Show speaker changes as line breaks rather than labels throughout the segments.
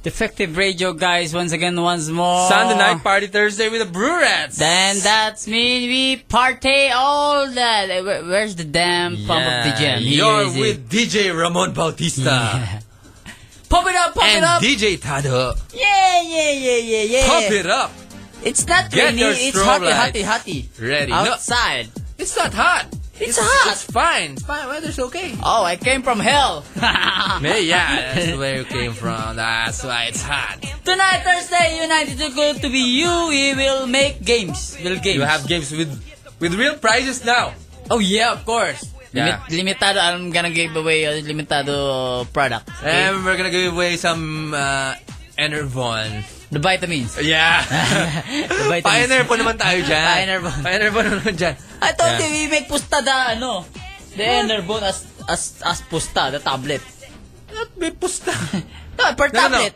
Defective Radio, guys. Once again, once more.
Sunday night party Thursday with the Brewerettes.
Then that's mean we party all that. Where's the damn pump of the jam? Here
You're
is it.
with DJ Ramon Bautista.
Yeah. Pump it up, pump
And
it up.
DJ Tado.
yeah, yeah, yeah, yeah, yeah.
Pump it up.
It's not
Get
rainy.
your
It's hotty,
strobe light.
hotty, hotty.
Ready. No.
Outside.
It's not hot.
It's hot.
It's fine. It's fine. Weather's okay.
Oh, I came from hell.
May- yeah, that's where you came from. That's why it's hot.
Tonight, Thursday, United is going to be you. We will make games. Will games.
You have games with with real prizes now.
Oh yeah, of course.
Yeah.
Limit, limitado. I'm gonna give away a limitado product. Okay?
And we're gonna give away some uh, Enervon.
the vitamins.
Yeah.
The vitamins.
Pioneer po naman tayo dyan.
Pioneerbon.
Pioneerbon naman dyan.
I thought
Yeah.
we make pustada ano. The Enerbone as as as pusta the tablet.
Not may pusta.
No, per
No, no, no.
tablet.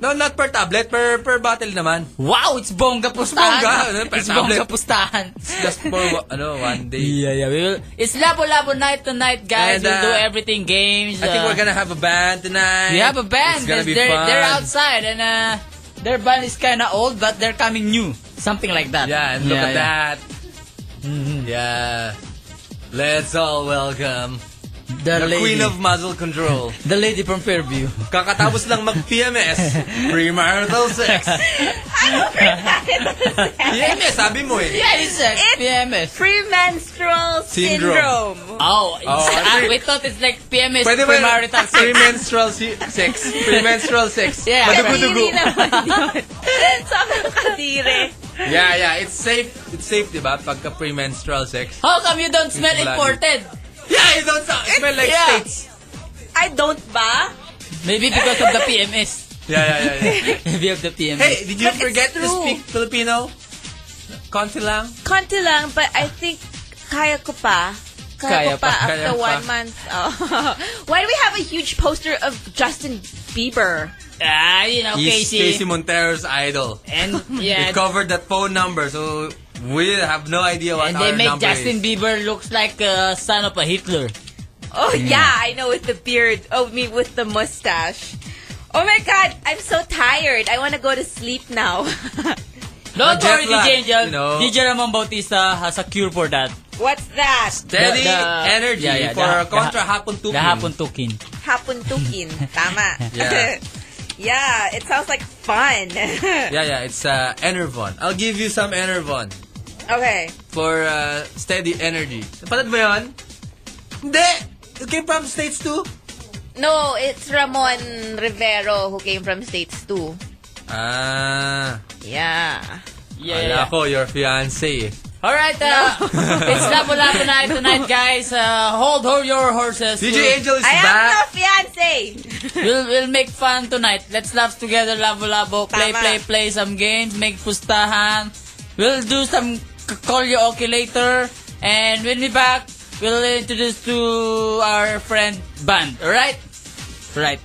No, not per tablet. Per per bottle naman.
Wow, it's bongga eh, pustahan.
bongga, ano, per
It's bongga
tablet.
pustahan.
Just for wa- ano, one day.
Yeah, yeah. We will. It's labo labo night tonight, guys.
And,
we'll do
uh,
everything, games.
I think
uh,
we're gonna have a band tonight.
We have a band.
It's gonna be
they're,
fun.
they're outside and uh, their band is kind of old, but they're coming new. Something like that.
Yeah, and look at
yeah. Mm-hmm.
that. Yeah. Let's all welcome
The,
the
lady,
queen of muzzle control.
the lady from Fairview.
Kakatapos lang mag-PMS. Premarital sex. PMS, sabi mo eh.
yeah, it's a
It's-
PMS.
Premenstrual
Syndrome.
syndrome.
Oh, it's,
I
ah,
think-
we thought it's like PMS
Pwede ba
premarital sex.
premenstrual si- sex? Premenstrual sex.
Yeah.
Kadiri
Madugo-dugo.
naman yun. Sabi ko kadiri.
Yeah, yeah. It's safe. It's safe, di ba? Pagka premenstrual sex.
How come you don't smell
Bloody.
imported?
Yeah, you don't sound, smell like
Yeah.
states.
I don't ba?
Maybe because of the PMS.
Yeah, yeah, yeah. yeah.
Maybe of the PMS.
Hey, did you
But it's
forget to
true.
speak Filipino? Konti lang.
Konti lang, but I think kaya ko pa.
Kaya
Kaya, ko pa,
pa,
after
kaya
one
pa.
month. Oh. Why do we have a huge poster of Justin Bieber?
ah, you know,
He's
Casey.
Casey Montero's idol.
And
They
yeah,
covered that phone number, so we have no idea what
and
our
they make
number
Justin
is.
Bieber looks like uh, son of a Hitler.
Oh yeah, I know with the beard. Oh me with the mustache. Oh my god, I'm so tired. I want to go to sleep now.
Don't
Or jet
worry,
lag,
DJ Angel.
you know.
DJ Ramon Bautista has a cure for that.
What's that?
Steady
The- the-
energy
yeah, yeah,
for
the- the-
Contra Hapon Tukin.
Kahapon tukin.
Hapon tukin. Tama.
Yeah.
Yeah, it sounds like fun.
Yeah, yeah, it's uh, Enervon. I'll give you some Enervon
Okay.
for uh, steady energy. Napanood mo yun? Hindi! You came from States too?
No, it's Ramon Rivero who came from States too.
Ah,
Yeah.
Yeah,
wala
yeah.
ko, your fiancé.
Alright, uh, it's Lapu Lapu night tonight, guys. Uh, hold, hold your horses.
DJ Angel is
I
back.
am the fiance.
We'll, we'll make fun tonight. Let's laugh together, Labo Labo. Play,
Tama.
play, play some games. Make pustahan. We'll do some k- karaoke later. And when we back, we'll introduce to our friend band. Alright? Right.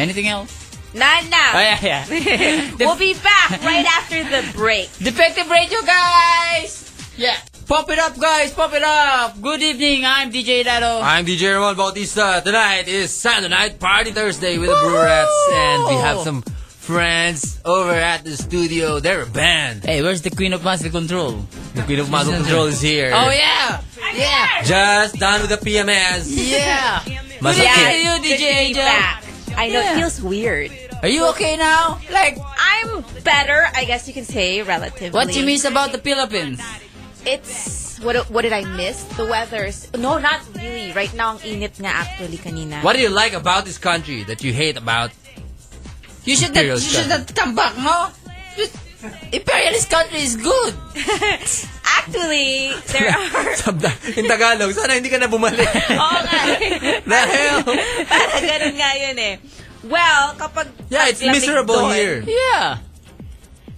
Anything else?
Not now.
Oh, yeah, yeah.
we'll be back right after the break.
Defective Radio, guys! Yeah. Pop it up, guys! Pop it up! Good evening, I'm DJ Lalo.
I'm DJ Ramon Bautista. Tonight is Saturday Night Party Thursday with the Brewerettes. And we have some friends over at the studio. They're a band.
Hey, where's the Queen of Master Control?
The Queen of Muzzle Control is here.
Oh, yeah! yeah!
Just done with the PMS.
Yeah! Good
Masakit.
evening to you, DJ
Good to be
Angel.
back. I know
Yeah.
it feels weird.
Are you okay now? Like,
I'm better, I guess you can say, relatively.
what you miss about the Philippines?
It's what what did I miss? The weather's no, not really. Right now, ang init nga actually kanina.
What do you like about this country that you hate about?
You should not, you
Imperialist
should not come back, no? You- Imperialist country is good.
Actually, there are.
In Tagalog, sana hindi ka na bumalik.
Oo nga.
Dahil,
Para ganun nga yun eh. Well, kapag
yeah, it's
lamig
miserable
doon-
here.
Yeah.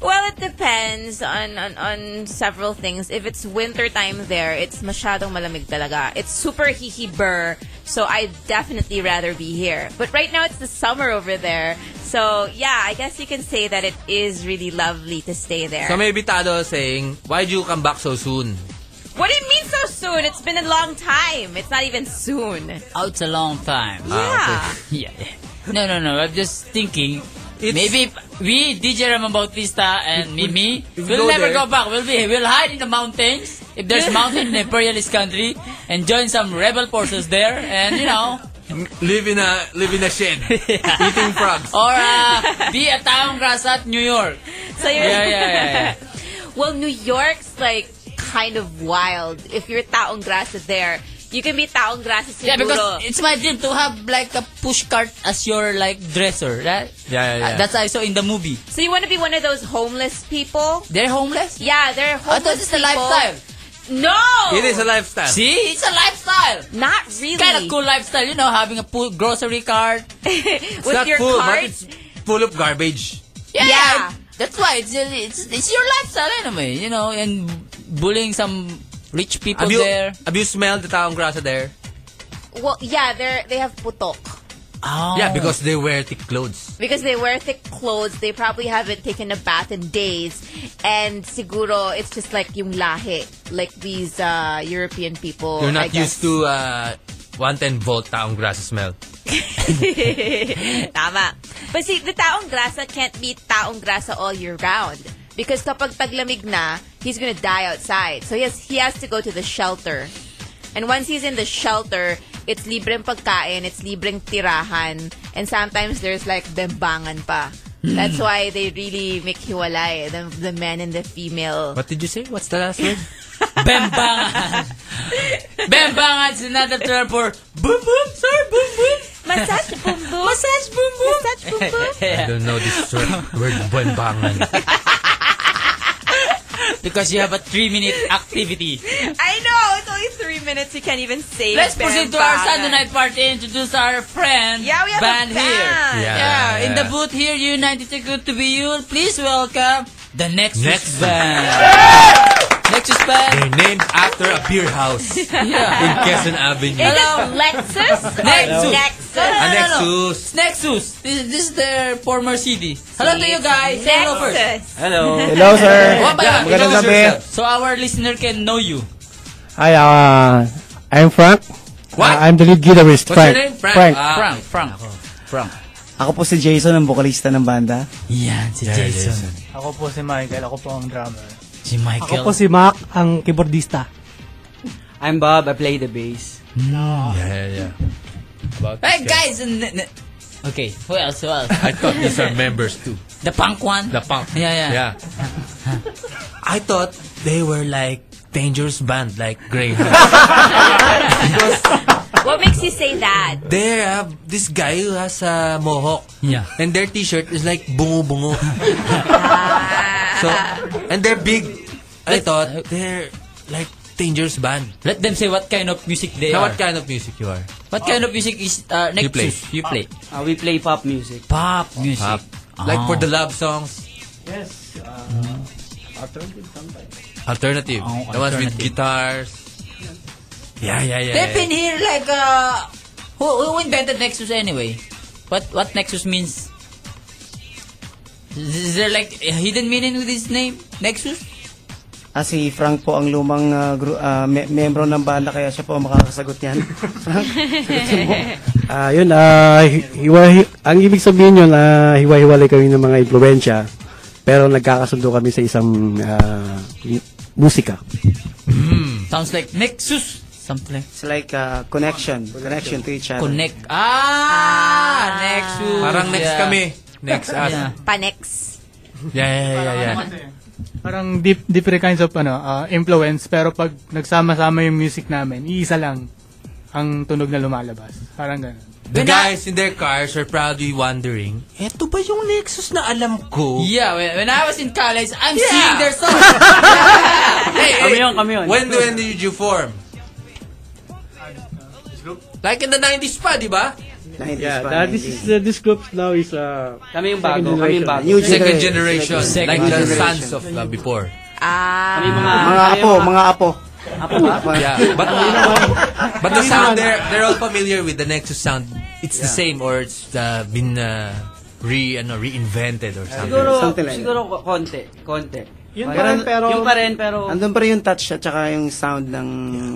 Well, it depends on, on on several things. If it's winter time there, it's masyadong malamig talaga. It's super hihiber, so I'd definitely rather be here. But right now, it's the summer over there. So, yeah, I guess you can say that it is really lovely to stay there.
So maybe Tado is saying, why'd you come back so soon?
What do you mean so soon? It's been a long time. It's not even soon.
Oh, it's a long time.
Ah, okay.
Yeah.
Yeah. yeah. No, no, no. I'm just thinking. maybe we DJ Ramon Bautista and Mimi
if we
will
go
never
there-
go back. We'll be we'll hide in the mountains if there's mountain in imperialist country and join some rebel forces there and you know
Live in a live in a shed, eating frogs.
or uh, be a town grass at New York.
So you're,
Yeah, yeah, yeah,
well, New York's like kind of wild. If you're taong grasa there, you can be taong grasa siguro.
Yeah, because it's my dream to have like a push cart as your like dresser, right?
Yeah, yeah, yeah.
Uh, that's I saw in the movie.
so you want to be one of those homeless people?
They're homeless.
Yeah,
I
they're
thought
homeless
it's a
people.
lifestyle.
No!
It is a lifestyle.
See, it's a lifestyle.
Not really.
Kind of cool lifestyle, you know, having a pu- grocery cart.
With
it's not
your
full, but
cart?
it's full of garbage.
Yeah.
Yeah.
That's why it's, it's it's your lifestyle anyway, you know, and bullying some rich people
Have you,
there.
have you smelled the taong grasa there?
Well, yeah, they're they have putok.
Oh.
Yeah, because they wear thick clothes.
Because they wear thick clothes, they probably haven't taken a bath in days, and siguro it's just like yung lahi, like these uh, European
Oh,
people.
You're
I
not used
guess.
to uh, 110 volt taong grasa smell.
Tama. But see, the taong grasa can't be taong grasa all year round. Because kapag taglamig na, he's gonna die outside. So he has, he has to go to the shelter. And once he's in the shelter, it's libreng pagkain, it's libreng tirahan, and sometimes there's like bembangan pa. That's why they really make hiwalay, the, the men and the female.
What did you say? What's the last word?
Bembangan. Bembangan is another term for boom boom, sir, boom boom.
Massage boom boom. Massage boom boom. Massage boom boom.
I don't know this word. word buwanbangan.
Because you have a three minute activity.
I know, it's only three minutes. You can't even say
Let's proceed to our
bembangan.
Sunday night party and introduce our friend
Yeah, we have
band
a
here.
band.
Yeah.
Yeah, in the booth here, United Too Good to Be You. Please welcome the next
Next
band. next band.
They're named after a beer house in
Yeah.
Quezon Avenue.
Eh,
Is it Lexus? or
Nexus.
Nexus.
And
no, no, no.
Nexus.
Nexus. This, this is their former CD. Hello to you guys. Say Hello first.
Nexus.
Hello.
Hello, sir.
One by one.
Magandang
Introduce
gabi.
yourself. So our listener can know you.
Hi, uh, I'm Frank.
What?
Uh, I'm the lead guitarist,
What's
Frank.
your name? Frank.
Frank.
Ah.
Frank. Frank. Frank.
Ako po si Jason, ang vocalista ng banda.
Yan, si
Yeah,
Jason.
Jason.
Ako po si Michael, ako po ang drummer.
Si Michael.
Ako po si Mac, ang keyboardista.
I'm Bob, I play the bass.
Yeah, yeah, yeah. About
Hey
this
guys. n- n- Okay, who else? Who else?
I thought these are members too.
The punk one.
The punk.
Yeah, yeah.
I thought they were like dangerous band, like Greyhound.
What makes you say that?
they have this guy who has a mohawk.
Yeah.
And their t-shirt is like bungo-bungo. so, and they're big. I thought they're like dangerous band.
Let them say what kind of music they are.
Now, what kind of music you are?
What kind of music is uh, Nexus?
play.
You play.
Uh, we play pop music.
Pop music.
Pop. Like
Ah.
for the love songs.
Yes. Uh, alternative sometimes.
Alternative.
Oh,
the ones with
alternative.
guitars. Yeah, yeah, yeah.
They've
yeah.
been here like uh, who, who invented Nexus anyway? What what Nexus means? Is there like a hidden meaning with his name Nexus?
Ah, si Frank po ang lumang ah, gru- ah, me- membro ng banda, kaya siya po ang makakasagot niyan.
Ah, yun, ah, hi- hiwa- hi- ang ibig sabihin yun, ah, hiwa-hiwalay kami ng mga impluensya, pero nagkakasundo kami sa isang ah, i- musika.
Hmm.
Sounds like Nexus. Something like
It's like ah, connection, connection to each other.
connect. Ah,
Ah.
Nexus.
Parang next
yeah.
kami. Next us.
Yeah.
Panex.
Yeah, yeah, yeah, yeah. yeah.
Parang deep, different kinds of ano, uh, influence, pero pag nagsama-sama yung music namin, iisa lang ang tunog na lumalabas. Parang ganun.
The
When I-
guys in their cars are probably wondering, eto ba yung Lexus na alam ko?
Yeah, when, when I was in college, I'm
Yeah.
seeing their songs.
Hey,
Kami yun, kami yun.
When, when did you form? Like in the 90s pa, di ba?
90s pa,
Yeah, this
90s.
is, this group now is,
Kami yung bago, kami yung bago.
New
Second generation.
Second
like the
generation.
sons of uh, before.
Um,
Um,
Kami mga,
mga
apo, mga apo. Apo ba?
Yeah. But, but the sound, they're, they're all familiar with the Nexus sound. It's the same or it's uh, been uh, re, ano, reinvented or something.
Siguro,
Something like that.
siguro ko- konti, konti.
Yun pa
Parang-
rin, pero...
yun
Yun pa rin, pero...
Andun pa rin yung touch at saka yung sound ng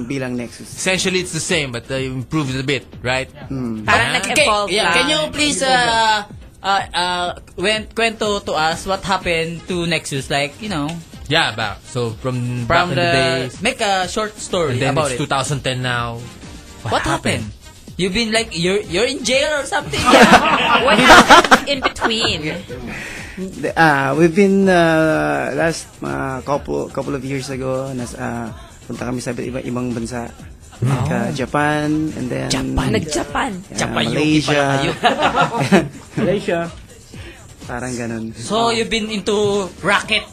bilang Nexus.
Essentially, it's the same, but uh, you improved it a bit, right?
Parang
Ah,
nag-evolve
Mm. yeah,
lang.
Can you please uh, uh, uh, when, kwento to us what happened to Nexus? Like, you know,
Yeah, back. So, from, back
from
in the,
the...
days,
make a short
and
story
then
about
it's
it.
2010 now.
What happened? You've been like, you're, you're in jail or something?
What happened in between?
The- ah, we've been ah, last ah, couple couple of years ago nas ah, punta kami sa iba, ibang bansa. Like, ah, Japan and then
Nag-Japan.
ah,
Japan, yuki
Malaysia.
pala kayo.
Malaysia.
Parang ganun.
so,
Uh-huh.
you've been into racket.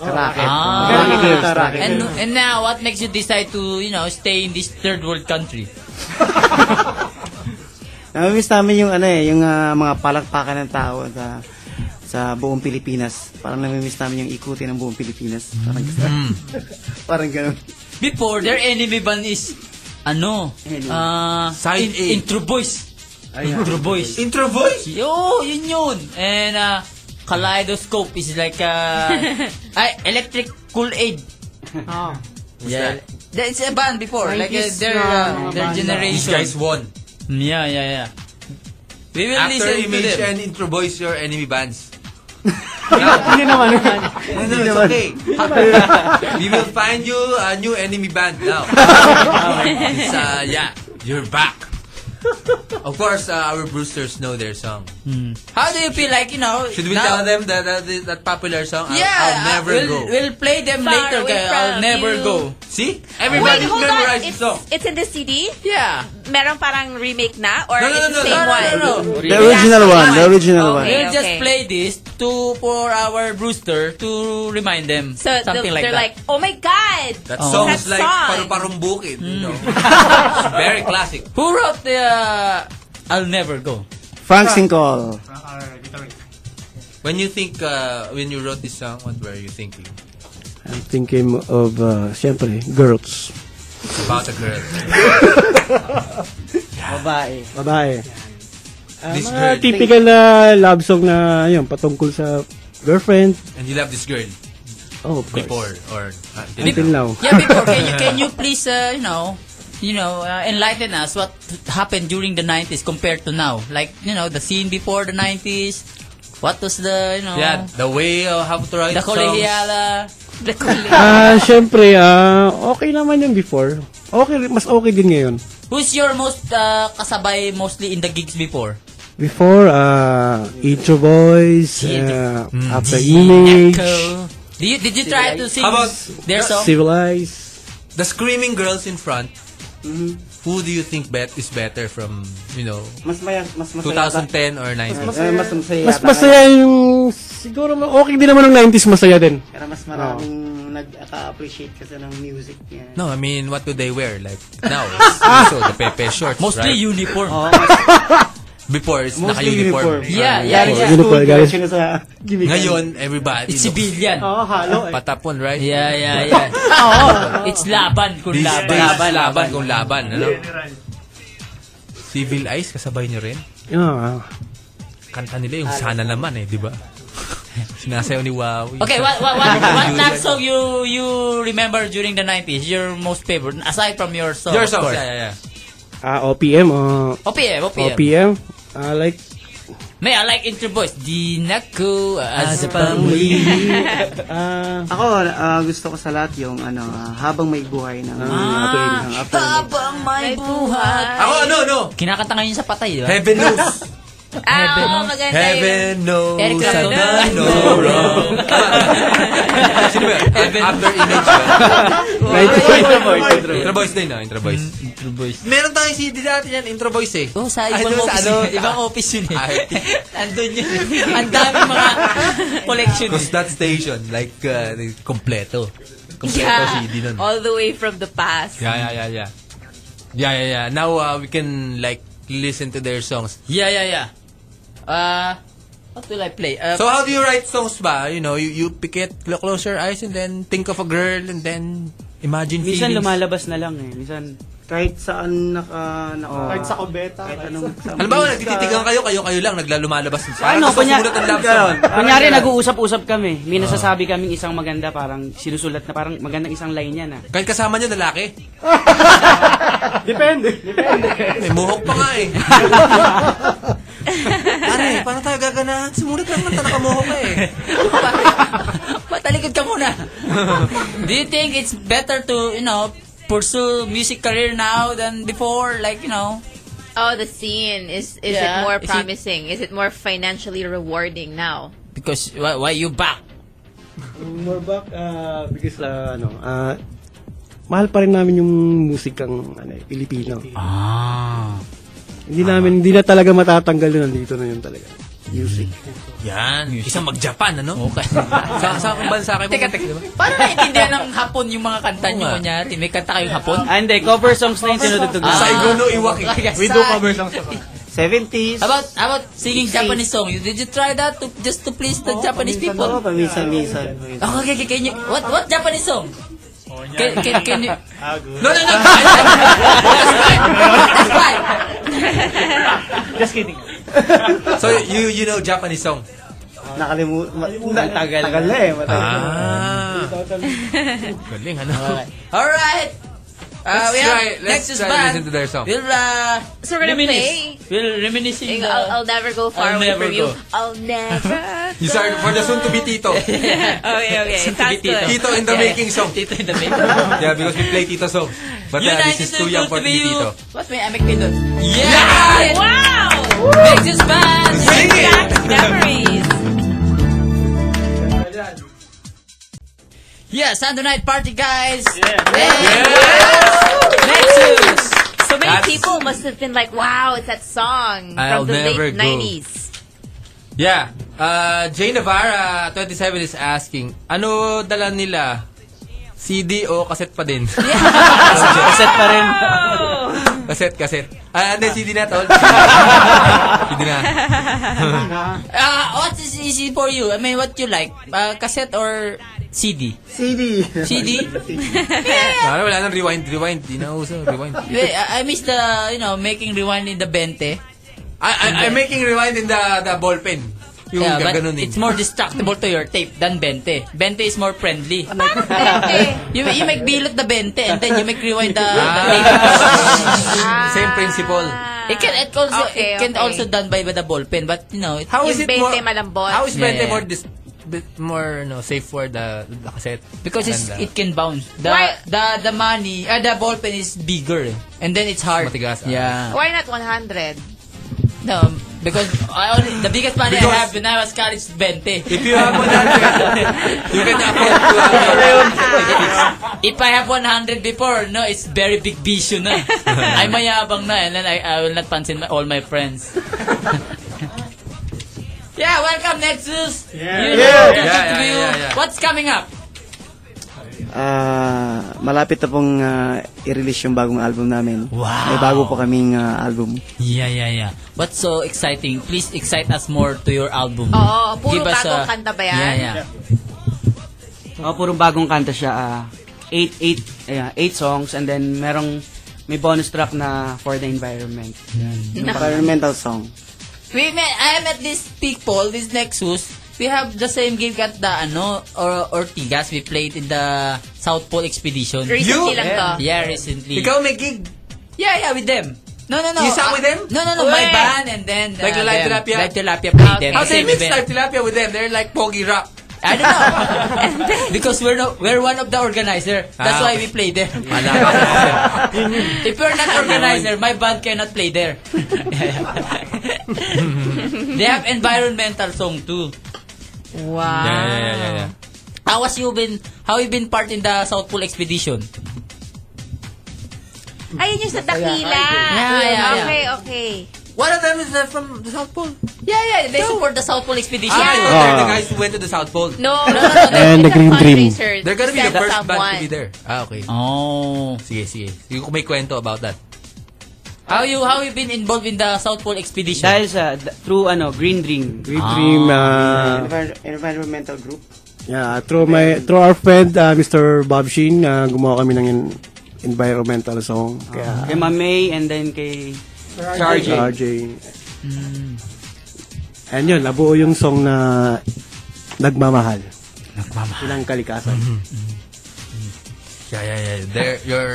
Racket.
Ah.
Racket, racket.
And, and now, what makes you decide to, you know, stay in this third world country?
Namimiss namin yung ano eh, yung ah, mga palakpakan ng tao sa sa buong Pilipinas. Parang namimiss namin yung ikutin ng buong Pilipinas. Parang
Mm.
Parang ganun.
Before, their enemy ban is, ano, uh,
Side A.
intro boys. Intro boys.
Intro voice?
Yo, yun yun. And uh, kaleidoscope is like uh, ay, electric cool aid.
Oh.
Ah.
Yeah. That's a band before. Like uh,
90s
their
na
uh,
mga
their
banda.
These
generation.
guys won.
Mm, Yeah, yeah, yeah. We will
After
listen to
Image
them.
and Intro Boys, your enemy bands.
Hindi naman naman.
No, no, it's okay. we will find you a new enemy band now. it's, uh, yeah, you're back. Of course, uh, our Brewsters know their song.
How do you feel like, you know,
Should we
now-
tell them that that, that popular song? I'll,
Yeah, uh,
I'll never
we'll,
go.
We'll play them
Far
later.
away
kaya I'll
from
never
you.
go.
See,
Wait,
everybody
hold on.
memorized the
It's,
song.
it's in the CD?
Yeah.
Meron parang remake na? Or
No, no, no,
it's the
no,
same
no, no,
one?
no, no.
The original one, the original one.
Okay,
we'll just
okay.
play this to for our Brewster to remind them
So
something
they'll-
like
they're like,
that.
oh my God!
That
Oh.
song
That
is like
song.
paru-parong bukid, you know.
Hmm.
It's very classic.
Who wrote the uh, I'll never go?
Frank Sincol.
When you think, uh, when you wrote this song, what were you thinking?
I'm thinking of, uh, siyempre, girls.
It's about a girl.
Babae.
Babae. Ah,
This
mga
girl.
typical na love song na, yun, patungkol sa girlfriend.
And you love this girl
Oh, of course.
before or uh,
Until now.
Yeah, before can you can you please uh, you know you know uh, enlighten us what happened during the 90s compared to now? Like you know the scene before the 90s. What was the you know
Yeah, the way of how to write
the
songs.
colegiala?
The cool-
Ah, syempre, ah, okay naman yung before. Okay, mas okay din ngayon.
Who's your most uh, kasabay mostly in the gigs before?
Before, uh, intro boys, uh, after image,
Echo. Did you, did you try to sing
How about-
their song?
civilized.
The screaming girls in front. Who do you think bet is better from you know
Mas maya, mas masaya.
2010 or 90s?
Eh, mas masaya.
Mas
yata
masaya yung, siguro, ma- okay din naman ng 90s, masaya din.
Kaya mas maraming nag-appreciate kasi ng music niya.
No, I mean what do they wear like now? It's also the pepe shorts.
Mostly
right? Oh.
uniform.
before it's naka
Mostly
uniform.
uniform.
Yeah, yeah,
Galing
yeah.
Yun po, guys.
Sino sa gimmick?
Ngayon everybody
It's
looks
civilian.
Oo, halo eh.
patapon, right?
Yeah, yeah, yeah. It's laban kung
These
laban.
days, laban, kung laban, ano? Civil Eyes kasabay niyo rin.
Ah,
Kanta nila yung sana naman eh, di ba? Sinasayaw ni Wawi.
Okay, what what what, what love song you you remember during the 90s? Your most favorite aside from your song.
Your
of
songs,
course.
yeah, yeah, yeah.
ah, OPM, ah,
OPM, OPM.
OPM, ah, like,
May I like intro voice. Di na ko as pamuli.
ah,
Ako, ah, gusto ko sa lahat yung ano, ah, habang may buhay ng
Ah,
ng Upper Limit.
may buhat.
Ako, ano, ano?
Kinakanta ngayon sa patay, di ba?
Heaven knows.
Ah, oo, maganda yun.
Heaven knows
Eric
I've
Clapton. Ano,
done no wrong. Sino ba? Heaven. After image ba?
Mm,
Intro voice na yun, ah, intro voice.
Intro voice.
Meron tayong CD dati yan, intro voice eh.
Oh, sa
Ay,
ibang
doon sa
office.
ano,
yun. ibang office yun eh.
Ay.
Andun yun. Ang dami mga collection. eh.
Because that station, like, uh, kompleto. Kompleto
Yeah.
CD nun.
All the way from the past.
Yeah, yeah, yeah, yeah. Yeah, yeah, yeah. Now, uh, we can, like, listen to their songs.
Yeah, yeah, yeah. Uh, what will I play? Uh,
So how do you write songs ba? You know, you, you pick it, cl- close your eyes, and then think of a girl, and then imagine
Minsan
feelings.
lumalabas na lang eh. Minsan
kahit saan naka... naka
Kahit sa kubeta.
Kahit anong...
Halimbawa, nagtititigan kayo, kayo, kayo lang, naglalumalabas ng
Ano,
Tapos
kunya-
nasusulat ang love song.
Kunyari, nag-uusap-usap kami. May nasasabi kaming isang maganda, parang sinusulat na parang magandang isang line yan, ah.
Kahit kasama niya lalaki.
Depende.
May muhok pa nga eh. Pare, paano tayo gaganahan? Sumulat lang naman talaga muhok ka eh.
Patalikod ka muna. Do you think it's better to, you know, pursue music career now than before? Like, you know,
Oh, the scene is is
Yeah.
it more
Is it-
promising? Is it more financially rewarding now?
because why, why you back?
More back, ah, because ah, ano, ah, mahal pa rin namin yung musikang ano, eh, Pilipino.
Ah,
Hindi namin, hindi na talaga matatanggal yun. Nandito na yun talaga. Music.
yan. Isang mag-Japan, ano? Okay. sa, sa akong bansa kayo.
Teka, teka. Paano naiintindihan ng hapon yung mga kanta niyo
nga.
kunyari? May kanta kayong hapon?
Ah, hindi. Cover songs na yung tinutugtog
Sa
namin.
Igono Iwaki.
Ah.
We do cover songs ako.
70s.
How about, how about singing Japanese song? Did you try that to, just to please
Oh,
the Japanese
Oo,
people?
paminsan-minsan.
Oh, okay, okay, can you, what, what Japanese song? Can, can, can you,
No, no, no. That's fine.
that's fine.
Just kidding.
So, you you know Japanese song?
Nakalimutan. Tagal. Tagal na eh. Matagal na.
Ah. Galing, ano?
Alright. Uh,
Let's
we
try,
have
let's
Nexus
try to
Band.
listen to their song.
We'll, uh,
So we're gonna
reminisce. We'll reminisce in
play.
the...
I'll, I'll never go far
I'll
away
never
from you.
go.
I'll never.
You start for the soon-to-be Tito.
okay, okay. Sounds good.
Tito in the making song.
Tito in the middle.
Yeah, because we play Tito songs. But uh, this is too young for me, Tito.
What may I make Tito?
Yeah!
Wow!
Nexus Band!
Sing it!
Memories.
Yeah, Sunday night party, guys!
Nexus. So many
That's-
people must have been like, "Wow, it's that song
I'll
from the
never
late
go.
'90s."
Yeah. Uh, Jay Navarra, 27, is asking, ano dala nila? CD o kaset pa din?
Set pa rin.
kaset, kaset. Ah, hindi, CD na, tol. CD na.
Uh, what is easy for you? I mean, what you like? Uh, cassette or CD?
CD.
CD?
Parang wala nang rewind, rewind. Di na uso, rewind.
Wait, I, I miss the, you know, making rewind in the 20.
I, I, I'm making rewind in the the ballpen. Yung
Yeah, but
gaganunin.
it's more destructible to your tape than 20. 20 is more friendly. you, you make bilot the 20 and then you make rewind the, the tape.
Ah. Same principle.
It can it also
Ah. Okay,
it can
okay.
also done by by the ballpen, but you know it,
How is
Yung
it more...
20 malambot.
How is
Yeah,
20
yeah.
more dis, bit more no, safe for the, the cassette?
because it's,
And, uh,
it can bounce. The
Why-
the the money uh, the ballpen is bigger eh. and then it's hard.
Matigas, ah.
Yeah.
Why not 100?
No, because I only, the biggest money
Because-
I have when I was college is 20.
If you have 100, you can afford to have
If I have 100 before, no, it's very big vision na. I mayabang na and then I, I will not pansin my, all my friends. yeah, welcome Nexus. Yeah. You know,
Yeah.
good
Yeah,
to
yeah,
you.
yeah, yeah.
What's coming up?
Ah, malapit na pong ah, i-release yung bagong album namin. May bago po kaming ah, album.
Yeah, yeah, yeah. What's so exciting? Please excite us more to your album.
Oo, puro
Give us
bagong
a-
kanta ba yan?
Yeah, yeah.
Oh, puro bagong kanta siya. ah, eight, eight, ayan, eight songs and then merong may bonus track na for the environment.
Environmental song.
We met, I met these people, this Nexus. We have the same gig at the, ano, or Ortigas. We played in the South Pole Expedition.
Recently lang to.
Yeah, recently.
Ikaw may gig.
Yeah, yeah, with them. No, no, no.
You sang
Uh,
with them?
No, no, no. My
Where?
band and then... uh,
Like the Live
them.
Tilapia?
Live Tilapia played them.
How they
same
mix
event.
type tilapia with them? They're like pogi rap.
I don't know. because we're no, we're one of the organizer. That's
Ah,
why we
okay.
play there.
Wala ka.
if you're not organizer, my band cannot play there. they have environmental song too.
Wow.
How was you been? How you been part in the South Pole expedition?
Ayun yung sa dakila.
Oh, Yeah, yeah, yeah.
Okay, okay.
One of them is uh, from the South Pole.
Yeah, yeah. They support the South Pole expedition.
Ah, I
too.
thought they're the guys who went to the South Pole.
No, no, no. no.
And the
It's a
Green Dream.
fundraiser to
They're gonna be the
send
first band
someone.
to be there. Ah, okay.
Oh.
Sige, sige. Sige kung may kwento about that.
How you how you been involved in the South Pole expedition?
Dahil sa, d- through ano, Green Dream.
We dream, ah,
Envir- environmental group.
yeah, through, my, through our friend, ah, Mr. Bob Sheen, ah, gumawa kami ng environmental song. Kaya,
Kay Mamay and then kay Char J.
RJ. And yun, nabuo yung song na Nagmamahal. Nagmamahal. Ilang kalikasan.
Yeah, yeah, yeah. There, you're,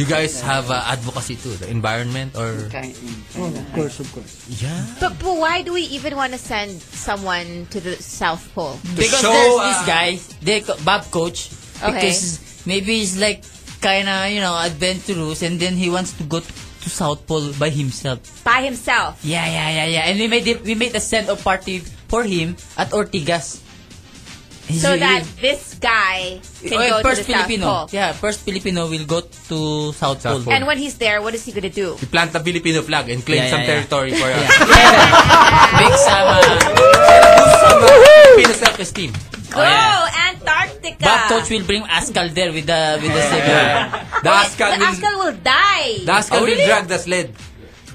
you guys have uh, advocacy too, the environment or...
Of course, of course.
Yeah.
But, but why do we even want to send someone to the South Pole?
Because
show,
there's
uh,
this guy, they co- Bob Coach,
Okay.
because maybe he's like kind of, you know, adventurous and then he wants to go t- to South Pole by himself.
By himself.
Yeah, yeah, yeah, yeah. And we made it, we made a send off party for him at Ortigas. He's
So
really-
that this guy can go to the
Oh,
South
first Filipino.
Pole.
Yeah, first Filipino will go to South, Pole.
South Pole.
And when he's there, what is he going to do?
You plant the Filipino flag and claim
Yeah, yeah,
some
yeah.
territory for us.
Big Sama.
Filipino self-esteem.
Go Oh, Antarctica!
Bob Coach will bring Ascal there with the with the savior.
The Askal
Eh, the
will,
Askal will die.
the Askal
Oh,
will
really?
drag the sled.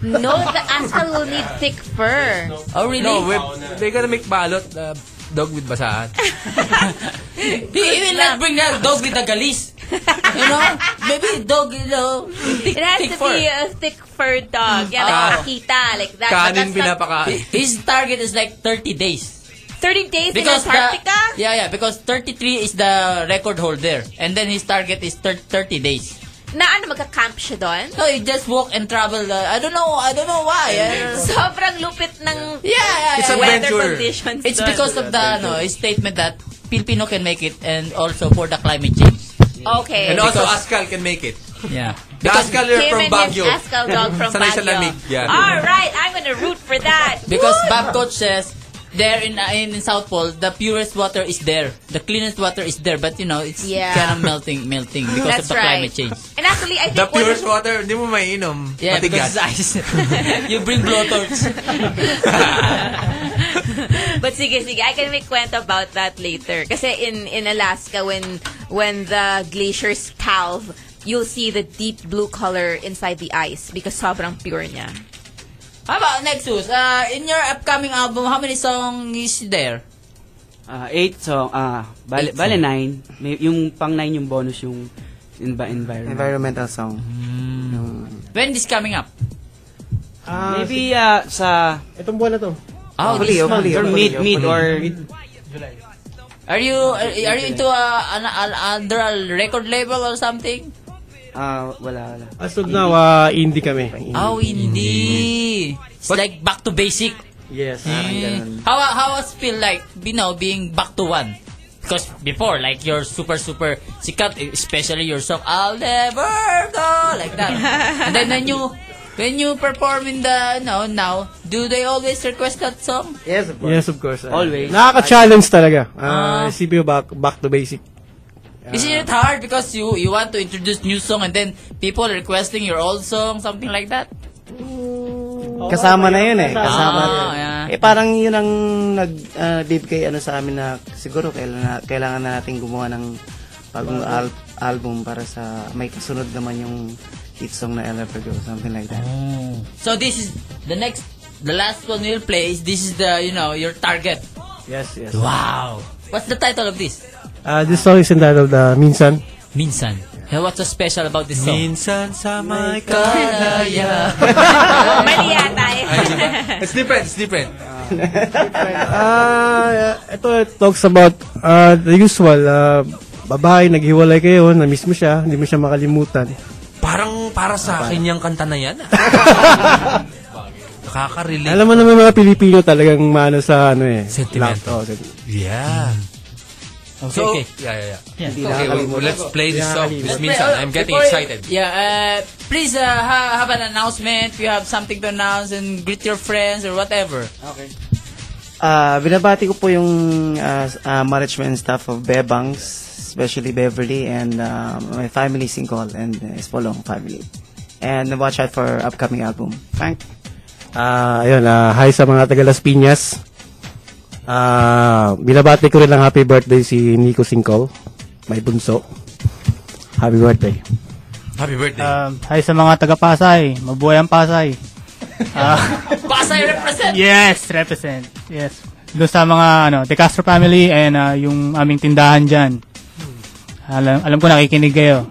no, the Askal will need thick fur.
Oh really?
No, we're, they're gonna make balot uh, dog with basahan.
He he will not bring that dog with the galis. you know? Maybe dog, you know, thick,
It has
thick
to
fur.
be a thick fur dog. Yeah,
Ah.
like Akita, like that. But
Kanin
that's not-
pinapakain.
His target is like 30 days.
30 days in
the,
Antarctica?
yeah, yeah, because 33 is the record holder. And then his target is thir- 30 days.
Na ano, magka-camp siya doon?
So he just walk and travel. uh, I don't know, I don't know why. I don't know.
Sobrang lupit ng
Yeah, yeah,
It's
yeah.
adventure.
weather conditions
It's
doon.
because of the no, statement that Filipino can make it and also for the climate change.
Okay.
And also
Because-
Askal can make it.
Yeah.
The Askal are
Him
from
and
Baguio.
his Askal dog from
Sanay sa
Baguio.
lamig. Yeah.
All right, I'm gonna root for that.
Because Bob Coach says there in, uh, in in South Pole, the purest water is there, the cleanest water is there, but you know it's
Yeah.
kind of melting, melting because
That's
of the
right.
climate change.
And actually, I think
The
one
purest
of-
water, hindi mo mainom.
Yeah, because
Matigas.
it's ice. you bring blowtorch.
But sige, sige, I can make kwento about that later. Kasi in in Alaska, when when the glaciers calve, you'll see the deep blue color inside the ice because sobrang pure niya.
How about Nexus? Uh, in your upcoming album, how many songs is there?
Ah, eight song. Ah,
Eight
bale, bale nine. May, yung pang nine yung bonus yung envi- environment.
Environmental song.
When this coming up?
Maybe ah, sa
Itong buwan na to.
Oh,
Hopefully,
this month.
hopefully,
or
hopefully,
mid, mid
hopefully.
or
Are you are, are you into a, an, an, under a record label or something?
ah, wala, wala.
As of now, ah, indie kami.
Oh, hindi. It's like back to basic.
Yes.
Mm. How how was feel like you know being back to one? Because before like you're super super sikat, eh, especially your song "I'll Never Go" like that. and then when you when you perform in the no now, do they always request that song?
Yes, of course.
Yes, of course. ah.
Always.
Nakaka-challenge talaga. Ah, isipin mo back, back to basic.
Isn't it hard because you you want to introduce new song and then people requesting your old song something like that?
Kasama na yun eh. Kasama na
Ah,
yun.
yeah.
Eh parang yun ang nag-leave kay ano sa amin na siguro kailangan, kailangan na natin gumawa ng bagong al- album para sa may kasunod naman yung hit song na El Go, something like that.
So this is the next the last one we'll play. Is this is the you know your target?
Yes, yes.
Wow. What's the title of this?
Ah, this song is entitled ah, Minsan.
Minsan. Yeah, what's so special about this song?
Minsan sa may kalaya.
Mali yata eh.
It's different, it's different.
Ah, ito it talks about ah, the usual ah, babae naghiwalay kayo, na miss mo siya, hindi mo siya makalimutan.
Parang para sa akin yung kanta na yan. ah. Nakaka-relate.
Alam mo naman mga Pilipino talagang mano sa ano eh.
Sentimental.
love. Oh, sent-
Yeah.
Mm.
Okay,
So,
okay.
yeah, yeah, yeah.
Hindi
Okay, well, let's play this song. This Minsan.
uh,
I'm getting
uh, Before-
excited.
Yeah, uh, please uh, ha- have an announcement. If you have something to announce and greet your friends or whatever.
Ah, binabati ko po yung ah, s- ah, management and staff of Bebangs, especially Beverly and ah, my family Singkol and uh, Espolong family. And watch out for upcoming album. Thank
Ah, ayun, ah, hi sa mga taga Las Piñas. Ah, binabati ko rin ng happy birthday si Nico Singkol, may bunso. Happy birthday.
Happy birthday.
Um,
Uh,
hi sa mga taga-Pasay. Mabuhay ang Pasay.
Pasay represent.
Yes, represent. Yes. Doon sa mga ano, De Castro family uh, and ah, yung aming tindahan dyan. Alam, alam ko nakikinig kayo.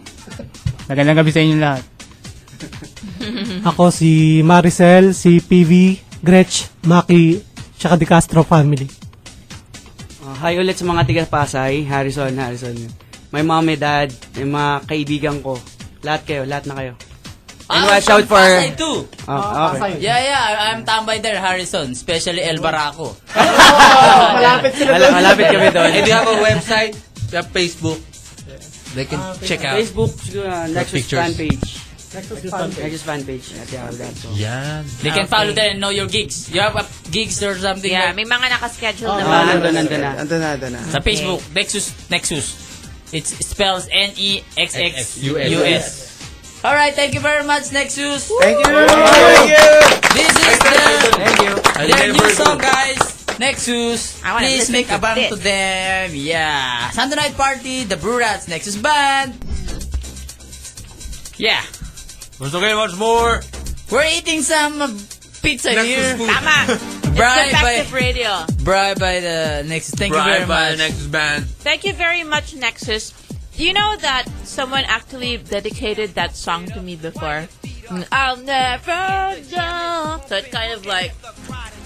Magandang gabi sa inyo lahat.
Ako si Maricel, si PV, Gretch, Maki, tsaka De Castro family.
Uh, hi ulit sa mga tiga Pasay, Harrison, Harrison. My mom, my dad, yung mga kaibigan ko. Lahat kayo, lahat na kayo. And
Ah,
watch out for...
Pasay too.
Ah, okay.
Yeah, yeah. I- I'm tambay there, Harrison. Especially El Baraco.
Malapit sila
Mal- malapit kami doon.
And you have a website, you have Facebook. They can check out.
Uh, Facebook, siguro, uh, Nexus
pictures.
fan page. Nexus fan page. At yahoo.com.
Yan.
They can follow there and know your gigs. You have a gigs or something
Yeah,
like-
may mga nakaschedule na
Ah,
ba?
nandun, nandun na.
Nandun na, nandun na.
sa Facebook, Nexus Nexus. It spells N E X X U S. All right, thank you very much, Nexus.
Thank you!
This is the
Thank you.
their new song, guys. Nexus,
I wanna
please
listen
make a
to
bang
this.
to them. Yeah, Sunday night party, the Brew Rats Nexus band. Yeah,
Gusto kayo much more?
we're eating some uh, pizza
Nexus
here.
food.
Tama.
Bribe
It's
by
effective radio.
bribe by the Nexus. Thank you very
Brian by
much.
the next band.
Thank you very much, Nexus. Do you know that someone actually dedicated that song to me before? I'll never jump. So it kind of like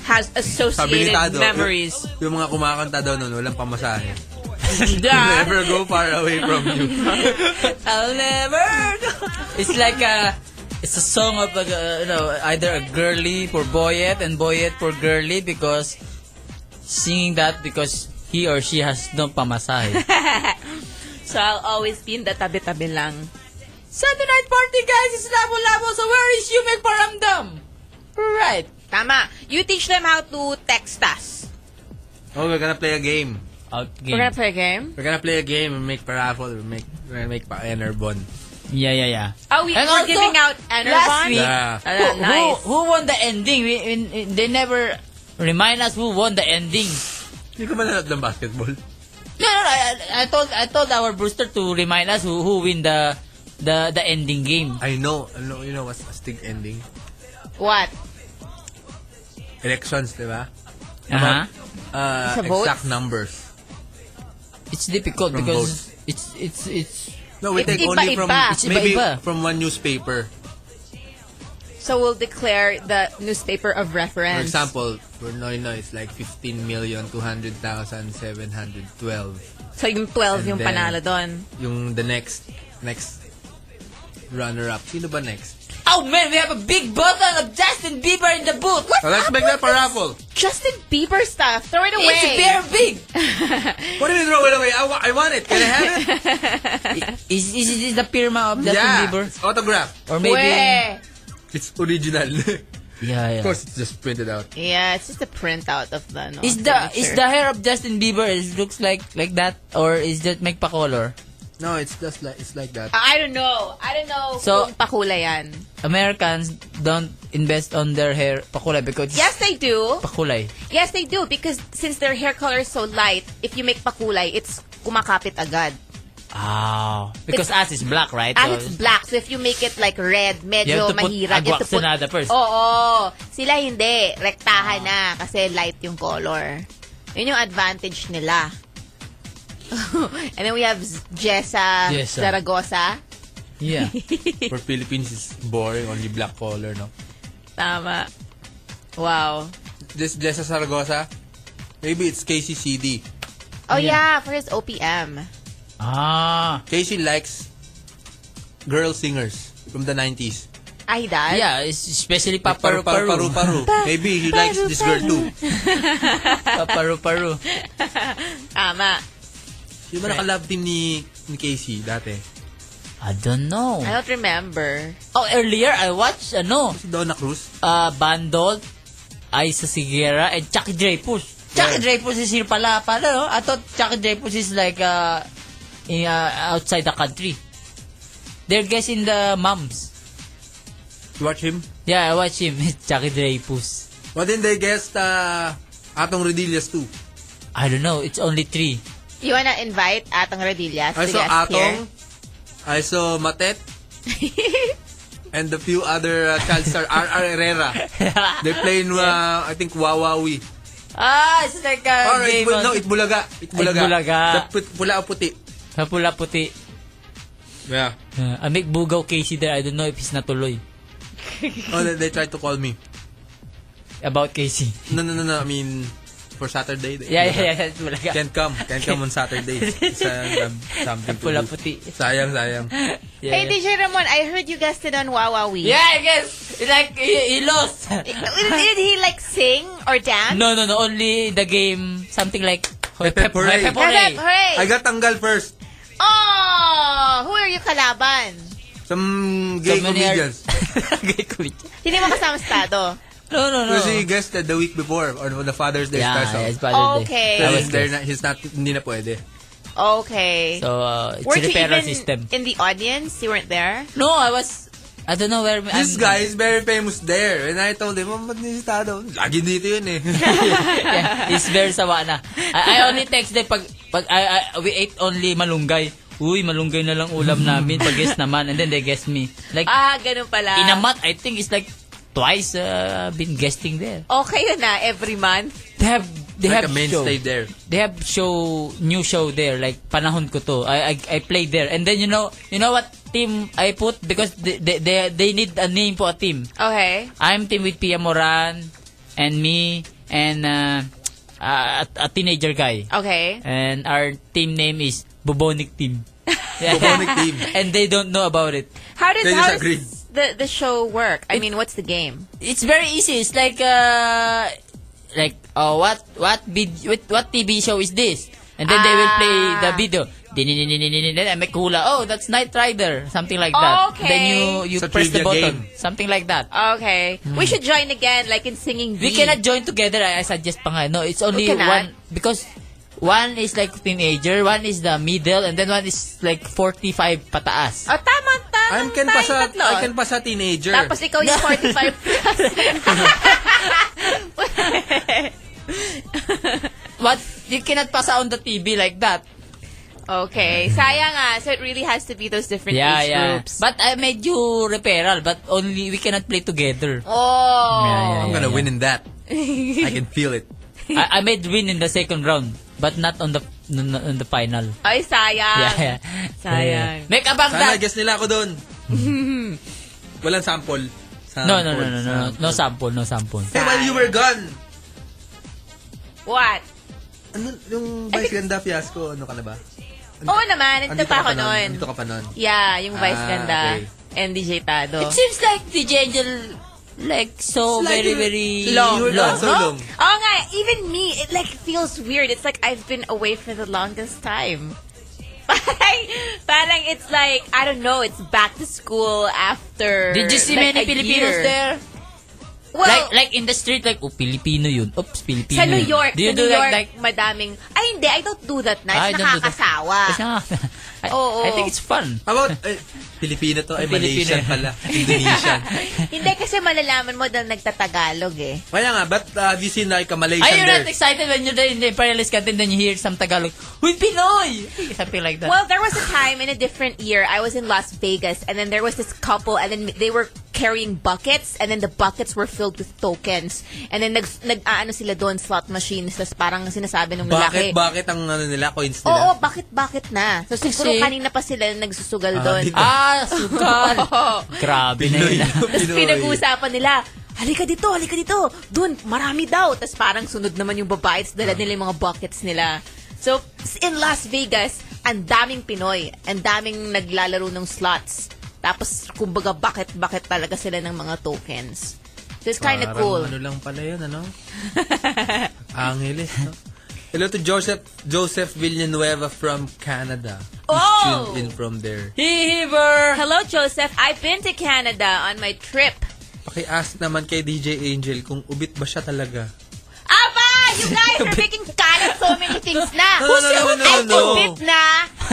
has associated
Habilitado.
memories.
Yung mga kumakanta daw nun, walang pamasahe.
Yeah.
Never go far away from you.
I'll never. know. It's like a, it's a song of uh, you know either a girly for boyet and boyet for girly because singing that because he or she has no pamasahe.
So I'll always be in the tabi-tabi lang.
Sunday night party guys, it's Labo Labo. So where is you make paramdam? Right.
Tama. You teach them how to text us.
Oh, we're gonna play a game.
Out
We're
game.
gonna play a game.
We're gonna play a game and make paraffle. We make we're gonna make pa enerbon.
Yeah, yeah, yeah.
Oh, we,
And
we're
also,
giving out
last
Enervon.
week,
Uh,
Yeah.
Ah,
who,
nice.
who, who won the ending? We, we, they never remind us who won the ending.
Hindi ko mananap ng basketball.
No, no, I, I told I told our Brewster to remind us who who win the the the ending game.
I know. I know you know what's a stick ending?
What?
Elections, di ba?
Uh-huh.
Uh,
Sa votes?
exact numbers.
It's difficult
From
because it's it's it's
No, we
It's
take only
iba-iba.
from
It's
maybe
iba-iba.
from one newspaper.
So we'll declare the newspaper of reference.
For example, for Noyno, it's like 15,200,712.
So yung 12 yung
And then-
panalo doon.
Yung the next next runner-up. Sino ba next?
Oh man, we have a big bottle of Justin Bieber in the booth. What?
So Oh, let's make that paraffle.
Justin Bieber stuff. Throw it away.
It's very big.
What do you throw it away? I, wa- I want it. Can I have it?
Is is is the firma of Justin
yeah.
Bieber
It's autograph.
or maybe?
Way.
It's original.
Yeah,
of
yeah.
course, it's just printed out.
Yeah, it's just a printout of the. No,
Is the is the hair of Justin Bieber is looks like like that or is that make pa color?
No, it's just like it's like that.
I don't know. I don't know
So-
kung pakulay yan.
Americans don't invest on their hair pakulay because
Yes, they do.
pakulay.
Yes, they do because since their hair color is so light, if you make pakulay, it's kumakapit agad.
Oh, because us is black, right? So-
And it's black, so if you make it like red,
You
medyo
have to put
mahirap. You have to put-
aguaxanada first.
Oo. Sila
Ah.
hindi. Rektahan na kasi light yung color. Yun yung advantage nila. And then we have Z- Jessa,
Jessa.
Zaragoza.
Yeah.
For Philippines, it's boring. Only black color, no?
Tama. Wow.
This Jessa Zaragoza. Maybe it's KCCD.
Oh yeah, for his OPM.
ah.
Casey likes girl singers from the 90s.
Ah, he does?
Yeah, it's especially
Like paru paru paru paru. Maybe he likes this girl too.
paparu paru.
Tama.
Yung ba naka-love team ni, ni Casey dati?
I don't know.
I don't remember.
Oh, earlier I watched ano,
Si Donna Cruz.
uh Bandol, Isa Sigera and Chucky Dreyfus. Chucky Dreyfus is here pala pala, no? I thought Chucky Dreyfus is like uh, in, uh, outside the country. They're guessing the moms.
You watch him?
Yeah, I watch him. Chucky Dreyfus.
What didn't they guess uh, Atong Rodillas too?
I don't know. It's only three.
You wanna invite Atong Rodillas
I
to
saw
guest here?
Atong. I saw Matet. and a few other uh, child star. R.R. Herrera. They playing, uh, I think, Wawawi.
Ah, it's like a
Or
game
Itbul-
on-
no, Itbulaga. Itbulaga.
Itbulaga.
The put- pula o puti.
Sa pula puti.
Yeah.
Uh, I make Bugaw Casey there. I don't know if he's natuloy.
Oh, they, they tried to call me.
About Casey.
No, no, no, no. I mean, for Saturday. they-
Yeah, yeah, yeah. Bulaga.
Can't come. Can't come on Saturday. Sayang, something to
Pula
do.
puti.
Sayang, sayang.
Yeah,
Hey,
yeah.
DJ Ramon, I heard you guys did on Wawawi.
yeah, I guess. Like, he, he lost.
Did, did he like sing or dance?
No, no, no. Only the game. Something like...
Pepe Parade.
Hooray!
Pepe Parade.
Hooray!
I got tanggal first.
Oh! Who are you kalaban?
Some gay
So many are-
comedians.
Gay comedians.
Hindi mo kasama estado.
No, no, no.
Kasi he guested the week before on the Father's Day
yeah,
special.
yeah, it's Father's
Okay.
Day. I
So
was
he's,
there.
there na, he's not, hindi na pwede.
Okay.
So, uh, it's
Were
a
you
referral
even
system.
in the audience? You weren't there?
No, I was... I don't know where...
This
I'm-
guy is very famous there. And I told him, oh, ba't nisitado? Lagi dito yun eh.
yeah, it's very sawa na. I, I only text them pag, pag I, I, we ate only malunggay. Uy, malunggay na lang ulam namin. Pag-guess naman. And then they guess me. Like,
Ah, ganun pala.
in a month, I think it's like twice uh, been guesting there.
Okay yun na, every month.
They have they have
like a
show.
mainstay there.
They have show new show there. Like panahon ko to. I I, I play there. And then you know you know what team I put because they they they, they need a name for a team.
Okay.
I'm team with Pia Moran and me and uh, a, a teenager guy.
Okay.
And our team name is Bubonic Team.
Bubonic Team.
And they don't know about it.
How does,
They
how
disagree.
does the, the show work? I mean, what's the game?
It's very easy. It's like uh like oh what what vid- what, what TV show is this? And then they will play
Ah.
the video. Then I make hula. Oh, that's Knight Rider, something like that.
Okay.
Then you you
It's a
press the
trivia
button, something like that.
Okay. We should join again, like in singing
Hmm. We
bee.
cannot join together. I, I suggest pa nga. No, it's only
We cannot.
one because one is like teenager, one is the middle, and then one is like 45 pataas.
Oh, tama, tama.
I can pa sa,
tatlo.
I can pa sa teenager.
Tapos ikaw yung 45 plus.
What you cannot pass on the TV like that.
okay. Sayang ah. So it really has to be those different
Yeah,
age
yeah.
groups.
But I made you referral, but only we cannot play together.
oh.
Yeah, yeah,
I'm
yeah,
gonna
yeah.
win in that. I can feel it.
I, I made win in the second round, but not on the on the- on the final.
Ay, sayang.
Yeah, yeah.
Ah, Sayang.
Yeah. Make abang that.
Sana guess nila ako doon. Walang sample. sample.
No, no, no, no, no, no, no sample, no sample.
Hey, while you were gone,
What?
ano, yung Vice Ganda fiasco, ano ka na ba?
Oo naman. Nandito pa ako
nun.
noon.
Andito ka pa nun.
Yeah, yung Vice
Ah,
Ganda.
okay.
And DJ Tado.
It seems like DJ Angel, like so very very
You were gone so long.
Oh nga, even me, it like feels weird. It's like I've been away for the longest time. parang, parang it's like, I don't know, it's back to school after
Did you see
like,
many
a
Filipinos
year.
there?
Well,
like like in the street like oh Filipino yun. Oops, Filipino.
sa New
yun.
York,
Do you
sa
do
New York,
like like
madaming, ay hindi, I don't do that na.
I
It's
don't do that.
nakakasawa.
It's not- I,
Oo.
I think it's fun.
How about, eh, Pilipino to, ay
Pilipino.
Malaysian pala. Indonesian.
hindi kasi malalaman mo dahil nagtatagalog eh.
Kaya nga, but uh, have you seen like a Malaysian
Are you
there?
not excited when you're there in the Imperialist Canteen then you hear some Tagalog, Uy, Pinoy! Something like that.
Well, there was a time in a different year. I was in Las Vegas, and then there was this couple, and then they were carrying buckets, and then the buckets were filled with tokens. And then nag, nag ano sila doon, slot machines. Tapos parang sinasabi ng
bakit,
lalaki.
bakit ang ano nila, coins nila?
Oo, bakit, bakit na? So, siguro
Kasi-
kanina pa sila nagsusugal doon.
dito.
ah, sugal! Grabe na
Pinoy.
yun. ah.
Tapos pinag-uusapan nila, halika dito, halika dito. Doon, marami daw. Tapos parang sunod naman yung babae. Tapos dala nila yung mga buckets nila. So, in Las Vegas, ang daming Pinoy. Ang daming naglalaro ng slots. Tapos, kumbaga, bakit-bakit talaga sila ng mga tokens. So, it's kind of
Parang
cool.
Ano lang pala yun, ano? Angeles, no? Hello to Joseph Joseph Villanueva from Canada. He's
Oh!
tuned in from there.
Heaver!
Hello, Joseph. I've been to Canada on my trip.
Paki-ask naman kay DJ Angel kung ubit ba siya talaga.
Aba! You guys are making canon so many things
No,
na.
no, no, no, no,
I'm
no.
kubit na.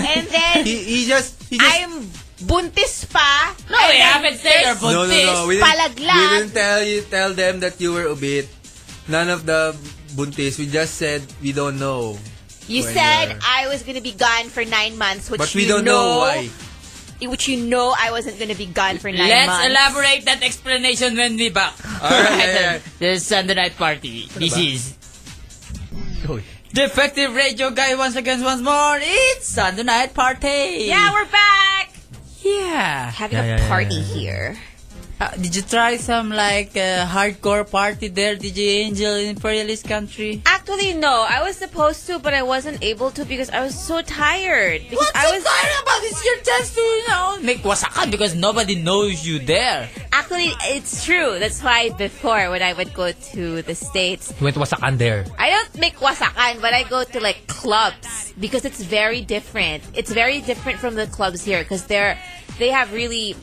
And then,
He, he just... He just
I'm buntis pa.
No, we haven't said our
no, no, no.
buntis.
We didn't,
palaglag.
we didn't tell, you, tell them that you were ubit. None of the buntis. We just said we don't know.
You
when
said
you are.
I was gonna be gone for nine months, which
But we
you
don't know, why.
Which you know I wasn't gonna be gone for 9
Let's
months.
elaborate that explanation when we back.
Alright, alright.
This is Sunday night party. This
ba?
is Defective Radio Guy once again once more. It's Sunday night party.
Yeah, we're back.
Yeah.
Having
Yeah,
a
yeah, yeah,
party
yeah, yeah.
here.
Uh, did you try some like uh, hardcore party there, DJ Angel, in imperialist country?
Actually, no. I was supposed to, but I wasn't able to because I was so tired. Because I was
tired about this. Your chance to, you know, make wasakan because nobody knows you there.
Actually, it's true. That's why before, when I would go to the States,
He went to Wasakan there.
I don't make wasakan, but I go to like clubs because it's very different. It's very different from the clubs here because they're they have really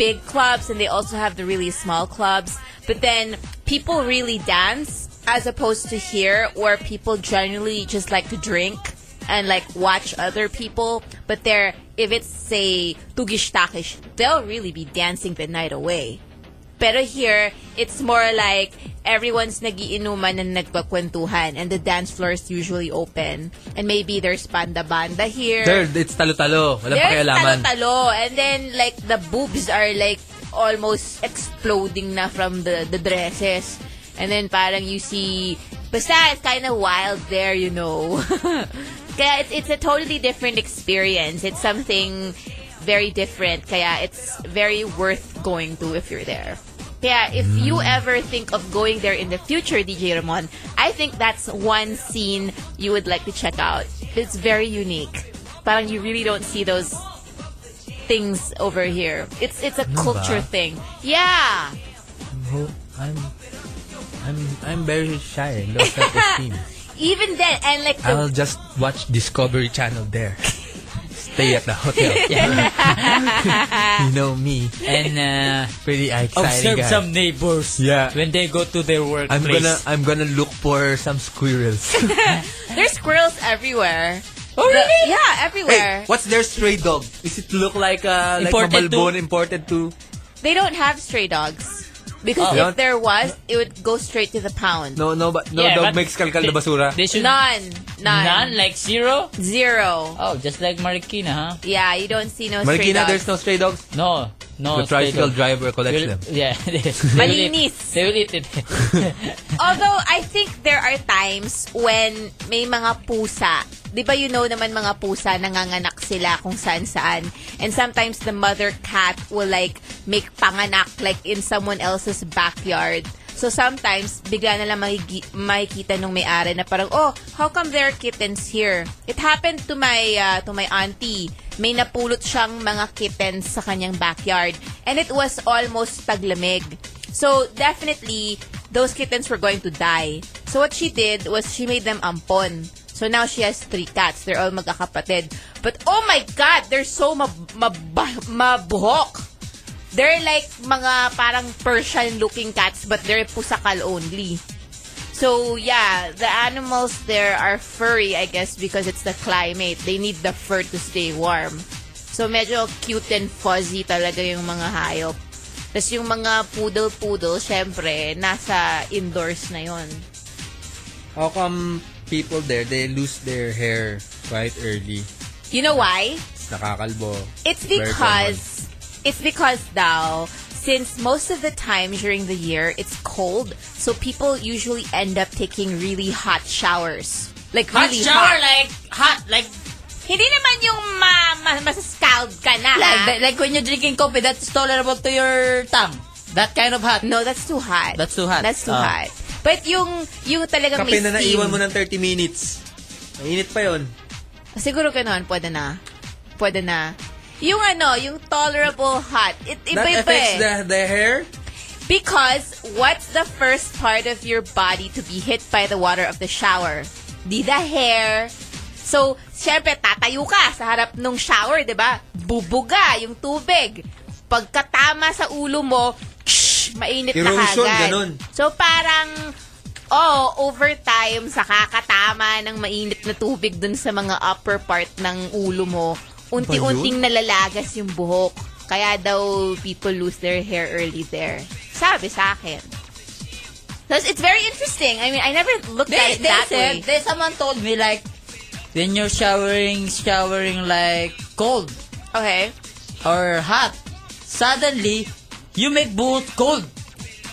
big clubs and they also have the really small clubs. But then people really dance as opposed to here where people generally just like to drink and like watch other people. But they're if it's say tugish takish, they'll really be dancing the night away. Pero here, it's more like everyone's nagiinuman and nagpakwentuhan and the dance floor is usually open. And maybe there's banda-banda here.
There, it's talo-talo. Walang
there's
pakialaman.
talo-talo. And then like the boobs are like almost exploding na from the, the dresses. And then parang you see, basta it's kind of wild there, you know. Kaya it's, it's a totally different experience. It's something very different. Kaya it's very worth going to if you're there. Kaya if you ever think of going there in the future, DJ Ramon, I think that's one scene you would like to check out. It's very unique. Parang you really don't see those things over here. It's it's a
Ano ba?
culture thing. Yeah.
I'm, I'm, I'm very shy. Low self-esteem.
Even then, and like the
I'll just watch Discovery Channel there. Stay at the hotel. you know me.
And uh,
Pretty exciting
observe
guy.
some neighbors
Yeah.
when they go to their workplace.
I'm gonna I'm gonna look for some squirrels.
There's squirrels everywhere.
Oh,
really? yeah, everywhere.
Hey, what's their stray dog? Does it look like uh, like
Imported
Mamalbon imported to?
They don't have stray dogs. Because
Oh.
if there was, it would go straight to the pound.
No, no, ba- no
Yeah,
dog
but-
makes kalkal na basura.
They should
None. None.
none like zero.
Zero.
Oh, just like Marikina, huh?
Yeah, you don't see no stray
Marikina,
dogs.
there's no stray dogs.
No, no.
the
stable.
tricycle driver collects
Will-
them.
Yeah. they will eat-
Malinis.
They will eat it.
Although, I think there are times when may mga pusa. Di ba you know naman mga pusa, nanganganak sila kung saan-saan. And sometimes the mother cat will like make panganak like in someone else's backyard. So sometimes, bigla na lang makiki- makikita nung may-ari na parang, oh, how come there are kittens here? It happened to my, uh, to my auntie. May napulot siyang mga kittens sa kanyang backyard. And it was almost taglamig. So definitely, those kittens were going to die. So what she did was she made them ampon. So now she has three cats. They're all magkakapatid. But oh my God, they're so mab mab- mabuhok. They're like mga parang Persian-looking cats but they're pusakal only. So yeah, the animals there are furry, I guess, because it's the climate. They need the fur to stay warm. So medyo cute and fuzzy talaga yung mga hayop. Tapos yung mga poodle-poodle, syempre, nasa indoors na yon.
How come people there, they lose their hair quite early?
You know why?
It's nakakalbo.
It's
Very
because it's because daw since most of the time during the year it's cold, so people usually end up taking really hot showers. Like
Hot
really
shower,
hot.
like hot, like
Hindi naman yung ma, ma masascald ka na. ha?
like, like when you're drinking coffee, that's tolerable to your tongue. That kind of hot.
No, that's too hot.
That's too hot.
That's too
Ah.
hot. But yung yung talagang
Kape
may
na
steam.
naiwan mo ng 30 minutes. Mainit pa yon.
Siguro ganun, pwede na. Pwede na. Yung ano, yung tolerable hot. It,
That
iba iba
affects
eh.
the, the hair?
Because what's the first part of your body to be hit by the water of the shower? Di the hair. So, syempre, tatayo ka sa harap nung shower, di ba? Bubuga yung tubig. Pagkatama sa ulo mo, ksh, mainit
Erosion,
na kagad.
ganun.
So, parang, oh, over time, sa kakatama ng mainit na tubig dun sa mga upper part ng ulo mo, unti-unting nalalagas yung buhok. Kaya daw people lose their hair early there. Sabi sa akin. Tapos it's very interesting. I mean, I never looked at
They,
it
they
that
said,
way.
they, someone told me like, when you're showering, showering like cold
Okay.
or hot, suddenly, you make both cold.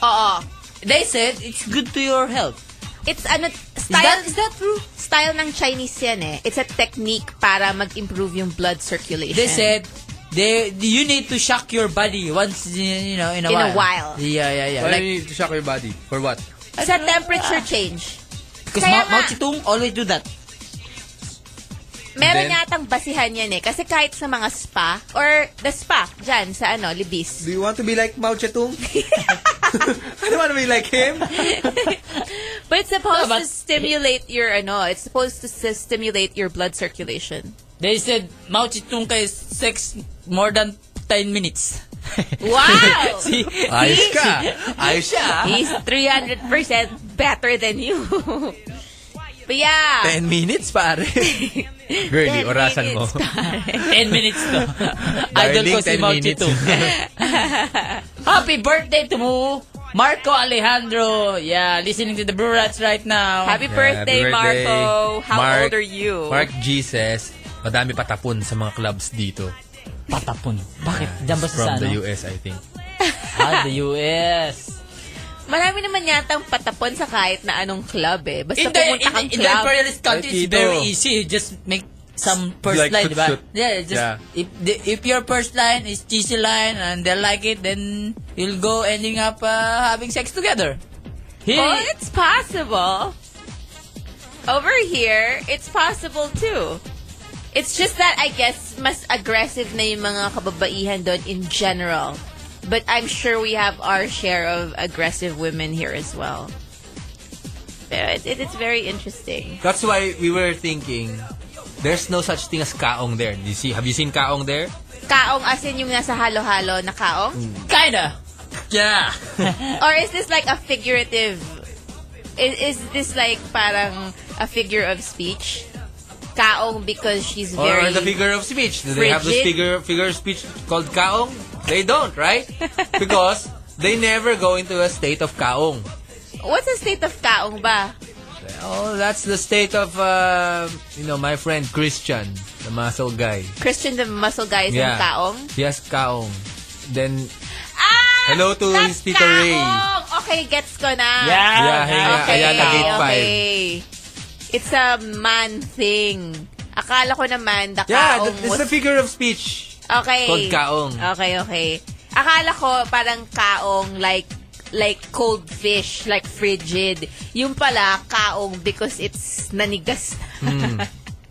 Oo.
They said it's good to your health.
It's ano,
Is that,
style,
is that true?
style ng Chinese yan eh. It's a technique para mag-improve yung blood circulation.
They said, They, you need to shock your body once you know in a
In
while.
a while.
Yeah, yeah, yeah.
Why
Like
do you need to shock your body? For what?
Sa temperature change.
because Mao,
Kaya nga-
Mao Zedong always do that.
Meron
Then-
yatang basihan yan eh. Kasi kahit sa mga spa, or the spa, dyan, sa ano, Libis.
Do you want to be like Mao Zedong? I don't want to be like him.
But it's
No,
supposed
but-
to stimulate your, ano, it's supposed to s- stimulate your blood circulation.
They said Mao Zedong kay sex more than 10 minutes.
Wow!
si,
Ayos ka. Ayos siya.
He's 300% better than you. But yeah.
10 minutes, pare.
Girlie, orasan mo.
10 minutes to. Idol ko
Darling,
si
10
Mao
minutes.
Zedong. Happy birthday to mo, Marco Alejandro. Yeah, listening to the Blue Rats right now.
Happy
Yeah,
birthday,
happy
Marco. How
Mark-
old are you?
Mark Jesus, madami patapon sa mga clubs dito.
Patapon? Bakit? Diyan ba sa
From
sa
the
ano?
US, I think.
Ah, the US.
Marami naman yatang patapon sa kahit na anong club eh. Basta
in the,
pumunta
in, the-
kang
in the
club.
imperialist country,
Ay,
it's
Tito.
very easy. You just make some first
Like,
line,
shoot,
diba?
shoot.
Yeah, just,
Yeah.
If, the, if your first line is cheesy line and they like it, then you'll go ending up uh, having sex together. He,
Well, it's possible. Over here, it's possible too. It's just that I guess mas aggressive na yung mga kababaihan doon in general. But I'm sure we have our share of aggressive women here as well. Pero it, it, it's very interesting.
That's why we were thinking, there's no such thing as kaong there. Do you see, have you seen kaong there?
Kaong as in yung nasa halo-halo na kaong?
kinda. Yeah.
Or is this like a figurative? Is, is this like parang a figure of speech? Kaong because she's
Or
very...
the figure of speech? Do they have this
frigid.
figure figure of speech called kaong? They don't, right? Because they never go into a state of kaong.
What's the state of kaong ba?
Well, that's the state of uh, you know my friend Christian, the muscle guy.
Christian the muscle guy is in
Yeah.
kaong?
Yes, kaong. Then
Ah!
hello to his
That's
Tito Ray.
kaong! Okay, gets ko na.
Yeah.
Yeah, hey, yeah,
Okay,
Ayala Gate five.
okay. It's a man thing. Akala ko naman, the
Yeah,
kaong
th- it's a
was...
figure of speech.
Okay.
Called kaong.
Okay, okay. Akala ko parang kaong like like cold fish, like frigid. Yung pala, kaong because it's nanigas.
Hmm.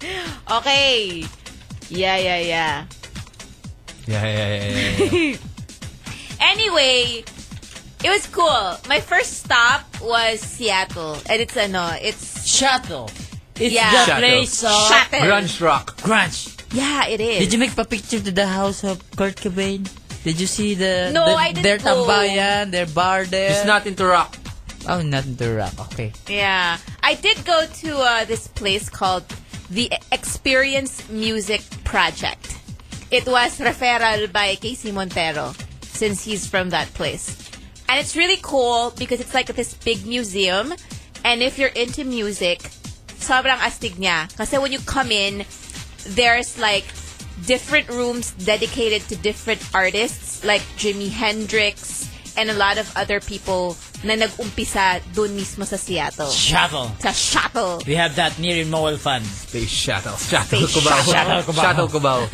okay. Yeah, yeah, yeah.
Yeah, yeah, yeah. yeah, yeah.
Anyway, it was cool. My first stop was Seattle. And it's ano, it's...
Shuttle. It's
Yeah.
the
Shuttle.
place of
Shuttle.
Grunge rock.
grunge.
Yeah, it is.
Did you make a picture to the house of Kurt Cobain? Did you see the,
No,
the-
I didn't
their
go.
tambayan, their bar there?
He's not into rock.
Oh, not the rock. Okay.
Yeah. I did go to uh, this place called the Experience Music Project. It was referral by Casey Montero since he's from that place. And it's really cool because it's like this big museum. And if you're into music, sobrang astig niya. Kasi when you come in, there's like different rooms dedicated to different artists like Jimi Hendrix and a lot of other people na nag-umpisa dun mismo sa Seattle.
Shuttle.
Sa shuttle.
We have that near in Mobile Fun.
Space shuttle. Shuttle
Space
Cubao.
shuttle.
Shuttle Cubao.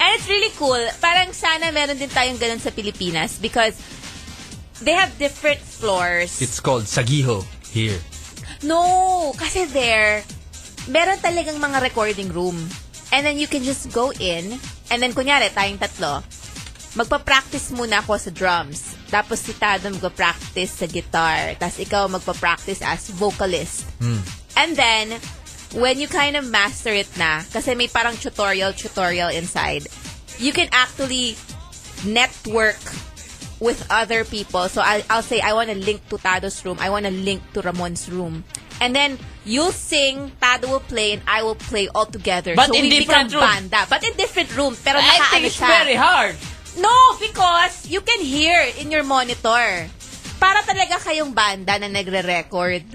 And it's really cool. Parang sana meron din tayong ganun sa Pilipinas because they have different floors.
It's called Sagiho here.
No, kasi there, meron talagang mga recording room. And then you can just go in, and then kunyari, tayong tatlo, magpa-practice muna ako sa drums. Tapos si Tado magpa-practice sa guitar. Tapos ikaw magpa-practice as vocalist. And then, when you kind of master it na, kasi may parang tutorial-tutorial inside, you can actually network with other people. So I'll, I'll say, I want to link to Tado's room. I want to link to Ramon's room. And then you'll sing, Tado will play, and I will play all together.
But
so
in
we
different
become
room.
banda. But in different room. Pero
Acting
nakaano
is
siya.
very hard.
No, because you can hear in your monitor. Para talaga kayong banda na nagre-record.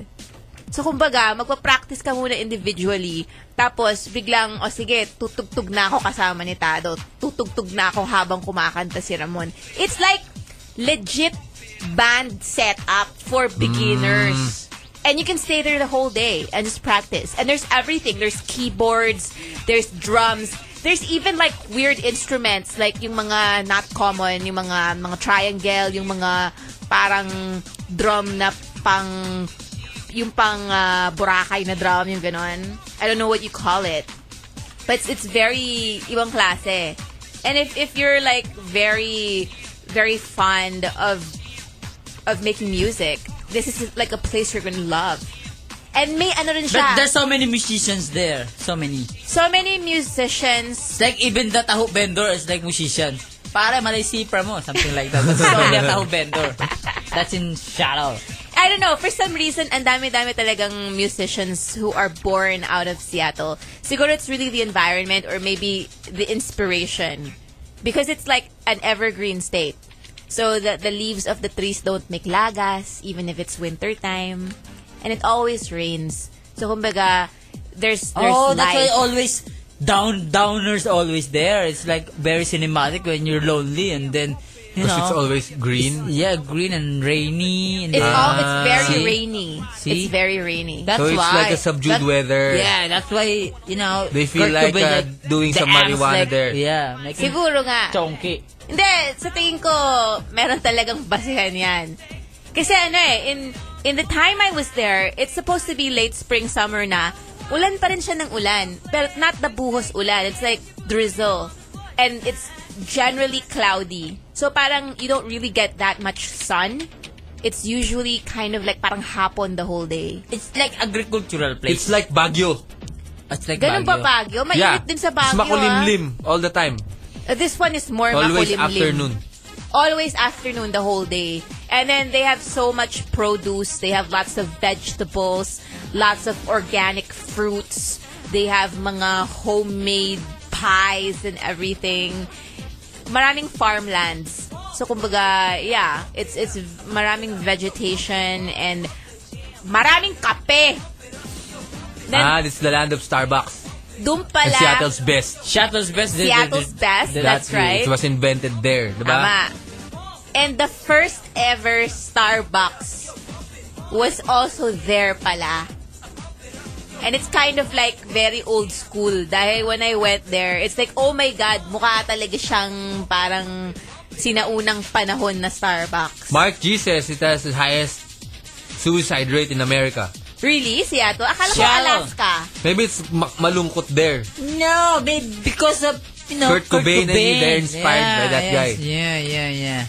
So, kumbaga, magpa-practice ka muna individually. Tapos, biglang, o sige, tutugtog na ako kasama ni Tado. Tutugtog na ako habang kumakanta si Ramon. It's like legit band setup for beginners. And you can stay there the whole day and just practice. And there's everything. There's keyboards, there's drums, There's even like weird instruments like yung mga not common, yung mga mga triangle, yung mga parang drum na pang yung pang ah, Boracay na drum, yung ganon. I don't know what you call it. But it's, it's very ibang klase. And if if you're like very very fond of of making music, this is like a place you're gonna love. And may ano rin
But
siya.
there's so many musicians there. So many.
so many musicians.
It's like even the taho vendor is like musician. Para malay sipra mo. Something like that. That's only a taho vendor. That's in Shallow.
I don't know, for some reason, ang dami-dami talagang musicians who are born out of Seattle. Siguro it's really the environment or maybe the inspiration. Because it's like an evergreen state. So the, the leaves of the trees don't make lagas, even if it's winter time. And it always rains. So kumbaga, there's, there's
oh, that's why
life.
always down downers always there. It's like very cinematic when you're lonely and then you know.
Because it's always green.
yeah, green and rainy. And
It's
then-
all it's very
Ah. See?
rainy.
See?
It's very rainy.
That's
So it's
why.
like a subdued
That-
weather.
Yeah, that's why you know
They feel
Kurt
like,
Cobain,
uh, doing
the
some
abs,
marijuana
like-
there.
Yeah, like
Siguro nga.
chonky.
Hindi, sa tingin ko, meron talagang basehan yan. Kasi ano eh, in, in the time I was there, it's supposed to be late spring, summer na. Ulan pa rin siya ng ulan. But not the buhos ulan. It's like drizzle. And it's generally cloudy. So parang you don't really get that much sun. It's usually kind of like parang hapon the whole day.
It's like agricultural place.
It's like Baguio.
It's like
Ganun ba Baguio? Mainit din sa
It's
Baguio, ah.
makulimlim all the time.
Uh, This one is more
Always
makulimlim.
afternoon.
always afternoon the whole day. And then they have so much produce. They have lots of vegetables, lots of organic fruits. They have mga homemade pies and everything. Maraming farmlands. So kumbaga, yeah, it's it's maraming vegetation and maraming kape.
ah,
Then
this is the land of Starbucks.
doon
And
pala
Seattle's best.
Seattle's best.
Seattle's best. That's right.
It was invented there, diba?
Tama. And the first ever Starbucks was also there pala. And it's kind of like very old school. Dahil when I went there, it's like, oh my God, mukha talaga siyang parang sinaunang panahon na Starbucks.
Mark G says it has the highest suicide rate in America.
Really? Seattle? Akala ko
Seattle.
Alaska.
Maybe it's ma- malungkot there.
No, they, because of you know
Kurt Cobain, and he- they're inspired by that
yeah,
guy.
yes, Yeah, yeah, yeah.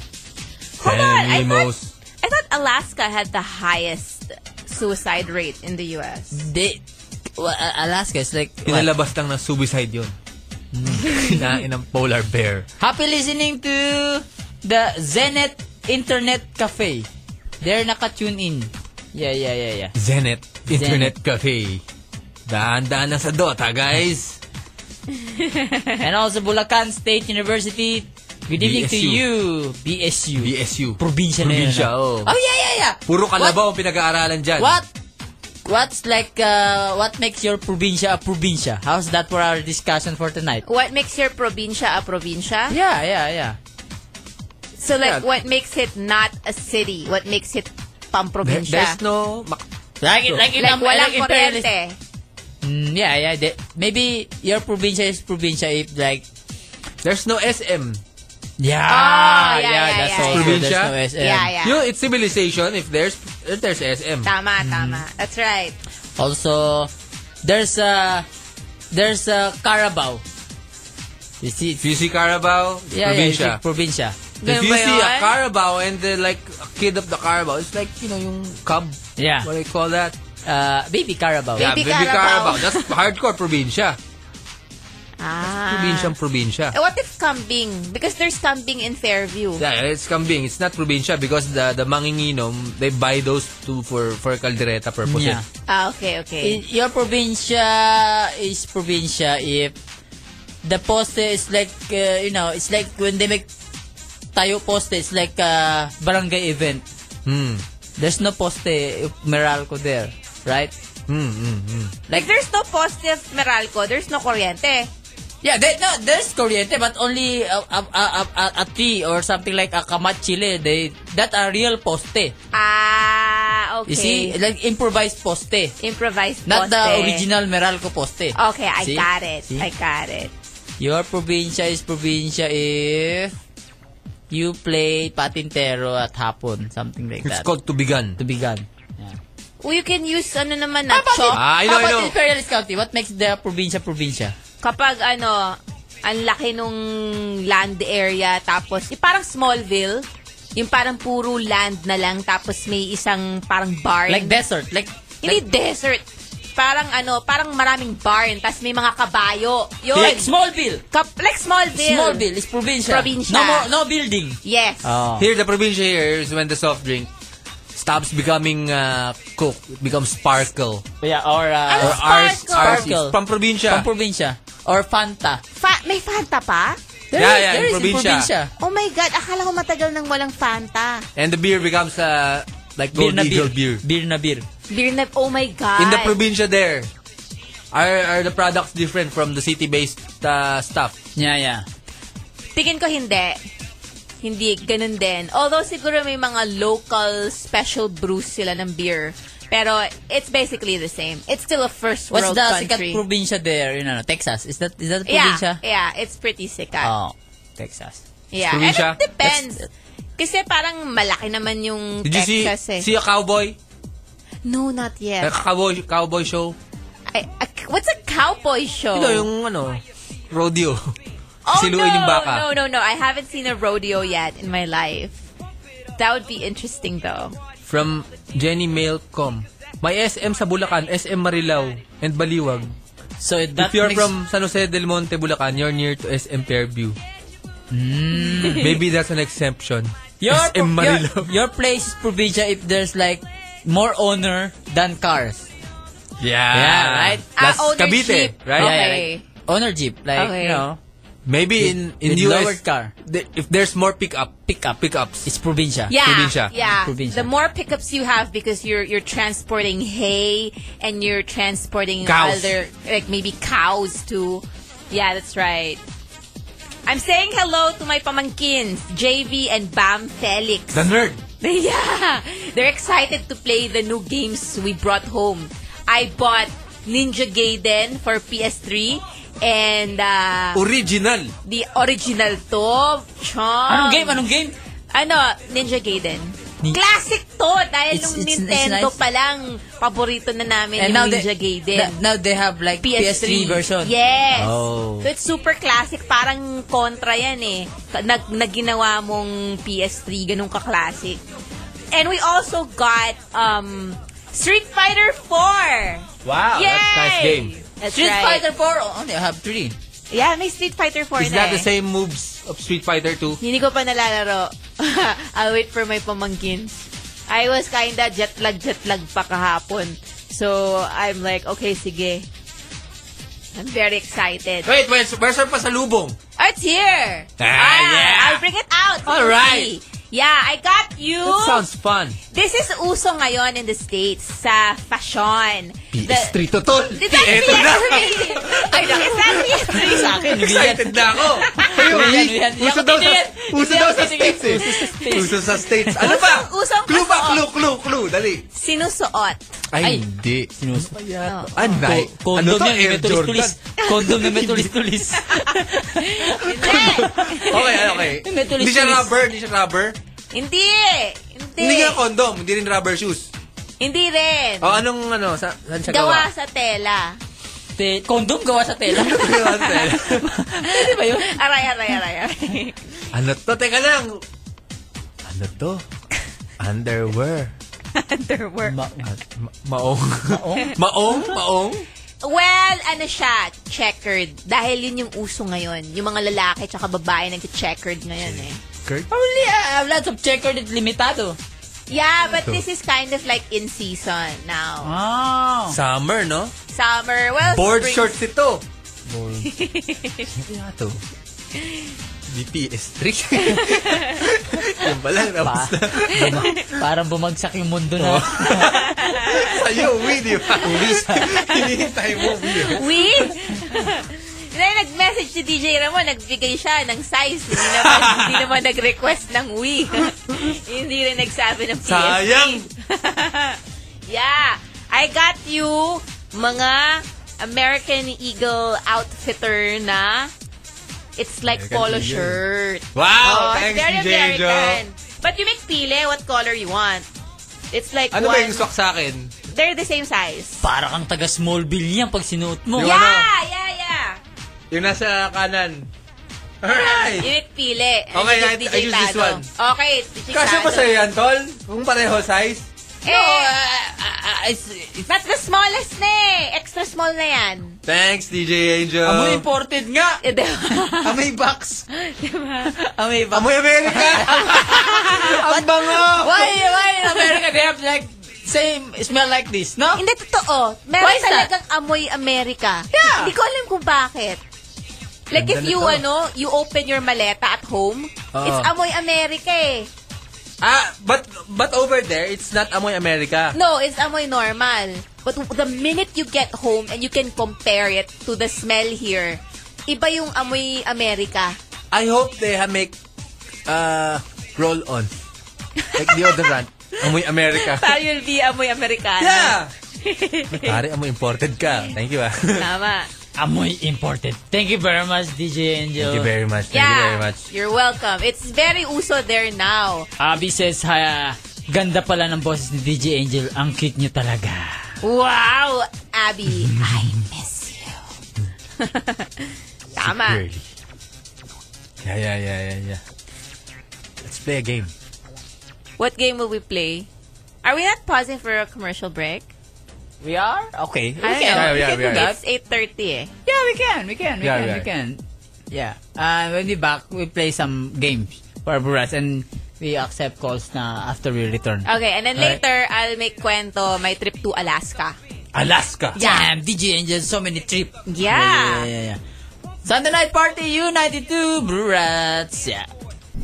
Hold on, I
Emos.
I thought Alaska had the highest suicide rate in the U.S.
They, well, uh, Alaska is like what?
Pinalabas lang ng suicide yun. Kinain ng polar bear.
Happy listening to the Zenith Internet Cafe. They're naka-tune in. Yeah, yeah, yeah, yeah.
Zenith Internet Cafe. Daan-daan na sa Dota, guys.
and also Bulacan State University. Good evening to
BSU.
you, BSU.
BSU.
Probinsya na yun.
Probinsya,
ano?
oo.
Oh, yeah, yeah, yeah.
Puro kalabaw ang pinag-aaralan dyan.
What? What's like, uh, what makes your probinsya a probinsya? How's that for our discussion for tonight?
What makes your probinsya a probinsya?
Yeah, yeah, yeah.
So
Yeah.
like, what makes it not a city? What makes it
There-
pamprobinsya?
There's no... mak-
Like, it- like, in
like,
um, like
walang
in Paris.
kuryente.
Mm, yeah, yeah. the- maybe your probinsya is probinsya if like,
There's no SM.
yeah,
Ah, yeah, yeah,
that's
yeah,
also,
yeah. Probinsya?
there's no SM.
Yeah, yeah.
You know, it's civilization if there's if there's SM.
Tama,
Mm.
tama. That's right.
Also, there's a there's a Carabao. You see,
If you see Carabao, it's
yeah,
probinsya.
yeah, it's probinsya.
if
Ganun
you
ba
see a
yun?
Carabao and the, like a kid of the Carabao, it's like, you know, yung cub.
Yeah.
What do you call that?
Uh, baby Carabao.
Yeah,
Baby
baby
Carabao.
Carabao. That's hardcore probinsya.
Ah.
Probinsyang probinsya.
Eh, What if kambing? Because there's kambing in Fairview.
Yeah, it's kambing. It's not probinsya because the the manginginom, they buy those two for for caldereta purposes.
Yeah.
Ah, okay, okay.
In- your probinsya is probinsya if the poste is like uh, you know it's like when they make tayo poste it's like uh, barangay event.
Hmm.
There's no poste of Meralco there, right?
Hmm, hmm, hmm.
Like, there's no poste of Meralco, there's no kuryente.
Yeah, there, no, there's corriente, but only a, a, a, a, a- a tree or something like a kamachile. They that are real poste.
Ah, okay.
You see, like improvised poste,
Improvised
not
poste.
the original Meralco poste.
Okay, I
See?
got it.
See?
I got it.
Your probinsya is probinsya if you play patintero at hapon. Something like
It's
that.
called Tubigan.
Tubigan.
Well, you can use ano naman na
Ah, I know, I know. Imperialist County, what makes the probinsya-probinsya?
Kapag ano, ang laki nung land area tapos yung parang Smallville, yung parang puro land na lang tapos may isang parang barn.
Like desert. Like,
Hindi desert. Parang ano, parang maraming barn tapos may mga kabayo. Yun.
Like Smallville.
Kap- like Smallville.
Smallville is probinsya.
Probinsya.
No, more, no building.
Yes.
Oh.
Here, the provincia here is when the soft drink stops becoming uh, Coke. It becomes sparkle.
Yeah, or... Uh,
Or ours- ours is from probinsya.
From probinsya. Or Fanta.
Fa- may Fanta pa?
There Yeah, is- yeah, there in is in probinsya. probinsya.
Oh my God, akala ko matagal nang walang Fanta.
And the beer becomes uh, like
Beer
Gold
na
Eagle beer.
Beer na beer.
Beer na, oh my God.
In the provincia there, are, are the products different from the city-based uh, stuff?
Yeah, yeah.
Tingin ko hindi. Hindi, ganun din. Although siguro may mga local special brews sila ng beer. Pero it's basically the same. It's still a first
What's
world
the sikat
country.
probinsya there in ano, Texas? Is that is that
yeah,
probinsya?
yeah, it's pretty sikat.
Oh, Texas.
Yeah, and it depends. Kasi parang malaki naman yung
Did you see,
Texas eh.
see a cowboy?
No, not
A
yet.
cowboy, cowboy show?
I- a- what's a cowboy show?
You know, yung ano, rodeo.
Oh
Siluin
no,
yung baka.
no, no, no. I haven't seen a rodeo yet in my life. That would be interesting though.
From Jenny Mailcom. May SM sa Bulacan, SM Marilao, and Baliwag.
So
If you're from San Jose del Monte, Bulacan, you're near to SM Fairview. Hmm. Maybe that's an exemption.
Your,
SM Marilao.
your, your place is probinsya if there's like more owner than cars.
Yeah. Ah,
Yeah, right?
That's Cavite, right?
Yeah, yeah, like, owner jeep. Like,
Okay.
you know.
Maybe in in
with
US
lowered car.
the- if there's more pickup, pickup, pickups.
It's probinsya.
Yeah, yeah. The more pickups you have because you're you're transporting hay and you're transporting
Cows.
other like maybe cows too. Yeah, that's right. I'm saying hello to my pamangkins, JV and Bam Felix.
The nerd.
Yeah, they're excited to play the new games we brought home. I bought Ninja Gaiden for PS3 and uh,
Original.
the original to.
Anong
Chong.
game? Anong game?
Ano, Ninja Gaiden. Classic to dahil
It's-
nung
it's- it's
Nintendo
nice.
pa lang paborito na namin
And now
yung
they-
Ninja Gaiden.
th- now they have like PS3 version.
Yes.
Oh.
So it's super classic. Parang kontra yan eh. Nag, na ginawa mong PS3, ganun ka-classic. And we also got um, Street Fighter 4.
Wow,
Yay!
that's nice game.
That's
Street
right.
Fighter 4 only have 3.
Yeah, may Street Fighter 4
Is
na
that the
eh.
same moves of Street Fighter 2?
Hindi ko pa nalalaro. I'll wait for my pamangkin. I was kinda jet lag, jet lag pa kahapon. So, I'm like, okay, sige. I'm very excited.
Wait, where's, where's our pasalubong?
Oh, It's here!
Ah, yeah.
I'll bring it out.
All right.
Yeah, I got you.
That sounds fun.
This is uso ngayon in the States sa fashion. The-
Street Totol.
Is that
Eto na.
PS3? Ay, no, is that PS3?
Sa akin,
Excited na ako. Ayun,
Yan, yan.
Uso
Yan,
daw sa,
yan.
uso
Yan,
daw
yan.
sa States eh.
Uso sa States.
Uso sa States. Ano ba?
Usong- usong
Clue ba?
kaso.
Clue, clue, clue. Dali.
Sinusuot.
Ay, hindi. Sinuso.
Oh.
Anay.
Ko- eh.
Ano
Kondom
to,
yan, may
Air Jordan?
tulis-tulis. Kondom na may tulis-tulis.
Okay, okay.
May tulis-tulis.
Hindi siya rubber, hindi siya rubber.
Hindi! Hindi!
Hindi nga condom, hindi rin rubber shoes.
Hindi rin.
O anong ano, sa, saan siya
Gawa
gawa?
sa tela.
Te- Kondom gawa sa tela.
Gawa sa tela.
Pwede ba yun?
Aray, aray, aray, aray.
Ano to? Teka lang. Ano to? Underwear.
Underwear.
Ma- ma- maong. Maong? Maong? Maong?
Well, ano siya, checkered. Dahil yun yung uso ngayon. Yung mga lalaki tsaka babae nag-checkered ngayon eh.
Kurt?
Only I have lots of checkered at limitado.
Yeah, but this is kind of like in season now.
Oh.
Summer, no?
Summer, well,
Ah. Board
spring.
shorts ito. Board. Hindi nga to. BPS trick. Yung pala,
Pa,
raps na.
buma- parang bumagsak yung mundo na.
Oh. Sa'yo, uwi, di ba? Uwi sa... Hinihintay mo, uwi.
We? Hindi, nag-message si DJ Ramon, nagbigay siya ng size. Hindi naman, hindi naman nag-request ng we. hindi rin nagsabi ng PSP.
Sayang!
yeah. I got you mga American Eagle outfitter na It's like
American
polo
Eagle.
shirt.
Wow,
Oh,
thanks,
it's
DJ
very
Jo.
American. But you make pili what color you want. It's like
Ano ba yung
one,
swak sa akin?
they're the same size.
Para kang taga Smallville yan pag sinuot mo.
Yeah, yeah, yeah.
Yung nasa kanan. Alright!
You make pili. And
Okay,
you
I-
give
I
DJ
use this
Tado.
one.
Okay, DJ
Kasi
Tado.
ba sa'yo yan, Tol? Kung pareho size?
Eh,
Ah,
that's the smallest na eh. Extra small na yan.
Thanks, DJ Angel.
Amoy imported nga.
Eh, diba?
Amoy box.
Diba?
Amoy box.
Amoy America. Ang bango.
Why, why in America they have like same smell like this, no?
Hindi, totoo. Meron
Why is that?
talagang amoy Amerika.
Yeah.
Hindi ko alam kung bakit. Like
Ganda
if you,
nito.
ano, you open your maleta at home,
Oo.
it's amoy Amerika eh.
Ah, but but over there, it's not Amoy America.
No, it's amoy normal. But the minute you get home and you can compare it to the smell here, iba yung amoy Amerika.
I hope they ha- make uh, roll-on. Like deodorant. Amoy America.
Tayo will be amoy Amerikano.
Yeah. Pare, amoy imported ka. Thank you, ah.
Tama.
Amoy imported. Thank you very much, DJ Angel.
Thank you very much. Thank you very much.
You're welcome. It's very uso there now.
Abby says, Ah, ha, ganda pala ng boses ni DJ Angel. Ang cute niyo talaga.
Wow, Abby. I miss you. Tama.
Really? Yeah, yeah, yeah, yeah, yeah. Let's play a game.
What game will we play? Are we not pausing for a commercial break?
We are?
Okay.
I don't know.
Yeah,
We
yeah,
can
we
do
are.
that. It's 8.30 eh.
Yeah, we can. We can. We
Yeah,
can.
yeah.
We can. Yeah. Uh, when we back, we play some games for Buras and we accept calls na after we return.
Okay, and then
Alright.
later, I'll make kwento my trip to Alaska.
Alaska.
Damn, DJ Angel, so many trip.
Yeah.
Yeah, yeah, yeah, yeah. Sunday night party, U92, Brurats. Yeah.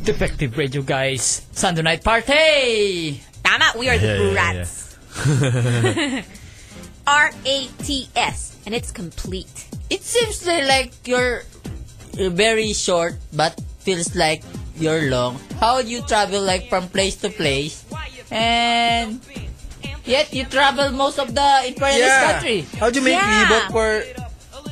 Defective Radio, guys. Sunday night party!
Tama, we are the
Yeah,
Blue
yeah,
Rats. R-A-T-S. And it's complete.
It seems li- like you're, you're very short, but feels like you're long. How you travel like from place to place, and yet you travel most of the imperialist country.
How'd you make
Yeah.
Libok for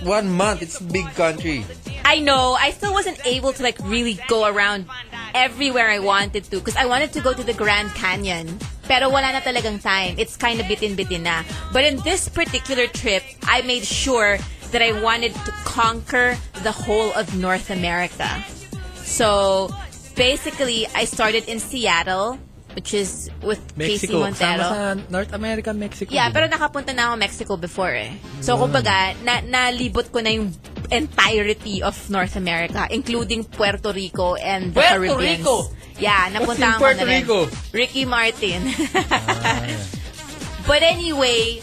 one month? It's a big country.
I know, I still wasn't able to like really go around everywhere I wanted to because I wanted to go to the Grand Canyon. Pero wala na talagang time. It's kind of bitin-bitin na. But in this particular trip, I made sure that I wanted to conquer the whole of North America. So basically, I started in Seattle, which is with Casey
Mexico.
Montero.
Sama sa North America, Mexico. di
Yeah, pero
ba?
nakapunta na ako Mexico before eh. So,
Wow.
kumbaga, na nalibot ko na yung entirety of North America, including Puerto Rico and the
Puerto
Caribbean.
Rico?
Yeah,
What's
napunta
in
ako
Puerto
na rin.
Rico? Ah.
Ricky Martin. But anyway,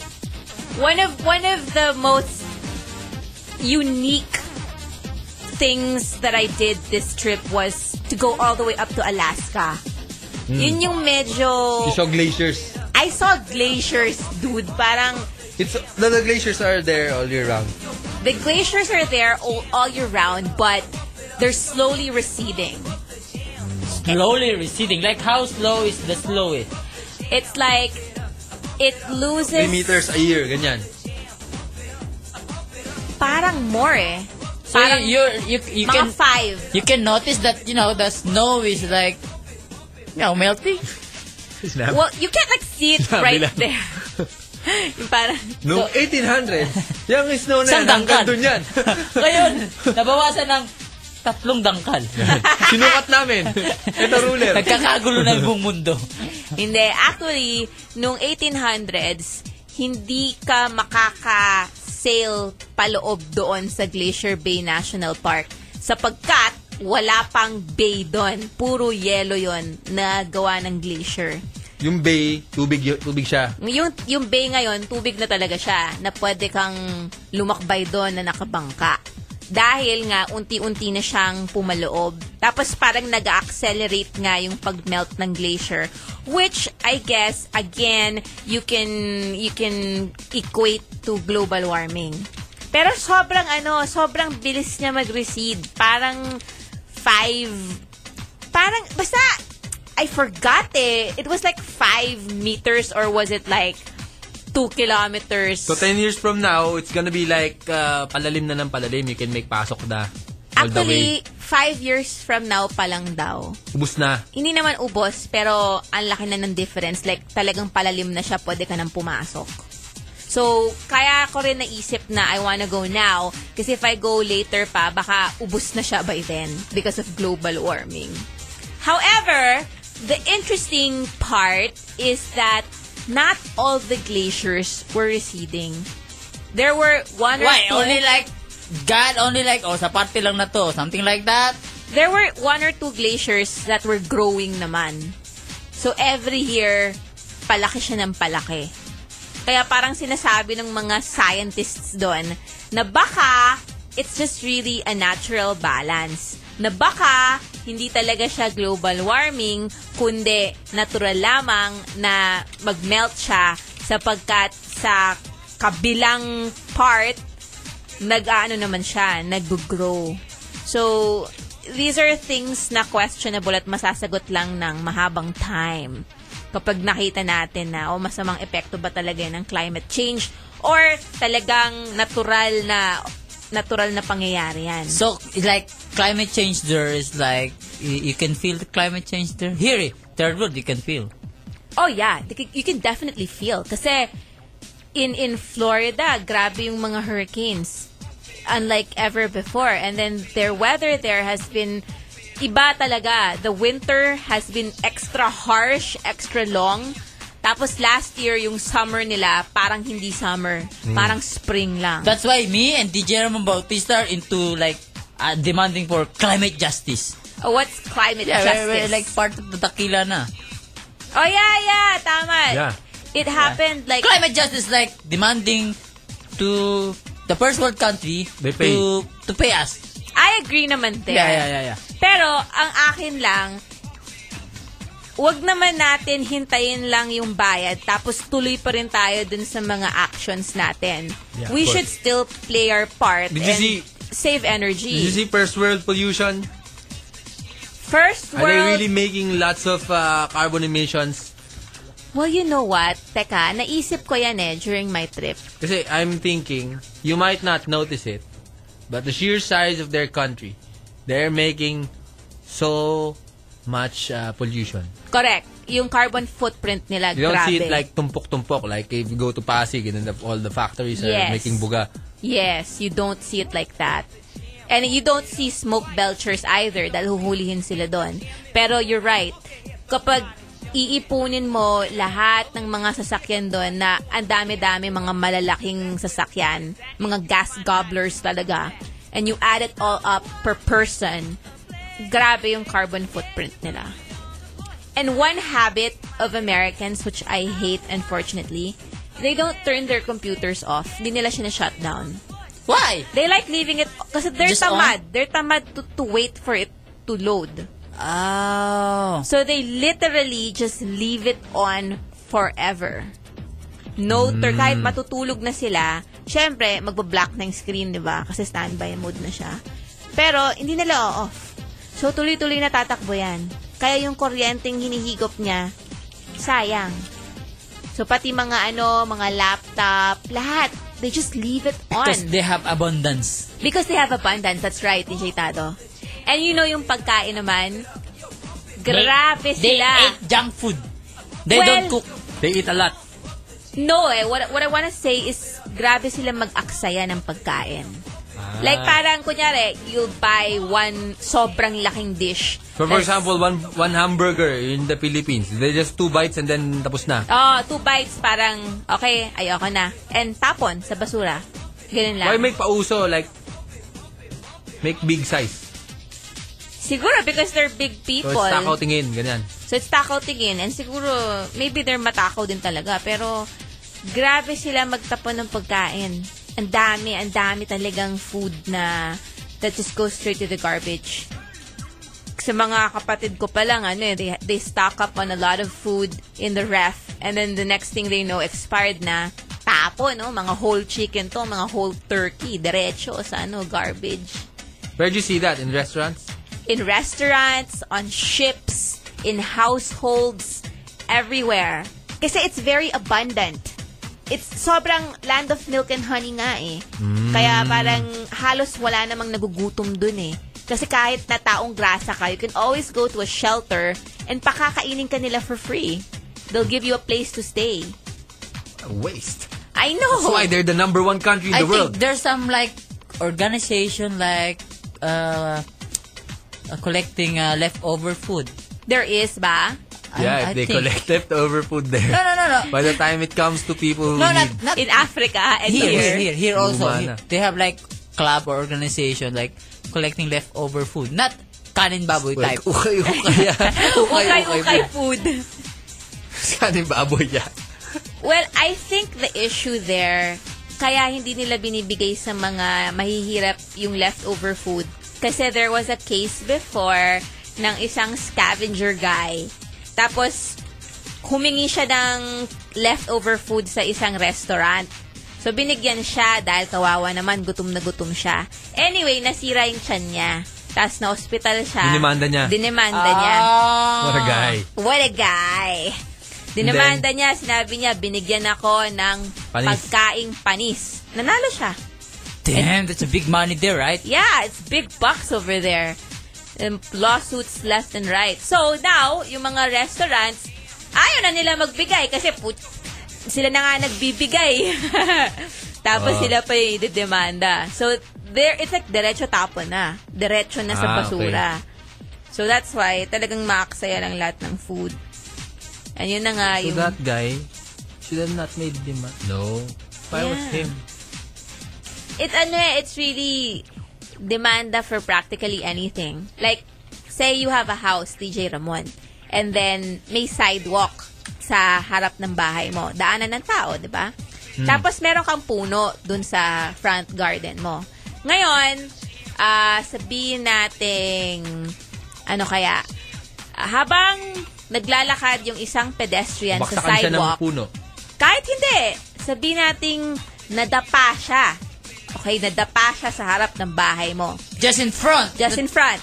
one of one of the most unique things that I did this trip was to go all the way up to Alaska.
Hmm.
Yun yung medyo...
You saw glaciers.
I saw glaciers, dude. Parang
It's the, the glaciers are there all year round.
the glaciers are there all, all year round, but they're slowly receding.
Slowly receding. Like how slow is the slowest?
It's like it loses
3 meters a year, ganyan.
parang more eh.
So
Parang
you you you can
mga five.
you can notice that you know the snow is like you know melting.
Well, you can't like see it
Sabi
right
lang.
there. Yung parang
Noong 1800s, yung snow na yan,
Isang
hanggang
dangkal.
dun yan.
Ngayon, nabawasan ng tatlong dangkal.
Sinukat namin. Ito ruler.
Nagkakagulo na yung buong mundo.
Hindi. Actually, nung 1800s, hindi ka makaka-sail paloob doon sa Glacier Bay National Park. Sapagkat, wala pang bay doon. Puro yelo yon na gawa ng glacier.
Yung bay, tubig, y- tubig siya.
Yung, yung bay ngayon, tubig na talaga siya na pwede kang lumakbay doon na nakabangka. Dahil nga, unti-unti na siyang pumaloob. Tapos parang nag accelerate nga yung pag-melt ng glacier. Which, I guess, again, you can, you can equate to global warming. Pero sobrang ano, sobrang bilis niya mag-recede. Parang five parang, basta, I forgot eh. It was like 5 meters or was it like 2 kilometers?
So 10 years from now, it's gonna be like uh, palalim na ng palalim. You can make pasok na. All the way.
Actually, five years from now pa lang daw.
Ubus na.
Hindi naman ubos, pero ang laki na ng difference. Like, talagang palalim na siya, pwede ka nang pumasok. So, kaya ko rin naisip na I wanna go now. Kasi if I go later pa, baka ubos na siya by then because of global warming. However, the interesting part is that not all the glaciers were receding. There were one or
Why?
two...
Only like, God only like, oh, sa parte lang na to. Something like that.
there were one or two glaciers that were growing naman. So every year, palaki siya ng palaki. Kaya parang sinasabi ng mga scientists doon na baka it's just really a natural balance. Na baka hindi talaga siya global warming, kundi natural lamang na magmelt siya sapagkat sa kabilang part nag-ano naman siya, nag-grow. So, these are things na questionable at masasagot lang ng mahabang time kapag nakita natin na o masamang epekto ba talaga yan ng climate change or talagang natural na natural na pangyayari yan.
So, like, climate change there is like, you, you can feel the climate change there. Here, eh, third world, you can feel.
Oh yeah, you can- you can definitely feel kasi in in Florida, grabe yung mga hurricanes unlike ever before and then their weather there has been iba talaga. The winter has been extra harsh, extra long. Tapos last year yung summer nila parang hindi summer,
Mm.
parang spring lang.
That's why me and DJ Ramon Bautista are into like, uh, demanding for climate justice.
Oh, what's climate
Yeah,
justice?
we're, we're like part of the dakila na.
oh yeah, yeah, tama.
Yeah.
It happened like
climate justice like demanding to the first world country
They pay.
to to pay us.
I agree naman there.
Yeah, yeah, yeah, yeah.
Pero, ang akin lang, wag naman natin hintayin lang yung bayad tapos tuloy pa rin tayo dun sa mga actions natin.
Yeah,
We
of course.
should still play our part
Did you
and
see-
save
Did you
energy.
see first world pollution?
First
Are they
world...
really making lots of uh, carbon emissions?
Well, you know what? Teka, naisip ko yan eh during my trip.
Kasi I'm thinking, you might not notice it, but the sheer size of their country, they're making so much uh, pollution.
Correct. Yung carbon footprint nila,
You don't
grabe.
see it like tumpok-tumpok, like if you go to Pasig and then the, all the factories
Yes.
are making buga.
Yes, you don't see it like that. And you don't see smoke belchers either dahil huhulihin sila doon. Pero you're right. Kapag iipunin mo lahat ng mga sasakyan doon na ang dami-dami mga malalaking sasakyan, mga gas gobblers talaga, and you add it all up per person, grabe yung carbon footprint nila. And one habit of Americans, which I hate unfortunately, they don't turn their computers off. Hindi nila siya shut down.
Why?
They like leaving it kasi they're
Just
tamad. They're tamad to, to wait for it to load.
Oh.
So they literally just leave it on forever. No, tur-
Mm.
kahit matutulog na sila, syempre, magbablock na yung screen, di ba? Kasi standby mode na siya. Pero, hindi nila off. So, tuloy-tuloy na tatakbo yan. Kaya yung kuryenteng hinihigop niya, sayang. So, pati mga ano, mga laptop, lahat, they just leave it on.
Because they have abundance.
Because they have abundance. That's right, DJ Tado. And you know yung pagkain naman, grabe
They-
sila.
They ate junk food. They
Well-
don't cook.
They eat a lot.
No eh, what, what I wanna say is, grabe sila mag-aksaya ng pagkain.
Ah.
Like parang, kunyari, you'll buy one sobrang laking dish.
So for example, one one hamburger in the Philippines, they just two bites and then tapos na.
Oh, two bites, parang, okay, ayoko na. And tapon sa basura. Ganun lang.
Why make pauso like make big size?
Siguro because they're big
So
people.
it's takaw tingin, ganyan.
So it's takaw tingin and siguro maybe they're matakaw din talaga pero grabe sila magtapon ng pagkain. Ang dami, ang dami talagang food na that just goes straight to the garbage. Sa mga kapatid ko pa lang, ano eh, they, they stock up on a lot of food in the ref and then the next thing they know, expired na. Tapo, no? Mga whole chicken to, mga whole turkey, diretso sa ano, garbage
Where do you see that in restaurants?
in restaurants, on ships, in households, everywhere. Kasi it's very abundant. it's sobrang land of milk and honey nga eh.
Mm.
Kaya parang halos wala namang nagugutom dun eh. Kasi kahit na taong grasa ka, you can always go to a shelter and pakakainin ka nila for free. They'll give you a place to stay.
Waste.
I know.
That's why they're the number one country in
Oh. I
the world.
think there's some like organization like uh, uh, collecting uh, leftover food.
There is ba?
Yeah,
I- I
if they
think-
collect leftover food there.
No, no, no, no.
By the time it comes to people who
No,
need,
not,
not in Africa and
here,
here.
here, here, here also.
Lumana.
Here- they have like club or organization like collecting leftover food, not kanin baboy type.
Ukay, ukay.
Ukay, ukay food.
saan yung baboy yan?
Well, I think the issue there, kaya hindi nila binibigay sa mga mahihirap yung leftover food. Kasi there was a case before ng isang scavenger guy. Tapos, humingi siya ng leftover food sa isang restaurant. So, binigyan siya dahil kawawa naman, gutom na gutom siya. Anyway, nasira yung tiyan niya. Tapos, na-hospital siya.
Dinimanda niya.
Dinemanda niya.
What a guy.
What a guy. Dinamanda niya, sinabi niya, binigyan ako ng
Panis.
pagkaing panis. Nanalo siya.
Damn, that's a big money there, right?
Yeah, it's big bucks over there. Um, lawsuits left and right. So now, yung mga restaurants, ayaw na nila magbigay kasi put sila na nga nagbibigay. Tapos
Ah.
sila pa yung idedemanda. So, there, it's like diretso tapon na. Diretso na sa
Ah,
basura. So, that's why talagang maaksaya lang lahat ng food. And yun na nga
So
yung...
that guy should have not made him. a- No. If I was
Yeah.
him,
It's ano eh, it's really demanda for practically anything. Like, say you have a house, DJ Ramon, and then may sidewalk sa harap ng bahay mo. Daanan ng tao, di ba?
Hmm.
Tapos meron kang puno dun sa front garden mo. Ngayon, ah, sabihin nating, ano kaya, ah, habang naglalakad yung isang pedestrian sa
Baksakan siya ng
sidewalk,
puno.
kahit hindi, sabihin nating nadapa siya. Okay, nadapa siya sa harap ng bahay mo.
Just in front.
Just in front.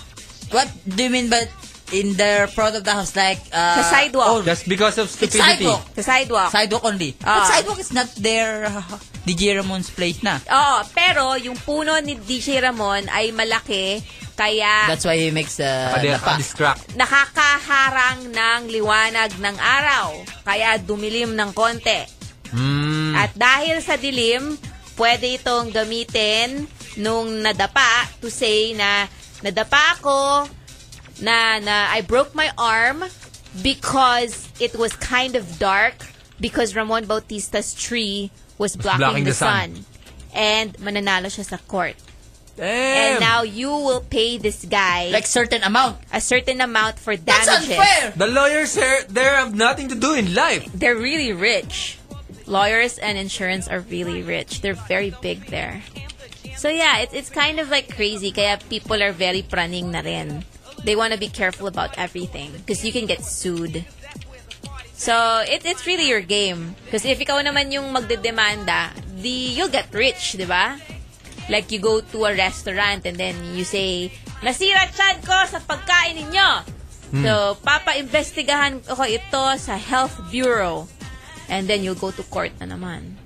What do you mean by in the front of the house? Like, uh,
Sa sidewalk.
Just because of
It's
stupidity.
sidewalk.
Sa sidewalk.
Sidewalk only.
Ah.
But sidewalk is not their uh, DJ Ramon's place na.
Oo, pero yung puno ni DJ Ramon ay malaki, kaya
That's why he makes uh,
Kade-
napa.
distract.
nakakaharang ng liwanag ng araw, kaya dumilim ng konti.
Mm.
At dahil sa dilim, pwede itong gamitin nung nadapa to say na nadapa ako na, na I broke my arm because it was kind of dark because Ramon Bautista's tree was
blocking
blocking, the,
the sun.
sun. And mananalo siya sa court.
Damn.
And now you will pay this guy
like certain amount,
a certain amount for
That's
damages.
unfair. The lawyers here, there have nothing to do in life.
They're really rich. Lawyers and insurance are really rich. They're very big there. So yeah, it's it's kind of like crazy. Kaya people are very praning na rin. They want to be careful about everything because you can get sued. So it, it's really your game. Because if ikaw naman yung magdedemanda, the you'll get rich, di ba? Like you go to a restaurant and then you say, nasira tiyan ko sa pagkain ninyo.
Hmm.
So, papaimbestigahan ko ito sa Health Bureau. And then you'll go to court na naman.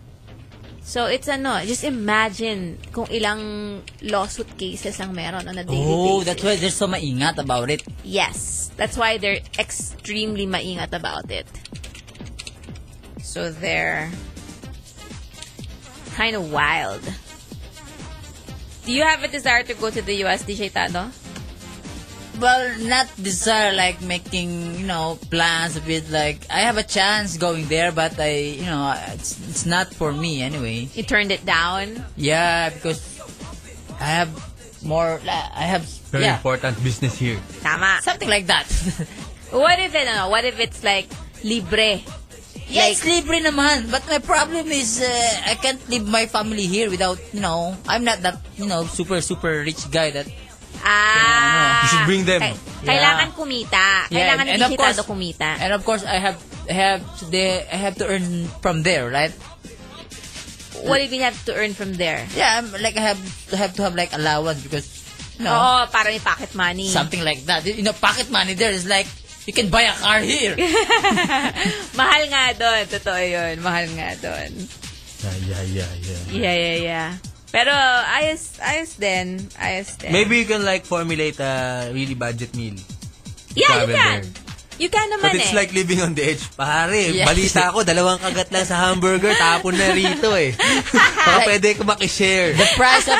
So, it's ano, just imagine kung ilang lawsuit cases ang meron on a daily
Oh,
basis.
that's why they're so maingat about it.
Yes. That's why they're extremely maingat about it. So they're kind of wild. Do you have a desire to go to the US, DJ Tano?
Well, not desire like making you know plans a bit. Like I have a chance going there, but I you know it's it's not for me anyway.
You turned it down?
Yeah, because I have more. I have
Very
yeah,
important business here.
Tama.
Something like that.
what if it, ano, what if it's like libre?
Yeah, it's libre naman. But my problem is, uh, I can't leave my family here without, you know, I'm not that, you know, super, super rich guy that...
Ah.
You should bring them.
Kay-
Yeah.
Kailangan kumita.
Yeah,
Kailangan
and-
yeah,
and of
digitado
course- eh,
kumita.
And of course, I have, I have, they, I have to earn from there, right?
What if you have to earn from there?
Yeah, I'm, like I have, I have to have like allowance because, you know,
Oo, para may pocket money.
something like that. You know, pocket money there is like, you can buy a car here.
Mahal nga doon. Totoo yun. Mahal nga doon.
yeah, yeah, yeah.
Yeah, yeah, yeah. Pero ayos, ayos din. Ayos din.
Maybe you can like formulate a really budget meal.
Yeah,
Travel
you can.
there.
You can naman
But it's
eh.
like living on the edge. Pare,
Yeah.
balita ko, dalawang kagat lang sa hamburger, tapon na rito eh. Baka pwede ko makishare.
The price of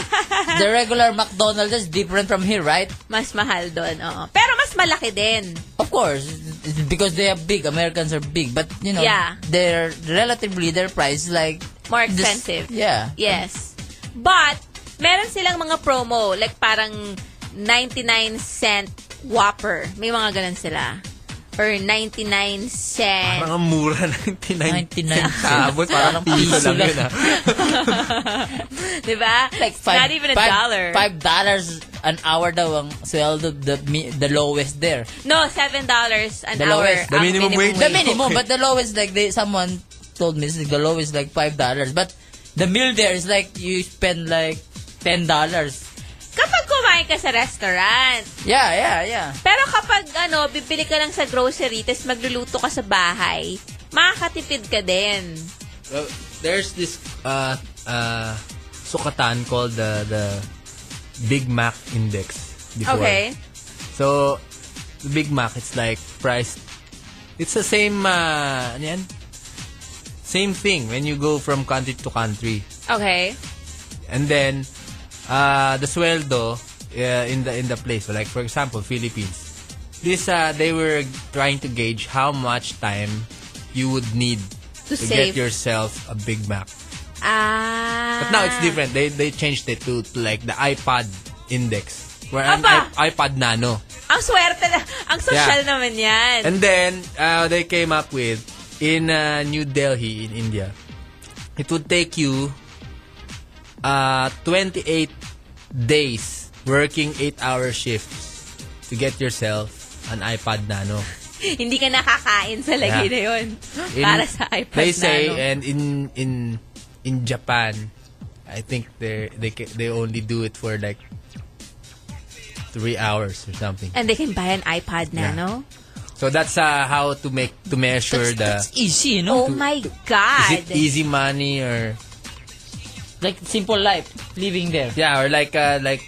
the regular McDonald's is different from here, right?
Mas mahal doon, oo. Pero mas malaki din.
Of course, because they are big. Americans are big, but you know,
Yeah.
they're relatively their price is like
More
this-
expensive.
yeah.
Yes. But, meron silang mga promo. Like parang 99 cent Whopper. May mga ganun sila. Or 99 cent.
Parang ang mura, 99
99
centavos. Parang piso lang yun ah.
diba?
Like five,
Not even a
five-
dollar.
Five dollars an hour daw ang sweldo, the, mi- the lowest there.
No, $7 dollars an
the
hour.
lowest.
ang
The minimum, but the lowest, like, they, someone told me, is the lowest, like, $5. But the meal there is like, you spend, like, $10.
Kapag kumain ka sa restaurant.
Yeah, yeah, yeah.
Pero kapag ano, bibili ka lang sa grocery, tapos magluluto ka sa bahay, makakatipid ka din.
Well, there's this uh, uh, sukatan called the the Big Mac Index before.
Okay.
So, the Big Mac, it's like priced... It's the same... Uh, ano yan? Same thing when you go from country to country.
Okay.
And then, uh, the sweldo uh, in the in the place. So like for example, Philippines. This uh, they were trying to gauge how much time you would need
To
get
save.
yourself a Big Mac.
Ah.
But now it's different. They they changed it to, to like the iPad index. Where an
Aba!
i- iPad Nano.
Ang swerte na. Ang social
Yeah.
naman yan.
And then uh, they came up with in uh, New Delhi in India. It would take you uh, 28 days working 8-hour shifts to get yourself an iPad Nano.
Hindi ka nakakain sa lagi
Yeah.
na yun.
In-
Para sa iPad
They say eh,
Nano.
and in in in Japan, I think they they ca- they only do it for like three hours or something.
And they can buy an iPad
Yeah.
Nano.
So that's uh, how to make to measure the
Easy, no?
Oh my God.
Is it easy money or
Like, simple life, living there.
yeah or like uh, like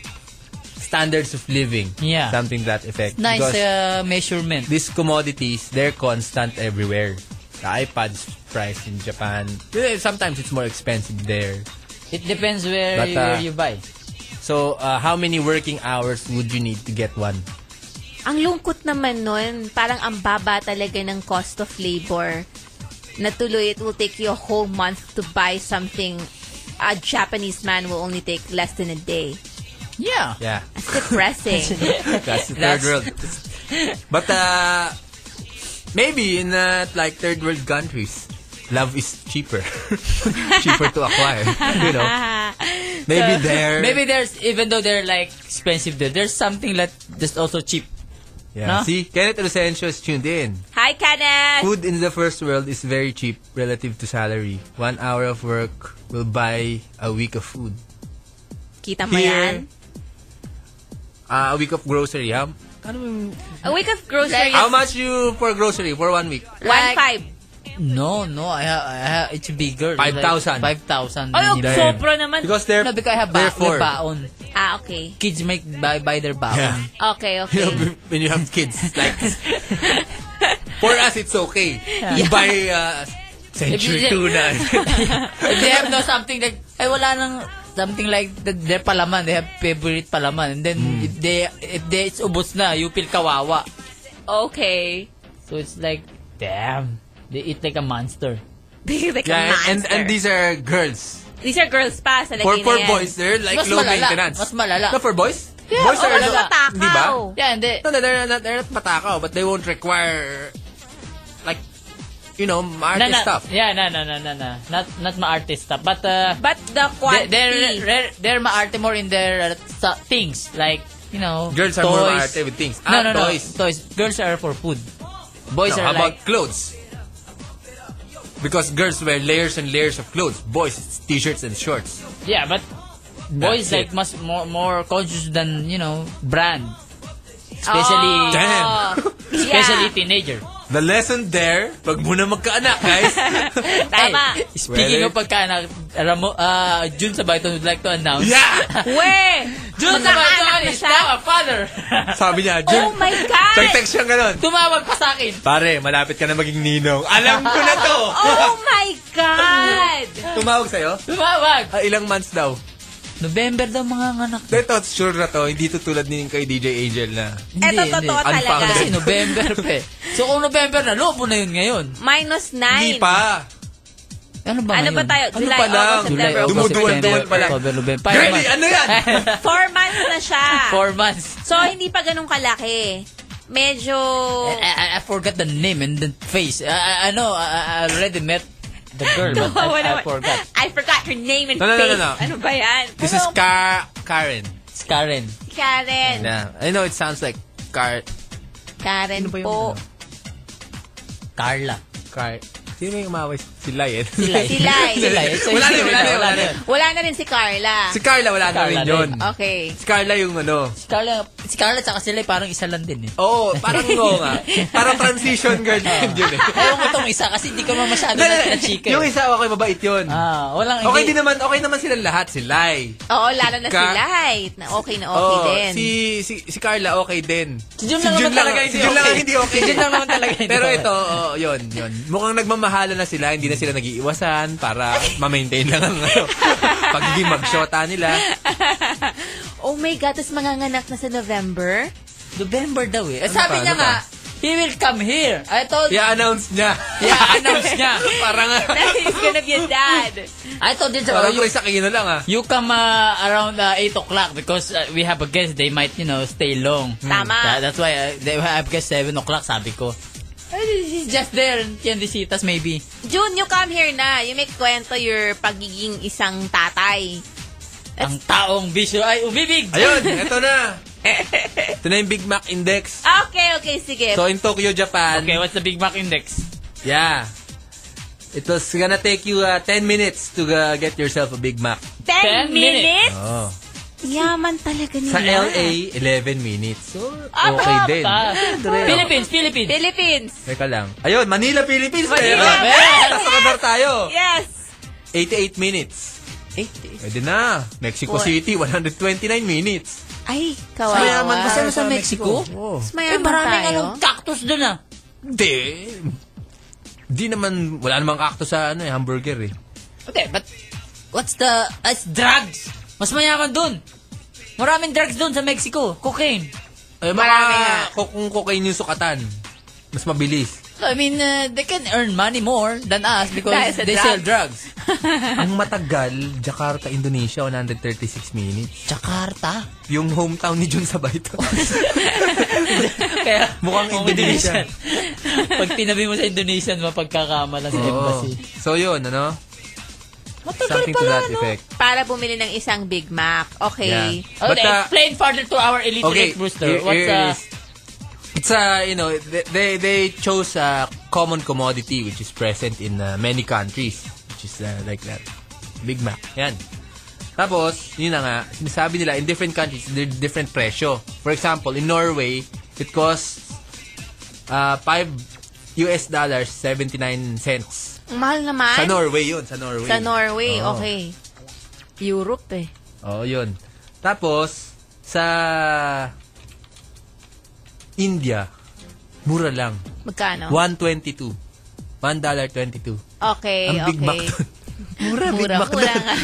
standards of living?
Yeah.
something to that effect.
Nice
Because
uh, measurement.
these commodities they're constant everywhere. The iPad's price in Japan. eh, Sometimes it's more expensive there.
It depends where,
But,
you,
uh,
where you buy.
So uh, how many working hours would you need to get one?
Ang lungkot naman nun. Parang ang baba talaga ng cost of labor. Natuloy, it will take you a whole month to buy something a Japanese man will only take less than a day.
Yeah.
Yeah.
It's depressing.
That's the third world. But uh, maybe in uh, like third world countries, love is cheaper, cheaper to acquire. You know,
So,
maybe there.
Maybe there's, even though they're, like, expensive there, there's something like, that's also cheap.
Yeah.
No?
See, Kenneth Lucencio is tuned in.
Hi, Kenneth!
Food in the first world is very cheap relative to salary. One hour of work will buy a week of food.
Kita mo
Here,
yan?
uh, a week of grocery. How,
A week of groceries.
how much you for grocery for one week?
One five.
No, no, I have, I have, it's bigger.
5,000.
Like, 5,000.
Ay, oh,
Damn.
sobra naman.
Because they're
No, because I have ba-
therefore.
may baon.
Ah, okay.
Kids make buy, buy their baon.
Yeah.
Okay,
You
okay.
know, when you have kids, like for us it's okay. You
Yeah.
buy uh, century
If you-
tuna.
If they have no something like, ay wala nang something like the, their palaman. They have favorite palaman. And then if they, if they, it's ubos na, you feel kawawa.
Okay.
So it's like, damn, they eat like a monster.
like a
yeah, and
monster.
and these are girls.
These are girls pa sa lagay
For
na
for
yan.
boys, they're like
Mas
low
malala,
maintenance.
mas malala.
No, for boys.
Yeah, oh,
boys are Diba?
mas
low-
matakaw.
Di ba?
Yeah, and they,
No, no, they're not they're not matakaw, but they won't require like you know
na,
market
na,
stuff.
yeah, na, na, na, na, na. Not, not ma-artist stuff. But, uh,
But the
they,
quantity.
they're, they're, they're ma-arte more in their uh, sa- things. Like, you know,
Girls are
toys.
more maarte with things.
No,
Ah,
no, no.
toys.
Toys. Girls are for food. Boys
No,
are
how about
like,
clothes? Because girls wear layers and layers of clothes. Boys, it's t-shirts and shorts.
yeah, but boys like
That's it.
much more, more conscious than, you know, brand. Especially,
Damn.
Oh, Yeah.
especially teenager.
The lesson there, pag muna magkaanak, guys.
Tama. Speaking
Well,
of pagkaanak, alam mo, ah, June Sabayton would like to announce.
Yeah!
Weh! June Sabayton
Nakaanak na
is
siya? Oh
now a father.
Sabi niya, Jun,
my God!
tag-text siya ganun.
Tumawag pa sa akin.
Pare, malapit ka na maging ninong. Alam ko na to!
Oh my God!
Tumawag sa'yo?
Tumawag!
Ah, ilang months daw?
November daw mga anak.
Ito, sure na to. Hindi to tulad ni kay DJ Angel na.
Eto,
Ano
totoo talaga.
Kasi November pa eh. So kung November na, lobo na yun ngayon.
Minus
Hindi
9.
pa.
Ano ba
Ano
ngayon?
ba tayo?
Ano
July,
pa
August,
lang?
September,
July, August,
October,
Dumuduan
September,
buwan pa lang.
October, November. Five
Girlie,
months.
ano yan?
Four months na siya.
Four months.
So, hindi pa ganun kalaki. Medyo... Oh.
I, I, I forgot the name and the face. I- I, I know, I, I already met the girl, but
Kawawa
I, I
naman.
forgot.
I forgot her name and
No, no, no,
face.
no, no.
Ano ba yan?
This is
Ano?
Ka Karen.
It's Karen.
Karen.
Yeah. I know it sounds like Car...
Karen po.
Carla.
Car... Sino yung umaway? Si Lay eh.
Si Lay.
Si Lay.
Si Lay. So,
Wala na yun, wala na yun, wala na yun.
Wala na rin si Carla.
Si Carla, wala na
Carla
rin
rin.
yun.
Okay.
Si Carla yung ano.
Si Carla, si Carla tsaka si Lay parang isa lang din eh.
Oo, oh, parang oo nga. Parang
Ah.
transition girlfriend yun eh.
Ayaw ko tong isa kasi hindi ko naman masyado na chika.
Yung isa, okay, mabait yun.
Ah, walang
Okay din naman, okay naman silang lahat. Si Lai.
Oo, lalo na si
Ka-
Lay. Na okay na okay
Oo,
din.
Si, si, si Carla, okay din.
Si Jun lang naman talaga hindi
si Jun lang
okay.
ang hindi okay.
Si Jun lang naman talaga hindi
Pero
okay.
ito, oo, yun, yun. Mukhang nagmamahala na sila, hindi na sila nag-iiwasan para ma-maintain lang ang ano, pagiging magshota nila.
Oh my God, tas manganganak na sa November?
November daw eh. Eh, sabi
pa,
niya
ano
nga, he will come here. I told
I-announce niya.
Yeah, announce niya.
Parang,
That is gonna be a dad.
I told him,
parang
you,
Chris Aquino lang ah.
you come uh, around uh, 8 o'clock because uh, we have a guest. They might, you know, stay long.
Tama.
Tha- that's why uh, they have guest 7 o'clock, sabi ko. Eh, He's just there in Tiendesitas maybe.
June, you come here na. You make kwento your pagiging isang tatay.
Ang taong bisyo ay oh, umibig.
Ayun, eto na. Ito na yung Big Mac Index.
Okay, okay, sige.
So in Tokyo, Japan,
Okay, what's the Big Mac Index?
yeah. It was gonna take you uh, 10 minutes to uh, get yourself a Big Mac.
10
10 minutes?
Oh.
Yaman talaga nila.
Sa LA, 11 minutes. So,
Ah,
okay din.
Ah,
Philippines.
Philippines, Philippines.
Philippines.
Teka lang. Ayun, Manila, Philippines.
Manila,
Manila.
yes!
Nasa radar tayo.
Yes.
88 minutes.
80.
Pwede na. Mexico
What?
City, 129 minutes.
Ay,
Mayaman
kawawa. ano.
pa
Kasi
tayo
sa Mexico?
Oo.
Mas
Ay,
mayaman
maraming
ano,
tayo.
anong cactus dun ah.
Hindi. Hindi naman, wala namang cactus sa ano, eh, hamburger eh.
Okay, but what's the... Uh, it's drugs. Mas mayaman dun. Maraming drugs dun sa Mexico. Cocaine.
Eh,
Marami nga.
mga ko- kung cocaine yung sukatan. Mas mabilis.
So, I mean, uh, they can earn money more than us
Dahil
because
sa
they
drugs.
sell drugs.
Eh, Ang matagal, Jakarta, Indonesia, 136 minutes.
Jakarta.
Yung hometown ni Jun Sabayto.
Kaya,
Mukhang Indonesian.
Pag tinabi mo sa Indonesian, mapagkakamala sa
Oo.
embassy.
So yun, ano?
Matagal
Something to
pala,
that
no?
effect.
Para bumili ng isang Big Mac. Okay.
Yeah.
Okay,
But, uh,
explain further to our elite
Okay,
Brewster.
here-
What's
here
uh,
is- It's uh, you know, they- they they chose a common commodity which is present in uh, many countries, which is uh, like that. Big Mac. Yan. Tapos, yun na nga, sinasabi nila, in different countries, there are different presyo. For example, in Norway, it costs uh, 5 US dollars 79 cents.
Mahal naman.
Sa Norway yun, sa Norway. Ah.
Sa Norway,
Oo.
okay. Europe eh.
Oo, Oh, yun. Tapos, sa India, mura lang.
Magkano?
122. $1.22.
Okay,
Ang Big
Eh, okay.
Mac doon. Mura, Big
Mura,
Mac
mura
doon.
nga.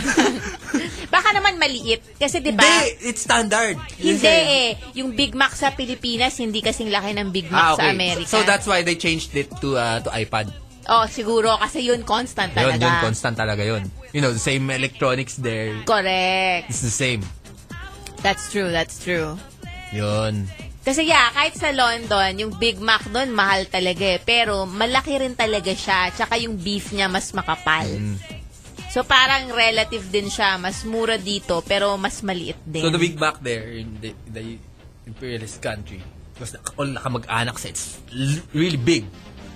Baka naman maliit. Kasi di ba?
Hindi, Eh, it's standard.
Hindi eh. Yung Big Mac sa Pilipinas, hindi kasing laki ng Big
Ah,
Mac sa
okay.
Amerika.
So that's why they changed it to uh, to iPad.
Oh, siguro. Kasi yun constant
Yun,
talaga.
yun, constant talaga yun. You know, the same electronics there.
Correct.
It's the same.
That's true, that's true.
Yun.
Kasi yeah, kahit sa London, yung Big Mac doon, mahal talaga eh. Pero malaki rin talaga siya. Tsaka yung beef niya mas makapal.
Mm.
So parang relative din siya. Mas mura dito, pero mas maliit din.
So the Big Mac there in the, the imperialist country was nak- all nakamag-anak sa it's l- really big.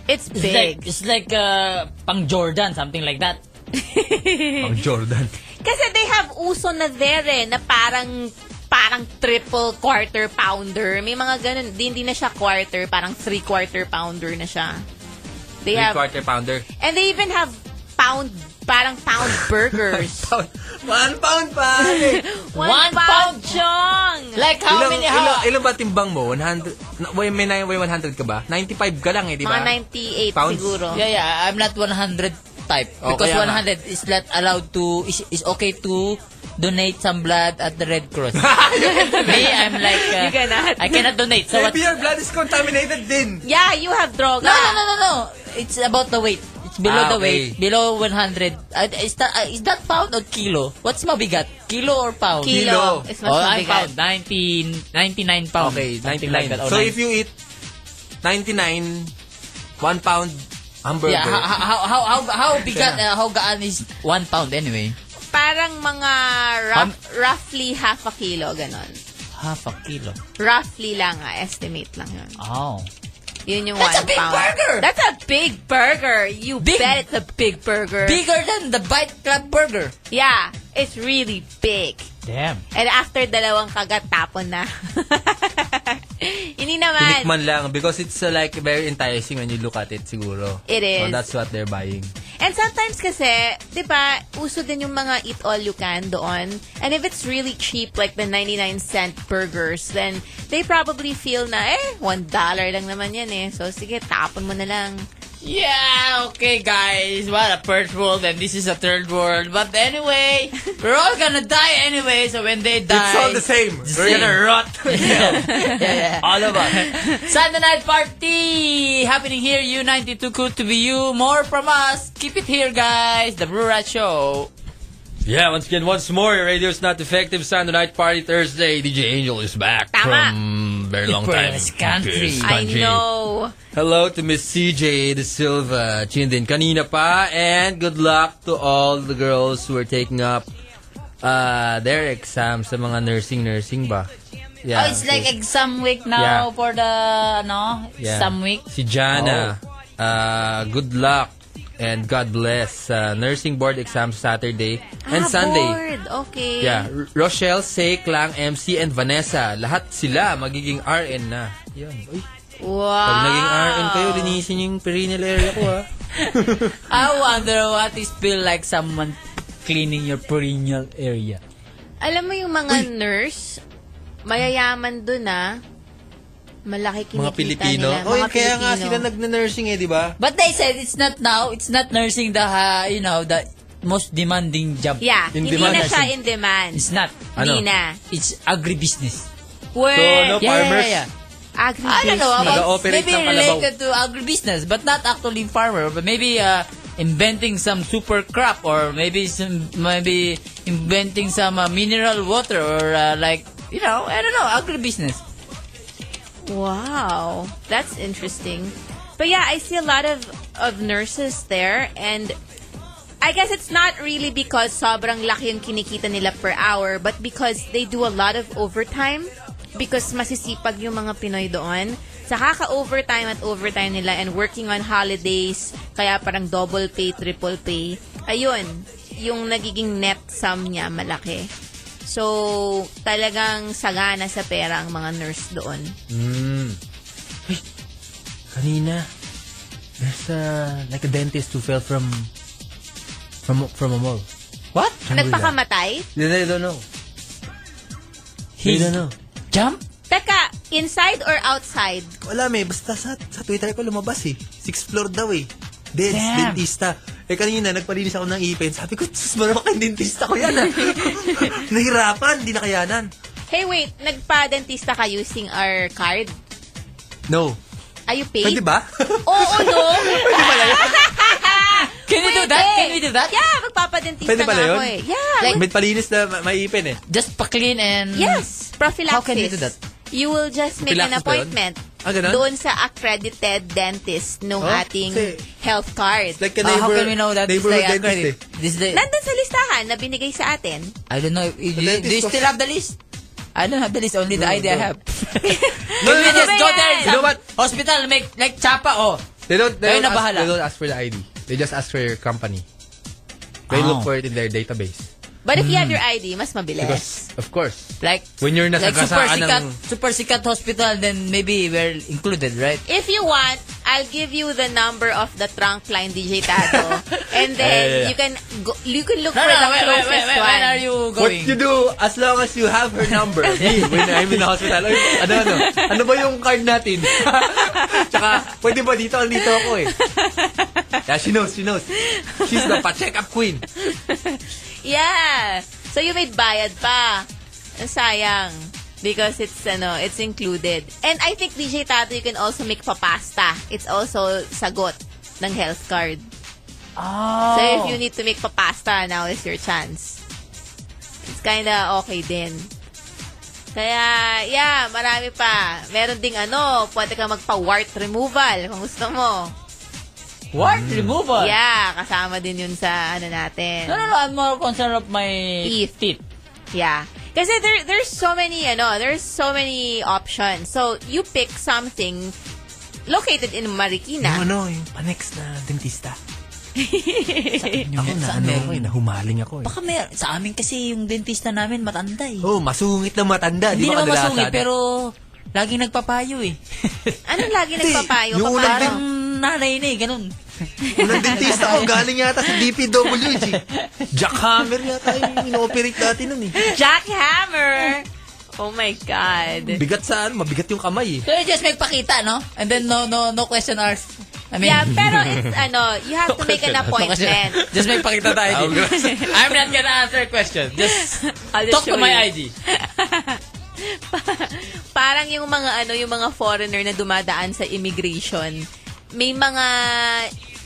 It's
It's like,
big.
it's like uh, pang Jordan, something like that.
Ang Jordan.
Kasi they have uso na there eh, na parang pa parang triple quarter pounder. May mga ganun. Di- Hindi na siya quarter. Parang three quarter pounder na siya. They
Three
have,
quarter pounder.
and they even have pound, parang pound burgers.
One pound pa!
One,
One
pound, Jong!
Like how
ilang,
many
ilang,
how?
ilang ba timbang mo? 100, na- way, may, nine- way 100 ka ba? 95 ka lang eh, di ba?
Mga
98
Pounds?
Yeah, yeah. I'm not 100 type.
Oh,
because
kaya nga.
100 is not allowed to, is, is okay to donate some blood at the Red Cross. Me, I'm like, uh,
You cannot.
I cannot donate. So what?
Maybe your blood is contaminated din.
Yeah, you have droga.
No, no, no, no, no. It's about the weight. It's below
Ah,
the weight.
okay.
Below 100. Uh, is, that, uh, is that pound or kilo? What's mabigat? Kilo or pound?
Kilo. Kilo. It's mas
oh, I'm pound.
mabigat.
90, 99 pound.
Ah, Okay,
Something like that.
99.
Oh,
So
nine-
if you eat 99, 1 pound hamburger.
Yeah, how, how, how, how, how bigat, uh,
Siya
how gaan is 1 pound anyway?
Parang mga rough, roughly half a kilo, ganon.
Half a kilo.
Roughly lang, ah, estimate lang yun.
Oh.
Yun yung
That's
one
a big
pound.
burger!
That's a big burger! You bet it's a big burger.
Bigger than the Bite Club burger.
Yeah, it's really big.
Damn.
And after dalawang kagat, tapon na. Hindi naman.
Tinikman lang because it's uh, like very enticing when you look at it siguro.
It is.
So that's what they're buying.
And sometimes kasi, di ba, uso din yung mga eat all you can doon. And if it's really cheap, like the 99 cent burgers, then they probably feel na, eh, one dollar lang naman yan eh. So, sige, tapon mo na lang.
Yeah, okay guys. What a first world and this is a third world. But anyway, we're all gonna die anyway. So when they die,
It's all the same. We're
same.
gonna rot.
yeah, yeah.
All of us.
Sunday night party happening here. U92 cool to be you. More from us. Keep it here, guys. The Blue Rat Show.
Yeah, once again, once more, your radio's not defective. Sunday night party Thursday. DJ Angel is back from very long time.
This country.
This
I
country.
know.
Hello to Miss CJ De Silva. Tuned in kanina pa. And good luck to all the girls who are taking up uh, their exams sa mga nursing-nursing ba? Yeah.
oh, it's like exam week now
Yeah.
for the no
Yeah.
exam week. Oh.
Si Jana. Uh, good luck and God bless. Uh, nursing board exams Saturday and
Ah,
Sunday.
bored. Okay.
Yeah, R- Rochelle, Say, Clang, MC, and Vanessa. Lahat sila magiging RN na. Yan. Uy,
Wow.
Pag naging RN kayo, linisin niyo yung perineal area ko ah. ha.
I wonder what is feel like someone cleaning your perineal area.
Alam mo yung mga nurse, mayayaman dun ah. Malaki kinikita
Mga Pilipino.
nila.
Oh,
Mga
yun, kaya nga
Pilipino.
sila nagna-nursing eh, di ba?
But they said it's not now, it's not nursing the uh, you know the most demanding job.
Yeah, hindi na siya in demand.
It's not.
Ano?
Hindi na.
It's agribusiness.
Word.
Yeah, yeah, yeah, yeah. I don't know about
Nag-ooperate
maybe
ng kalabaw.
related to agribusiness, but not actually farmer, but maybe uh, inventing some super crop or maybe some maybe inventing some uh, mineral water or uh, like you know I don't know agribusiness.
Wow, that's interesting. But yeah, I see a lot of of nurses there, and I guess it's not really because sobrang laki yung kinikita nila per hour, but because they do a lot of overtime because masisipag yung mga Pinoy doon. Sa kaka-overtime at overtime nila and working on holidays, kaya parang double pay, triple pay. Ayun, yung nagiging net sum niya malaki. So, talagang sagana sa pera ang mga nurse doon.
Mm. Hey, kanina, there's a, like a dentist who fell from from from a mall.
What?
Nagpakamatay?
They don't know. They
He's-
don't know.
Jump?
Teka, inside or outside?
Wala may, basta sa, sa Twitter ko lumabas eh. Sixth floor daw eh. Dents,
Damn.
dentista. Eh kanina, nagpalinis ako ng ipin. Sabi ko, sus, maramang dentista ko yan ah. Nahirapan, di na kayanan.
Hey, wait. Nagpa-dentista ka using our card?
No.
Are you paid?
Pwede ba?
Oo, no? Pwede pala yun?
Can we do that? Can we do that?
Yeah, magpapadentista
Pwede pala
nga ako
yun?
eh. Yeah.
Like, may palinis na ma- may ipin eh.
Just pa-clean and
yes, prophylaxis.
How can we do that?
You will just make
Prophylaxis ba
an
yun?
appointment.
Ah, ganun?
Doon sa accredited dentist nung
Oh,
ating
kasi-
health card.
Like
Uh,
a
how
neighbor,
can we know that this
neighborhood
day
dentist
accredited?
eh.
This day,
Nandun sa listahan na binigay sa atin.
I don't know. if- Do you,
dentist
do you
was-
still have the list? I don't have the list. Only the
No,
idea I
no.
have. Can we just go there?
You
Some
know what?
Hospital, make like Chapa, oh.
They don't,
Kayo
they, don't
na
ask,
bahala.
they don't ask for the ID. They just ask for your company. They
Wow.
look for it in their database.
But if you have
Mm.
your ID, mas mabilis.
Because,
of course.
Like,
When you're nasa
like super
kasaan
sikat,
ng-
super sikat hospital, then maybe we're included, right?
If you want, I'll give you the number of the trunk line DJ Tato.
Yeah,
and then
yeah, yeah.
you can go, you can look
No,
for
no,
the
wait, wait,
closest
wait, wait,
one.
when are you
What you do, as long as you have her number. Hey, when I'm in the hospital, ay, ano, ano, ano ba yung card natin? Tsaka, pwede ba dito? Andito ako eh. Yeah, she knows, she knows. She's the pa-check-up queen.
Yeah. So you made bayad pa. Ang Sayang. Because it's ano, it's included. And I think DJ Tato, you can also make papasta. It's also sagot ng health card.
Oh.
So if you need to make papasta, now is your chance. It's kinda okay din. Kaya, yeah, marami pa. Meron ding ano, pwede ka magpa-wart removal kung gusto mo.
Wart removal?
Yeah, kasama din yun sa ano natin.
No, no, no, I'm more concerned of my teeth.
Yeah. Kasi there, there's so many, ano, there's so many options. So, you pick something located in Marikina.
Yung ano, yung pa-next na dentista.
Ako
na,
Saan
ano,
meron?
ako eh, nahumaling ako eh.
Baka may, sa amin kasi yung dentista namin matanda eh.
Oh, masungit na matanda.
Hindi
di ba
naman
kadalasan?
masungit, pero laging nagpapayo eh.
Anong lagi nagpapayo?
yung unang
Papayo?
din-
Nanay na eh, ganun.
Unang dentista ko, galing yata sa DPWG. Jackhammer yata yung ino-operate dati nun eh.
Jackhammer! Oh my God.
Bigat sa ano, mabigat yung kamay eh.
So you just magpakita, no? And then no no no question hours. I mean,
yeah, pero it's, ano, you have to make an appointment.
Just magpakita tayo.
Oh, grass.
I'm not gonna answer question. Just
I'll just
talk to
show
my ID.
you. Parang yung mga, ano, yung mga foreigner na dumadaan sa immigration, may mga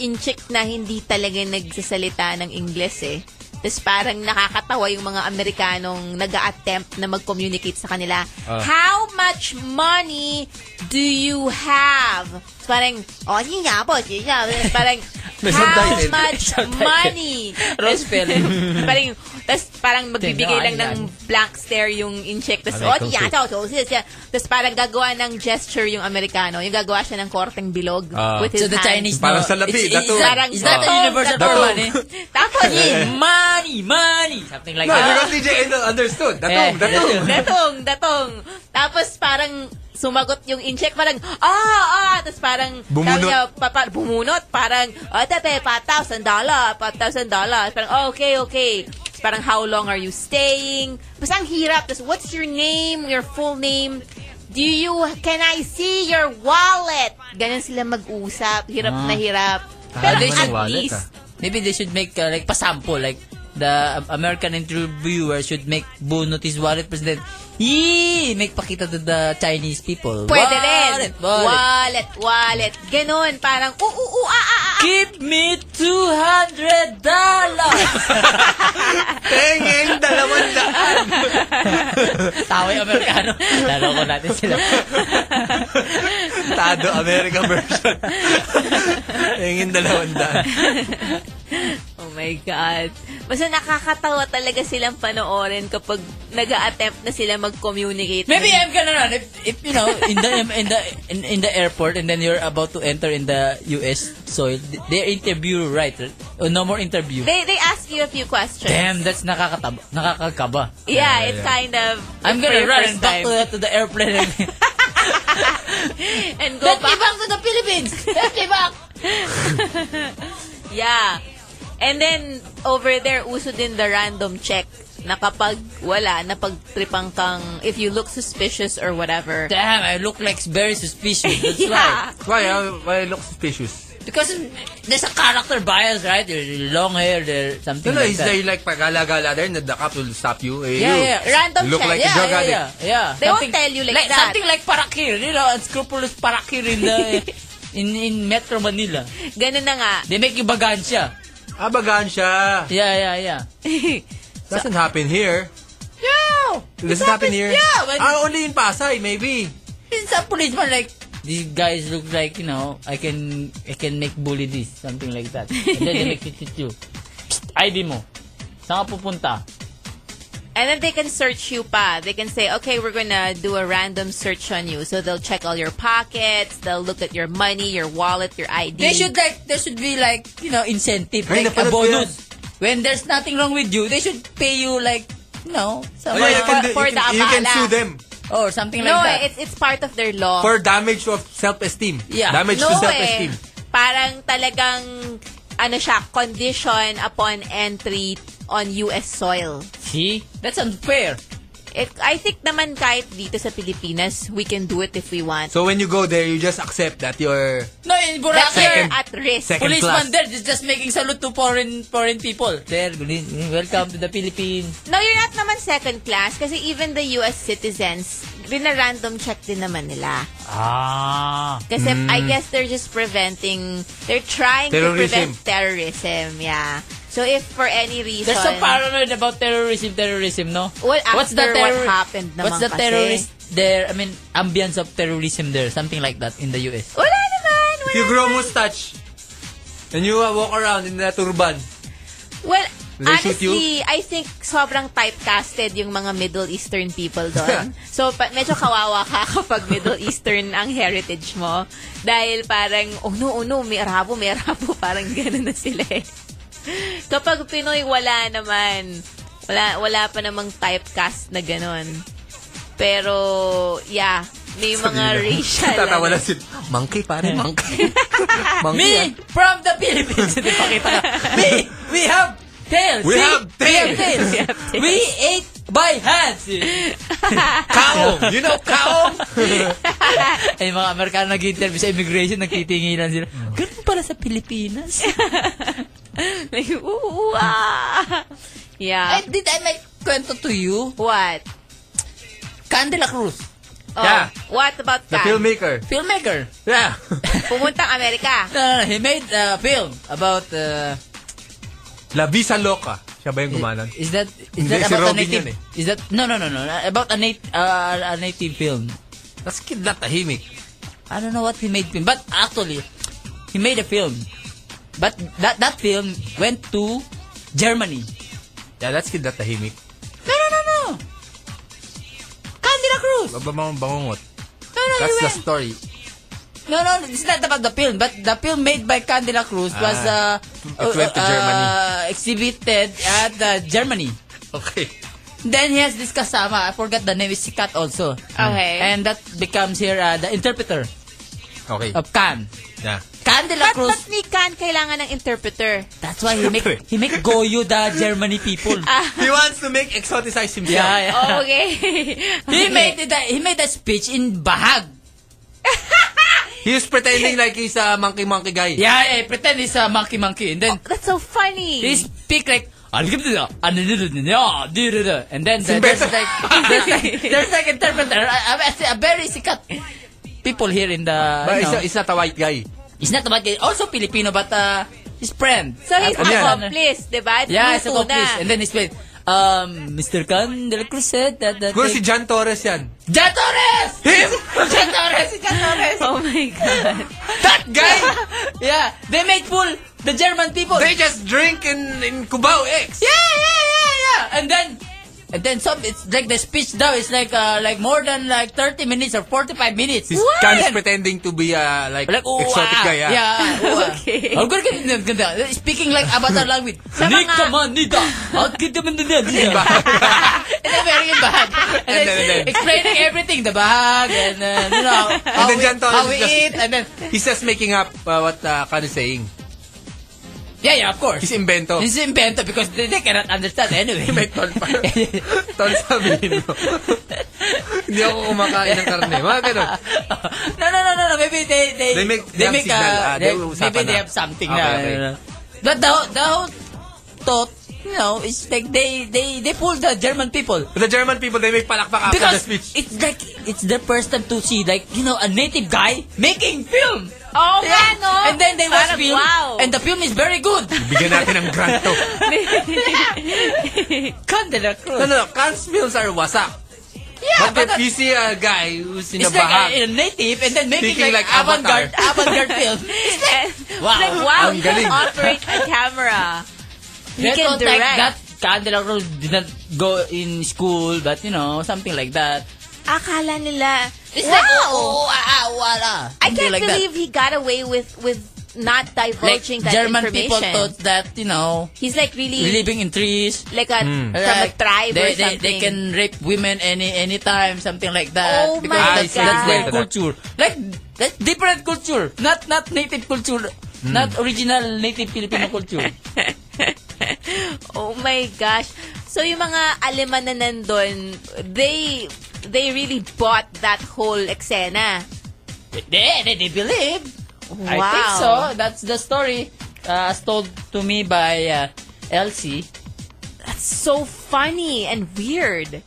incheck na hindi talaga nagsasalita ng Ingles eh. Tapos parang nakakatawa yung mga Amerikanong nag attempt na mag-communicate sa kanila.
Ah.
How much money do you have? Tapos parang, oh, sige nga po, sige nga. Tapos Parang,
May
how
subtitle.
much
Subtitle.
money?
Wrong spelling.
parang, tapos parang magbibigay lang ng
Tingaan
blank stare yung incheck. Tapos,
Aray,
oh, sige nga
tungkol.
to, sige, sige. Tapos parang gagawa ng gesture yung Amerikano. Yung gagawa siya ng korteng bilog
Ah.
with
So
his
the
hands.
Chinese Parang know- sa labi, it's- it's- datong.
Parang
is that a
datong,
universal eh.
datong.
for money?
Tapos,
Yeah. Money, money. Something like
Eh, no,
that.
because DJ Endo understood.
Eh,
Datong, datong.
datong, datong. Tapos parang sumagot yung incheck, parang, ah, ah, tapos parang,
Bumunot.
sabi niya, papa, bumunot, parang, oh, tepe, 5,000 dollar, 5,000 dollar. Parang, "Oh, okay, okay. Tapos parang, how long are you staying? Basta ang hirap. Tapos, what's your name, your full name? Do you, can I see your wallet? Ganon sila mag-usap. Hirap
Ah.
na hirap.
Pero
Pero
they
at
should,
least,
maybe they should make uh, like pasample like the um, American interviewer should make Bono his wallet president. Yee! Make pakita to the Chinese people.
Pwede
wallet,
rin.
Wallet.
Wallet, wallet. Ganon, parang, oo, oo, ah, ah, ah.
Give me $200.
Tengin, dalawang daan.
Taway Amerikano. Lalo ko natin sila.
Tado, American version. Tengin, dalawang daan.
Oh my God. Basta nakakatawa talaga silang panoorin kapag nag attempt na sila mag-communicate.
Maybe I'm gonna run if, if you know in the in the in, in the airport and then you're about to enter in the US soil. They interview you, right? Oh, no more interview.
They, they ask you a few questions.
Damn, that's nakakataba, nakakakaba.
Yeah, it's kind of...
I'm
for
gonna
your
run
first
and back
time.
to the, to the airplane and
And go back. to the Philippines! Let's back! yeah. And then, over there, uso din the random check na kapag wala, napagtripang kang, if you look suspicious or whatever.
damn, I look like very suspicious. That's
Yeah.
Why,
why.
uh, why I look suspicious?
Because there's a character bias, right? There's long hair, there's something
No, no,
like
he's
that.
like, like pagala-gala there, the cop will stop you. Eh,
Yeah,
you
yeah. Random
look
check.
like a
Yeah,
drug
yeah,
addict.
yeah, yeah.
They won't tell you like that.
Something like parakir, you know, unscrupulous parakir in the in in Metro Manila.
Ganun na nga.
They make you bagansya.
Ah, bagansya.
Yeah, yeah, yeah.
Doesn't happen here.
No!
Doesn't happen here.
Yeah, but
ah, only in Pasay, maybe.
it's a policeman like these guys look like, you know, I can I can make bully this, something like that. And then they make you shoot you. Psst, ID mo. Saan ka pupunta?
And then they can search you pa. They can say, okay, we're gonna do a random search on you. So they'll check all your pockets, they'll look at your money, your wallet, your ID.
They should like, there should be like, you know, incentive,
Ay,
like a
napanood ko
bonus.
yun.
when there's nothing wrong with you, they should pay you like, no,
Oh, yeah, you can do- you can- you can sue them.
Or something
no,
like that.
eh, it's, it's part of their law.
For damage of self-esteem.
Oh. Yeah.
Damage
No
to self-esteem.
eh. Parang talagang, ano siya, condition upon entry on U.S. soil.
See? That's unfair.
It, I think naman kahit dito sa Pilipinas, we can do it if we want.
So when you go there, you just accept that you're...
No, in
That
Boracay,
you're at risk.
second
policeman
class.
there is just making salute to foreign foreign people. There, good evening. welcome to the Philippines.
No, you're not naman second class kasi even the U.S. citizens, random check din naman nila.
Ah.
Kasi I guess they're just preventing, they're trying to
Terrorism.
prevent terrorism. Yeah. So if for any reason...
There's some paranoid about terrorism, terrorism, no?
Well, after
What's the terror-
what happened naman
What's the
kasi.
terrorist there? I mean, ambience of terrorism there, something like that in the US.
Wala naman! Wala
You grow mustache. And you uh, walk around in a turban.
Well,
Will they shoot
honestly, I think sobrang typecasted yung mga Middle Eastern people doon. so, pa- medyo kawawa ka kapag Middle Eastern ang heritage mo. Dahil parang, oh no, oh no, may Arabo, may Arabo. Parang gano'n na sila eh. Kapag Pinoy, wala naman. Wala, wala pa namang typecast na gano'n. Pero, yeah, may mga racial.
Tatawa
ano.
na si... Monkey, pare, monkey.
Me
Eh,
from the Philippines. Hindi pa kita. Me, we have tails.
We
See?
have
We have
tails.
tails.
We
We ate by hands.
Kaong. ah. You know, kaong.
Ay, Eh, mga Amerikano nag-interview sa immigration, nagtitingilan sila.
Mm.
Ganun pala sa Pilipinas.
like, ooh, ah. Yeah.
Ay, did I make kwento to you?
What?
Candela Cruz.
Oh,
Yeah.
What about Kang?
Filmmaker.
Yeah.
Pumuntang Amerika.
No, no, no. He made a film about... Uh,
La Visa Loca. Siya ba yung gumanon?
Is that is
Hindi,
that
si
about a
Robin
native?
yun eh.
Is that no no no no about a native uh, a native film? That's kidlat tahimik. I don't know what he made film, but actually he made a film. But that that film went to Germany.
Yeah, that's kidlat tahimik.
No no no no. Candela Cruz.
Babamang bangungot.
No no he
That's the
went.
story.
No no it's not about the film, but the film made by Candela Cruz was uh,
Ah. It went to Germany.
uh, exhibited at uh, Germany.
Okay.
Then he has this kasama. I forgot the name. Is Sikat also.
Okay.
And that becomes here uh, the interpreter
Okay.
of Khan.
Yeah.
Khan de la
But
Cruz.
ba't ni Khan kailangan ng interpreter?
That's why he make he make Goyo the Germany people.
Ah,
He wants to make exoticize himself.
Ah. Yeah, yeah.
Oh, okay.
He made the, he made a speech in Bahag.
He was pretending like he's a monkey-monkey guy.
Yeah, yeah, pretend he's a monkey monkey and then
That's so funny.
he speak like and then the, there's
Beto.
like there's like there's like interpreter a, a, a very sikat people here in the
But
you
he's,
know,
a, he's not a white guy.
He's not about gay. Also Filipino, but uh, his friend.
so he's
At- at-
accomplice, di ba?
Yeah, he's
Luto
accomplice.
na.
And then he played, um, Mr. Khan de la Cruz said that... that
Siguro si John Torres yan.
Jan Torres! Him? Jan Torres! Si Jan Torres!
Oh my God.
That guy! yeah, they made fool the German people.
They just drink in, in Cubao X.
Yeah, yeah, yeah, yeah. And then, and then some, it's like the speech now is like, uh, like more than like 30 minutes or 45 minutes.
He's kind of pretending to be a, like,
Like, oo,
exotic
ah,
guy. Yeah.
Yeah, oo, ah.
Okay.
Ang ganda, ganda, ganda. Speaking like avatar language.
Sa
Ni
mga-
kaman, ni da. Ang ganda man na niya. And then very bad. And
And then-
then explaining everything. The bahag and uh, you know, how
then
we,
Jan Torres
how we
is just-
eat. And then,
He's just making up uh, what uh, Khan is saying.
yeah, yeah, of course.
He's invento.
This is invento because they, they cannot understand anyway.
May ton pa. ton sabihin mo. Hindi ako kumakain ng karne. Mga Ah, ganun.
no, no, no, no, no. Maybe they they
They make-
they
they have
make
signal.
uh,
Ah,
they-
they uusapan
maybe they
na.
have something
Okay,
na. uh,
okay.
But the whole- the whole thought, you know, it's like they they they pull the German people
The German people, they make palakpak after the
because
speech.
it's like it's the first time to see like you know a native guy making film.
Oh,
Yeah.
nga, no?
And then they watch
Parang,
film
Wow.
and the film is very good.
Bigyan natin ng grant to.
Candela
No,
Cruz.
no, no. Khan's films are wasak.
Yeah,
But
but uh,
if you see a guy who's in a
it's like
bahag,
a, a native and then making
Speaking
like,
like
avant-garde avant-garde film. Wow.
Like, wow,
Ang
you can
galing.
operate a camera. You
That
can
was like
direct.
that Candela Cruz did not go in school, but you know, something like that.
Akala nila,
It's
wow.
like, oh, oh, ah, ah, wala.
I
Something
can't
like
believe he got away with with not divulging
like,
that
German people
information.
thought that, you know,
He's like really
living in trees.
like a
Hmm.
from a
Like,
tribe
they,
or
they,
something.
they can rape women any anytime, something like that.
Oh
because
my
that's, that's
God.
their
Related to that.
culture. Like that's different culture, not not native culture, not original native Filipino culture.
Oh my gosh. So yung mga aleman na nandun, they they really bought that whole eksena.
they, they, they believe. I
Wow.
think so. That's the story uh, as told to me by uh, Elsie.
That's so funny and weird.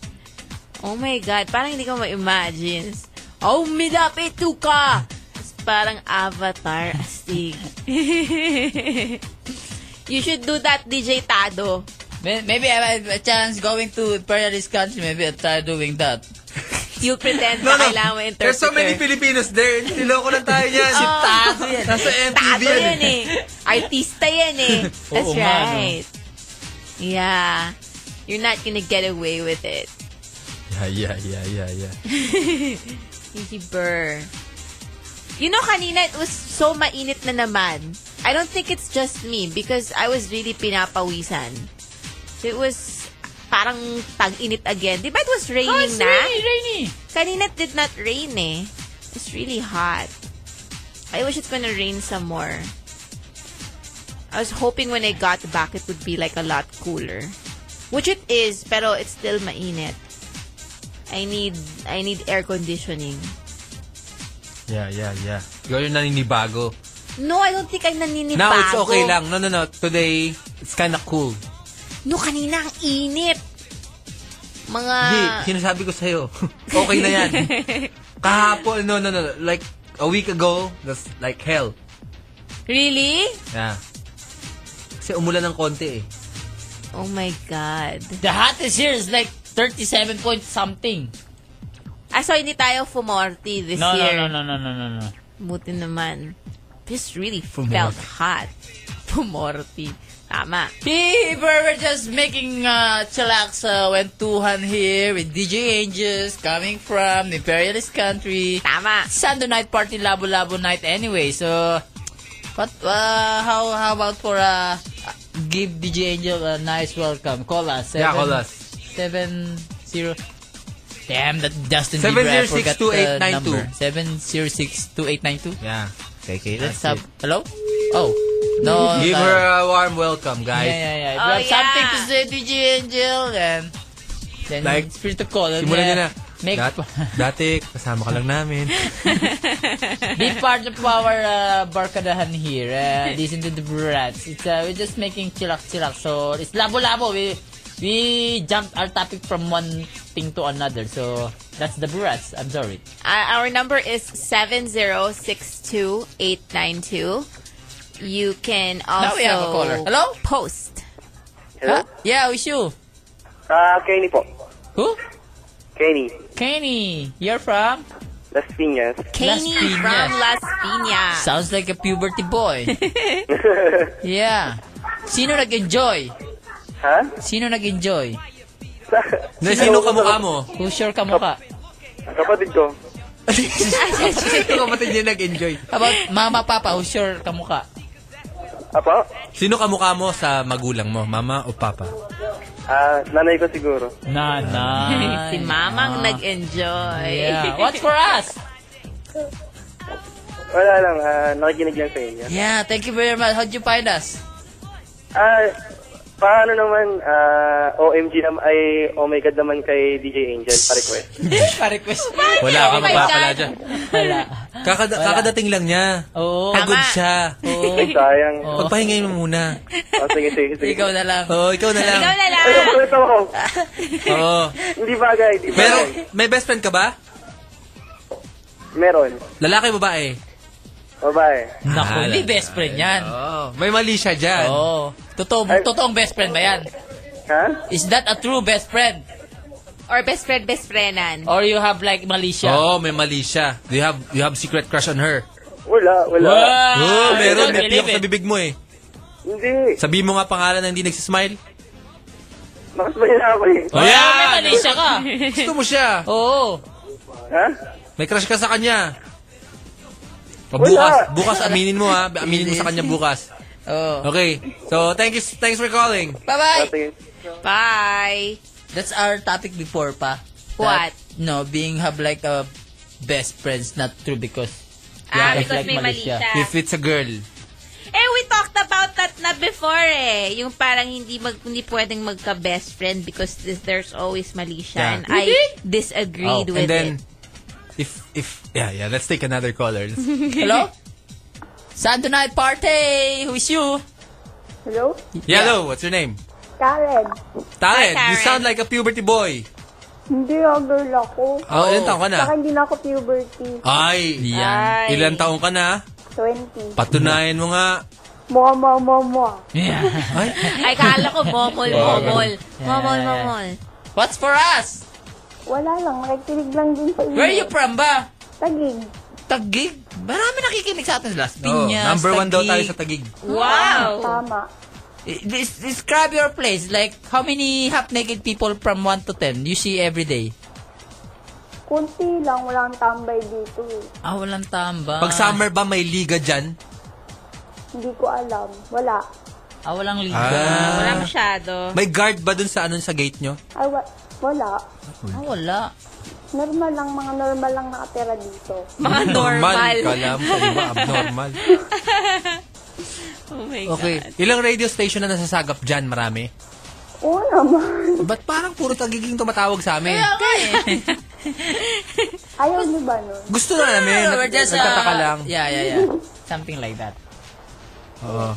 Oh my God, parang hindi ko ma-imagine. Oh, midapit ka! It's parang avatar astig. you should do that, DJ Tado.
May- Maybe I have a chance going to imperialist country. Maybe I'll try doing that.
You pretend
No,
na
no.
kailangan mo Oh. interpreter.
There's so many
Filipinos there. Niloko lang tayo niyan.
Si Tado
eh.
yan. Nasa MTV
Tado
yan.
yan eh. Artista yan eh. That's
Oo nga, no.
right. Yeah. You're not gonna get away with it.
Yeah, yeah, yeah, yeah, yeah.
Hindi Burr. You know, kanina it was so mainit na naman. I don't think it's just me because I was really pinapawisan. So it was parang tag-init again. Di ba it was raining
Oh, it's
na?
rainy, rainy.
Kanina it did not rain eh. It's really hot. I wish it's gonna rain some more. I was hoping when I got back it would be like a lot cooler. Which it is, pero it's still mainit. I need I need air conditioning.
Yeah, yeah, yeah. Ikaw yung naninibago.
No, I don't think I'm naninibago.
Now, it's okay lang. No, no, no. Today, it's kinda cool.
No, kanina ang init. Mga...
Hindi, sinasabi ko sa'yo. okay na yan. Kahapon, no, no, no. Like, a week ago, that's like hell.
Really?
Yeah. Kasi umulan ng konti eh.
Oh my God.
The hottest here is like 37 point something.
Ah, so hindi tayo fumorti this
no,
year.
no, no, no, no, no, no, no.
Buti naman. This really
Fumorti.
felt hot. Fumorti. Tama.
People were just making uh, chillax uh, wentuhan here with DJ Angels coming from the imperialist country.
Tama.
Sunday night party, labo labo night anyway. So, what? Uh, how how about for uh, give DJ Angel a nice welcome? Call us.
Yeah,
Seven-
call us.
Seven zero. Damn, that Justin
Seven
Bieber.
zero six two eight nine two.
Seven zero six two eight nine two.
Yeah. Okay,
Let's have. Hello. Oh. No.
Give
no.
her a warm welcome, guys.
Yeah, yeah, yeah. If
Oh,
you have something
yeah.
to say, DJ Angel, then, then
Like,
spirit of color.
Simulan niya
Ano
na.
uh, Make,
Dat, dati, kasama ka lang namin.
be part of our uh, barkadahan here. Uh, listen to the brats. It's, uh, we're just making chilak-chilak. So, it's labo-labo. We, we jumped our topic from one thing to another. So, that's the brats. I'm sorry.
Uh, our number is 7062892. You can
Now
also
we have a caller. Hello?
post.
Hello? Yeah, we you.
Ah, Kenny po.
Who?
Kenny.
Kenny, you're from?
Las Piñas.
Kenny
Las
from
Piñas.
Las Piñas.
Sounds like a puberty boy. yeah. Sino nag-enjoy?
Ha?
Sino nag-enjoy?
Na sino kamukha mo?
Who's your kamukha?
Kapatid ko.
Sino kapatid niya nag-enjoy?
How about mama, papa? Who's your kamukha?
Apo?
Sino kamukha mo sa magulang mo? Mama o papa?
Ah, nanay ko siguro.
Nanay.
si Mamang nag-enjoy.
Ah. Yeah. What's for us?
Wala lang, ah, nakikinig lang sa inyo.
Yeah, thank you very much. How'd you find us?
Ah, paano naman, ah, OMG naman, ay, oh my God naman kay DJ Angel, eh. pa-request.
Pa-request.
Wala ka
Oh my
mapapala
God.
dyan.
Wala. Oh,
Kakada- kakadating lang niya.
Oo.
Pagod
Tama.
siya.
Oo.
Ay, sayang.
Oo.
Pagpahingay mo muna.
Oh, sige, sige, sige.
Ikaw na lang.
Oo, ikaw na lang.
Ikaw na lang.
Ay, nakulit ako.
Oo.
Hindi bagay, hindi bagay.
Pero, may best friend ka ba?
Meron.
Lalaki o babae?
Babae.
Naku,
Ah,
hindi best friend yan.
Oo. May mali siya dyan.
Oo. Totoo, totoong best friend ba yan?
Ha?
Is that a true best friend?
Or best friend, best friendan.
Or you have like mali siya?
Oo, Oh, may mali siya. Do you have, you have secret crush on her?
Wala, wala.
Oo,
Wow!
meron.
I don't
Hindi ako
believe
sa
it.
bibig mo eh.
Hindi.
Sabi mo nga pangalan na hindi nagsismile.
Mas ba yun ako eh?
Oh,
Ah, may
yeah!
mali siya ka.
Oh.
Oh.
Gusto mo siya.
Oo.
Ha?
May crush ka sa kanya. O, bukas, bukas aminin mo ha. Aminin mo sa kanya bukas.
Oh.
Okay. So, thank you. Thanks for calling.
Bye-bye.
Bye.
That's our topic before pa.
What?
no, being have like a best friends not true because Yeah,
Ah, because
it's
may mali siya.
If it's a girl.
Eh, we talked about that na before eh. Yung parang hindi mag hindi pwedeng magka-best friend because this, there's always mali
Yeah.
siya. And I disagreed
Oh,
with
and then,
it.
if, if, yeah, yeah, let's take another caller. Let's-
Hello? Saan tonight party? Who is you?
Hello?
Yeah, hello, what's your name?
Karen.
Tared,
Hi,
you
Tared.
sound like a puberty boy.
Hindi ako girl ako.
Oh, ilan taon ka na?
Saka hindi na ako puberty.
Ay,
Ay.
ilan taong ka na?
20.
Patunayan mo nga.
Mwa, mwa, mwa, mwa.
Ay, kala ko momol, momol. Momol, momol.
What's for us?
Wala lang, makikinig lang din sa inyo.
Where you from ba?
Tagig.
Tagig? Marami nakikinig sa atin. Las
Oh,
Piñas,
number one daw tayo sa
Taguig.
Tagig.
Wow!
Tama.
I- Eh, des- describe your place. Like, how many half-naked people from 1 to 10 you see every day?
Kunti lang, walang tambay dito eh.
Ah, walang tamba.
Pag summer ba may liga dyan?
Hindi ko alam. Wala.
Ah, walang liga.
Ah.
Wala masyado.
May guard ba dun sa ano sa gate nyo?
Ay, wa- wala.
Ah, wala.
Normal lang, mga normal lang nakatira dito.
Mga normal.
Kala mo, iba, ano abnormal.
Oh my
Okay. Ilang radio station na nasasagap dyan, marami?
Oo naman.
Ba't parang puro tagiging tumatawag sa amin?
Ayaw niyo ba nun?
Gusto na namin.
We're just, uh,
Nagtataka lang.
Yeah, yeah, yeah. Something like that.
Oo.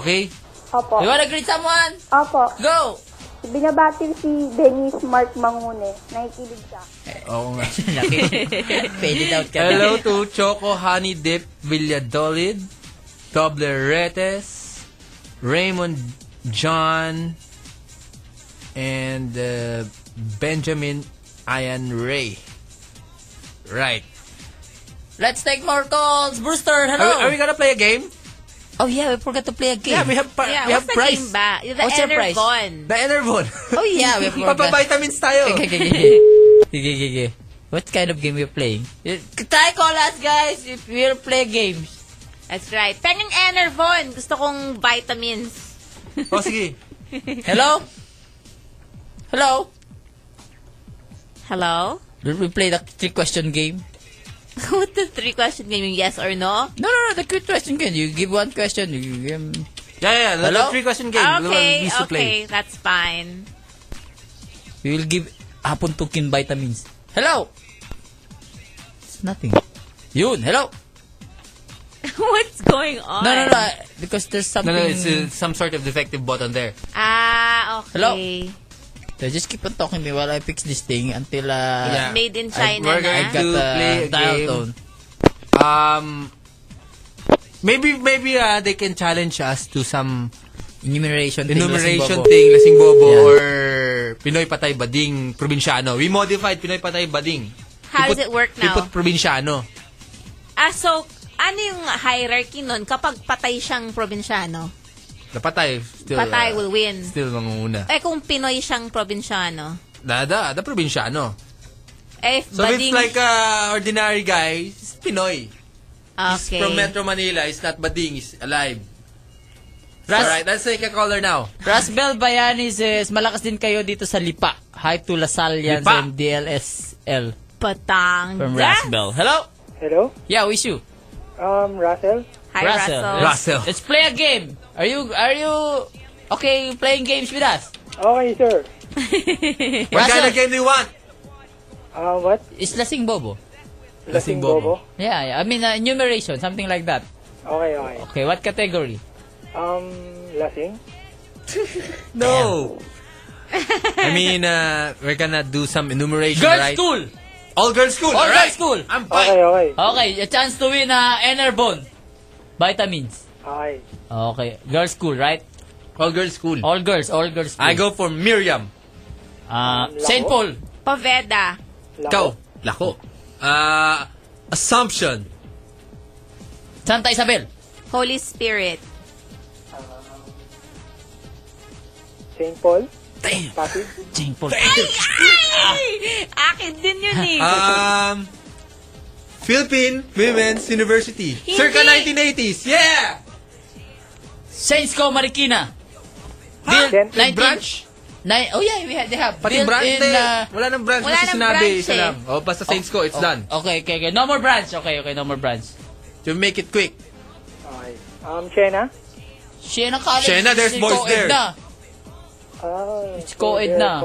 Okay?
Opo.
You wanna greet someone?
Opo.
Go!
Binabati si Denise Mark Mangune. Nakikilig siya.
Oo nga.
Faded out ka na.
Hello to Choco Honey Dip Villadolid, Tobleretes, Raymond John, and uh, Benjamin Ian Ray. Right.
Let's take more calls. Brewster, hello.
Are we- are we gonna play a game?
Oh yeah, we forgot to play a game.
Yeah, we have
Yeah, what's the game ba? The
What's your prize?
Enervon.
The Enervon.
Oh yeah, we forgot.
Papavitamins tayo.
Okay, okay, okay. okay, okay, okay. What kind of game you're playing? You- Try call us guys if we'll play games.
That's right. Pengen Enervon. Gusto kong vitamins.
O Oh, sige.
Hello? Hello?
Hello?
Did we play the three question game?
What the three question game? Yung yes or no?
No, no, no. The three question game. You give one question. You give... um,
Yeah, yeah. The,
Hello?
the three question game. The one we
Okay,
used to play.
okay. That's fine.
We will give hapon tukin vitamins. Hello? It's nothing. Yun, hello?
What's going on?
No, no, no. Because there's
No,
something...
no, it's uh, some sort of defective button there.
Ah, okay.
Hello? So just keep on talking me while I fix this thing until uh,
Yeah.
Made in
I-
China
we're
na.
gonna
to
get, uh,
play a
dial
game.
tone.
Um, maybe maybe uh, they can challenge us to some
enumeration thing,
enumeration
lasing bobo.
thing, lasing bobo,
Yeah.
or Pinoy Patay Bading Probinsyano. We modified Pinoy Patay Bading.
How
We
does it work
we
now?
put Probinsyano.
Ah, so, ano yung hierarchy nun kapag patay siyang probinsyano?
The Patay still
patay
uh,
will win.
still mangunguna.
Eh, kung Pinoy siyang probinsyano.
Nada, the Probinsyano.
Eh,
So
bading...
it's like a ordinary guy, he's Pinoy. He's
okay.
from Metro Manila, he's not Bading, he's alive. Alright, let's take a caller now.
Rasbel Bayanis is malakas din kayo dito sa Lipa. Hi to Lasalians
Lipa.
and DLSL from
Patangga.
Rasbel. Hello?
Hello?
Yeah, wish you.
Um, Russell?
Hi,
Russell.
Russell.
Let's- Let's play a game. Are you are you okay playing games with us?
Okay, sir.
What kind of game do you want?
Uh, what?
It's Lasing Bobo.
Lasing Bobo?
Yeah, yeah. I mean uh, enumeration, something like that.
Okay, okay.
Okay, what category?
Um, Lasing?
No. I mean, uh, we're gonna do some enumeration,
Girls
right?
school.
All girls school.
All girls
alright.
school.
I'm fine.
Okay, a chance to win uh, Enerbon. Vitamins.
Okay.
Okay, girls school, right?
All girls school.
All girls, all girls school.
I go for Miriam.
Uh, St. Paul.
Poveda.
Ikaw. Lako. Uh, assumption.
Santa Isabel.
Holy Spirit.
St. Paul? Damn. Pasig?
St. Paul.
Ah,
Ay! Akin din yun eh.
Um, Philippine Women's University. Circa 1980s. Yeah!
Saints Co. Marikina. Built 19 branch? Nine, oh yeah, we have, they have.
Pati
Built
branch,
in,
eh.
uh,
Wala nang branch, basta sinabi, isa lang. Oh, basta Saints Co, it's done.
Oh, Okay, okay, okay. No more branch. Okay, okay, no more branch.
To make it quick.
Okay. Um, Chena?
Siya na college.
Siya na, there's
It's
boys
co-ed
there.
Na.
Oh, it's
co-ed na.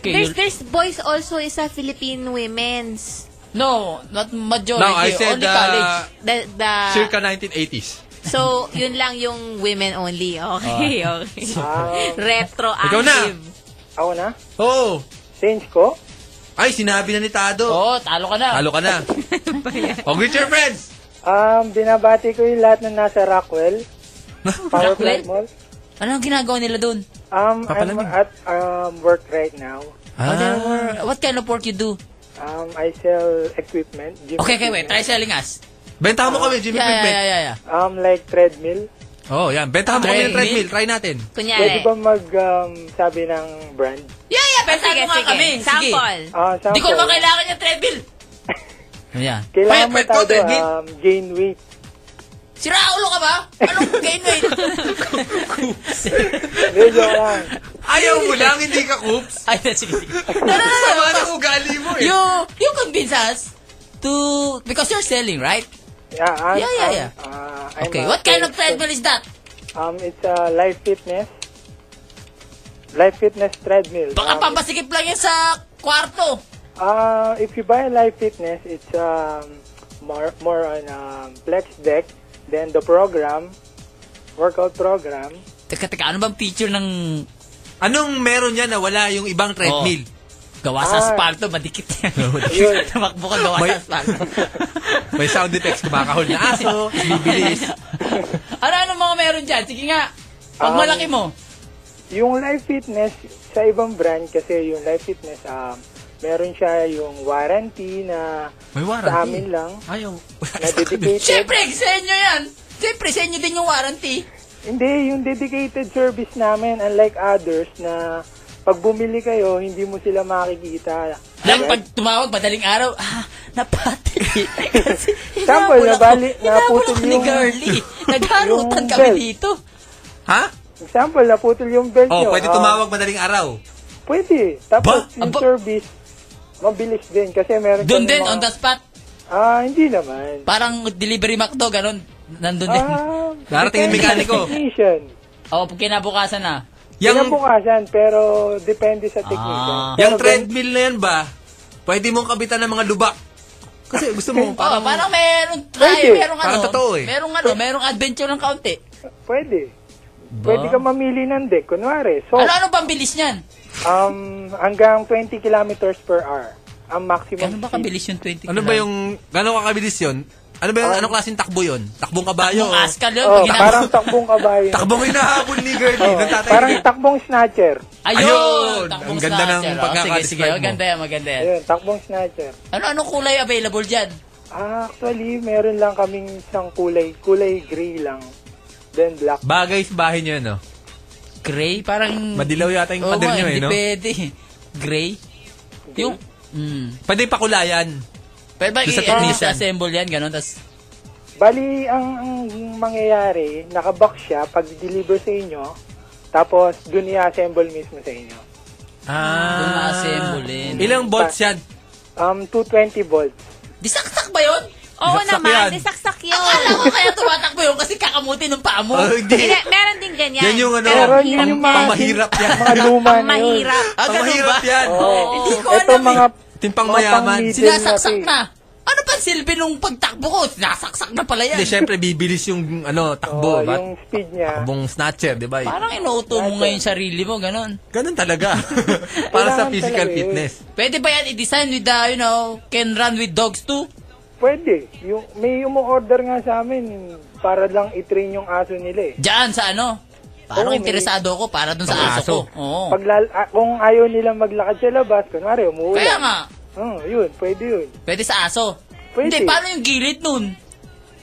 Okay.
There's,
you'll-
there's boys also isa Philippine women's.
No, not majority.
No, I said,
only college.
uh,
The, the,
Ah.
Circa 1980s.
So, yun lang yung women only. Okay,
Ah.
okay.
Ah.
Retro
Ikaw na.
Ako na?
Oo.
Saints
Oh.
Co?
Ay, sinabi na ni Tado.
Oo, oh, talo ka na.
Talo ka na. Congrats your friends!
Um, binabati ko yung lahat ng nasa Rockwell. Power Plant Mall.
Anong ginagawa nila doon?
Um, I'm at um, work right now.
Ah.
Oh, there were- what kind of work you do?
Um, I sell equipment. Gym
Okay, okay, wait. Try
equipment.
selling us.
Bentahan mo kami, Jimmy
yeah, yeah,
Pimpin.
yeah, yeah, yeah.
Um, like treadmill.
Oh, yan. Bentahan mo kami ng treadmill.
Treadmill.
Try natin.
Pwede ba mag um, sabi ng brand?
Yeah, yeah. Benta mo nga
sige.
kami. Sige.
Sample.
Ah, sample.
Di ko naman kailangan yung treadmill. Yeah. Wait,
Kailangan mo
wait, go,
tayo
treadmill.
um, gain weight.
Sira ulo ka ba? Anong gain weight?
Medyo lang.
Ayaw mo lang, hindi ka coops.
Ay, sige, sige. No, no, no, no.
Ano ugali mo eh?
You, you convince us to, because you're selling, right?
Yeah, I'm,
Yeah, yeah,
I'm,
yeah.
uh, I'm
Okay,
a
what kind of
person.
treadmill is that?
Um, it's uh, Life Fitness. Life Fitness treadmill.
Baka
Um,
pampasikip lang yan sa kwarto.
Uh, if you buy Life Fitness, it's um, more more on um, Plex Deck. Then the program, workout program.
Teka, teka, ano bang feature ng...
Anong meron yan na wala yung ibang treadmill?
Gawa sa
Ah.
asfalto, madikit yan.
Yun.
Tumakbo ka gawa sa asfalto. Oh.
May sound effects, kumakahol na aso, bibilis.
ano, ano mga meron dyan? Sige nga. Pag
Um,
malaki mo.
Yung Life Fitness, sa ibang brand kasi yung Life Fitness, um, meron siya yung warranty na
May
sa amin lang,
Ayaw.
na dedicated.
Siyempre, sa inyo yan. Siyempre, sa inyo din yung warranty.
Hindi, yung dedicated service namin, unlike others, na pag bumili kayo, hindi mo sila makikita.
Lang pag tumawag, madaling araw, ah, napatay. Kasi
Sample,
hinabol ako-
nabali,
hinabol
naputol
ako ni
yung-
Girlie. Nagharutan
yung
kami
belt.
dito.
Ha?
Example, naputol yung belt
Oh,
nyo.
pwede
Ah,
tumawag madaling araw.
Pwede. Tapos
Ba?
yung
Aba.
service, mabilis din. Kasi meron
Doon
kami
din,
mga-
on the spot.
Ah, hindi naman.
Parang delivery McDo, ganun. Nandun din.
Ah,
Darating yung mekaniko.
Technician. Ah.
Oo, pag kinabukasan na.
Yung...
Yung,
bukasan, pero depende sa technician.
Ah.
Pero
yung treadmill na yan ba, pwede mong kabitan ng mga lubak. Kasi gusto mo,
Parang,
parang...
oh, parang merong try,
Pwede.
merong ano.
Parang totoo eh.
Merong ano, merong adventure ng kaunti.
Pwede. Pwede ka mamili ng deck. Kunwari, so,
Ano-ano Ano, bang bilis niyan?
um, hanggang 20 kilometers per hour ang maximum
Gano'n ba
speed.
kabilis yung 20
Ano ba yung... Gano'ng kakabilis yun? Ano ba yung...
Ah.
Anong klaseng takbo yun? Takbong kabayo?
Yung
o-
askal yun.
Oh,
pag ginagawa-
parang takbong kabayo.
Takbong hinahabol ni Girlie.
Oh,
ng tatay
parang
niya.
takbong snatcher.
Ayun!
Ayun!
Takbong
Ang ganda ng
snatcher, oh. Sige, sige.
pagkakadescribe mo.
Maganda yan, maganda yan.
Ayun, takbong snatcher.
Ano-ano kulay available dyan?
Ah, Actually, meron lang kaming isang kulay. Kulay gray lang. Then black.
Bagay sa bahay niyo, no?
Gray? Parang...
Madilaw yata yung
Hmm. Oo
pader
nga,
niyo, eh,
hindi
no?
pwede. Gray? Yung... Mm.
Pwede pakulayan.
Pwede ba
Doon sa
i-assess
technician.
assemble yan? Ganun, tas...
Bali, ang, ang mangyayari, nakabox siya pag deliver sa inyo. Tapos, dun i-assemble mismo sa inyo.
Doon
Ah.
ma-assemble yun.
Ilang volts yan?
Um, 220 volts.
Disaksak ba yun?
Oo
Saksak yan.
naman, isaksak yun.
Alam ko kaya tumatakbo yun kasi kakamuti ng paa mo.
Oh, hindi.
Hindi, meron din ganyan.
Yan yung ano,
Pero
pang,
yun yung mga-
pamahirap yan.
Mga luma
Ang
na yun.
mahirap.
Ah, ganun
pamahirap
ba? Oh.
yan.
Hindi ko
Ito
alam
mga...
eh.
Timpang
mga
mayaman.
pang-middle
Sinasaksak
na.
na. Ano pa silbi nung pagtakbo ko? Sinasaksak na pala yan.
Hindi, syempre, bibilis yung ano,
to eh.
takbo.
Oh,
Ba't-
yung speed niya.
Takbong snatcher, di ba?
Parang inuuto mo ngayon sarili mo, ganun.
Ganun talaga. Para sa
Kailangan
physical
talaga eh.
fitness.
Pwede ba yan i-design with the, you know, can run with dogs too?
Pwede. Yung, may umu-order nga sa amin para lang i-train yung aso nila eh.
Diyan sa ano? Parang
Oo, may-
interesado ako para dun sa
Mga
aso,
aso.
ko. Oo.
Pag lal- ah, kung ayaw nilang maglakad sa labas, kunwari umuulan.
Kaya nga,
Oo, yun, pwede yun.
pwede sa aso.
Pwede.
Hindi, paano yung gilid nun?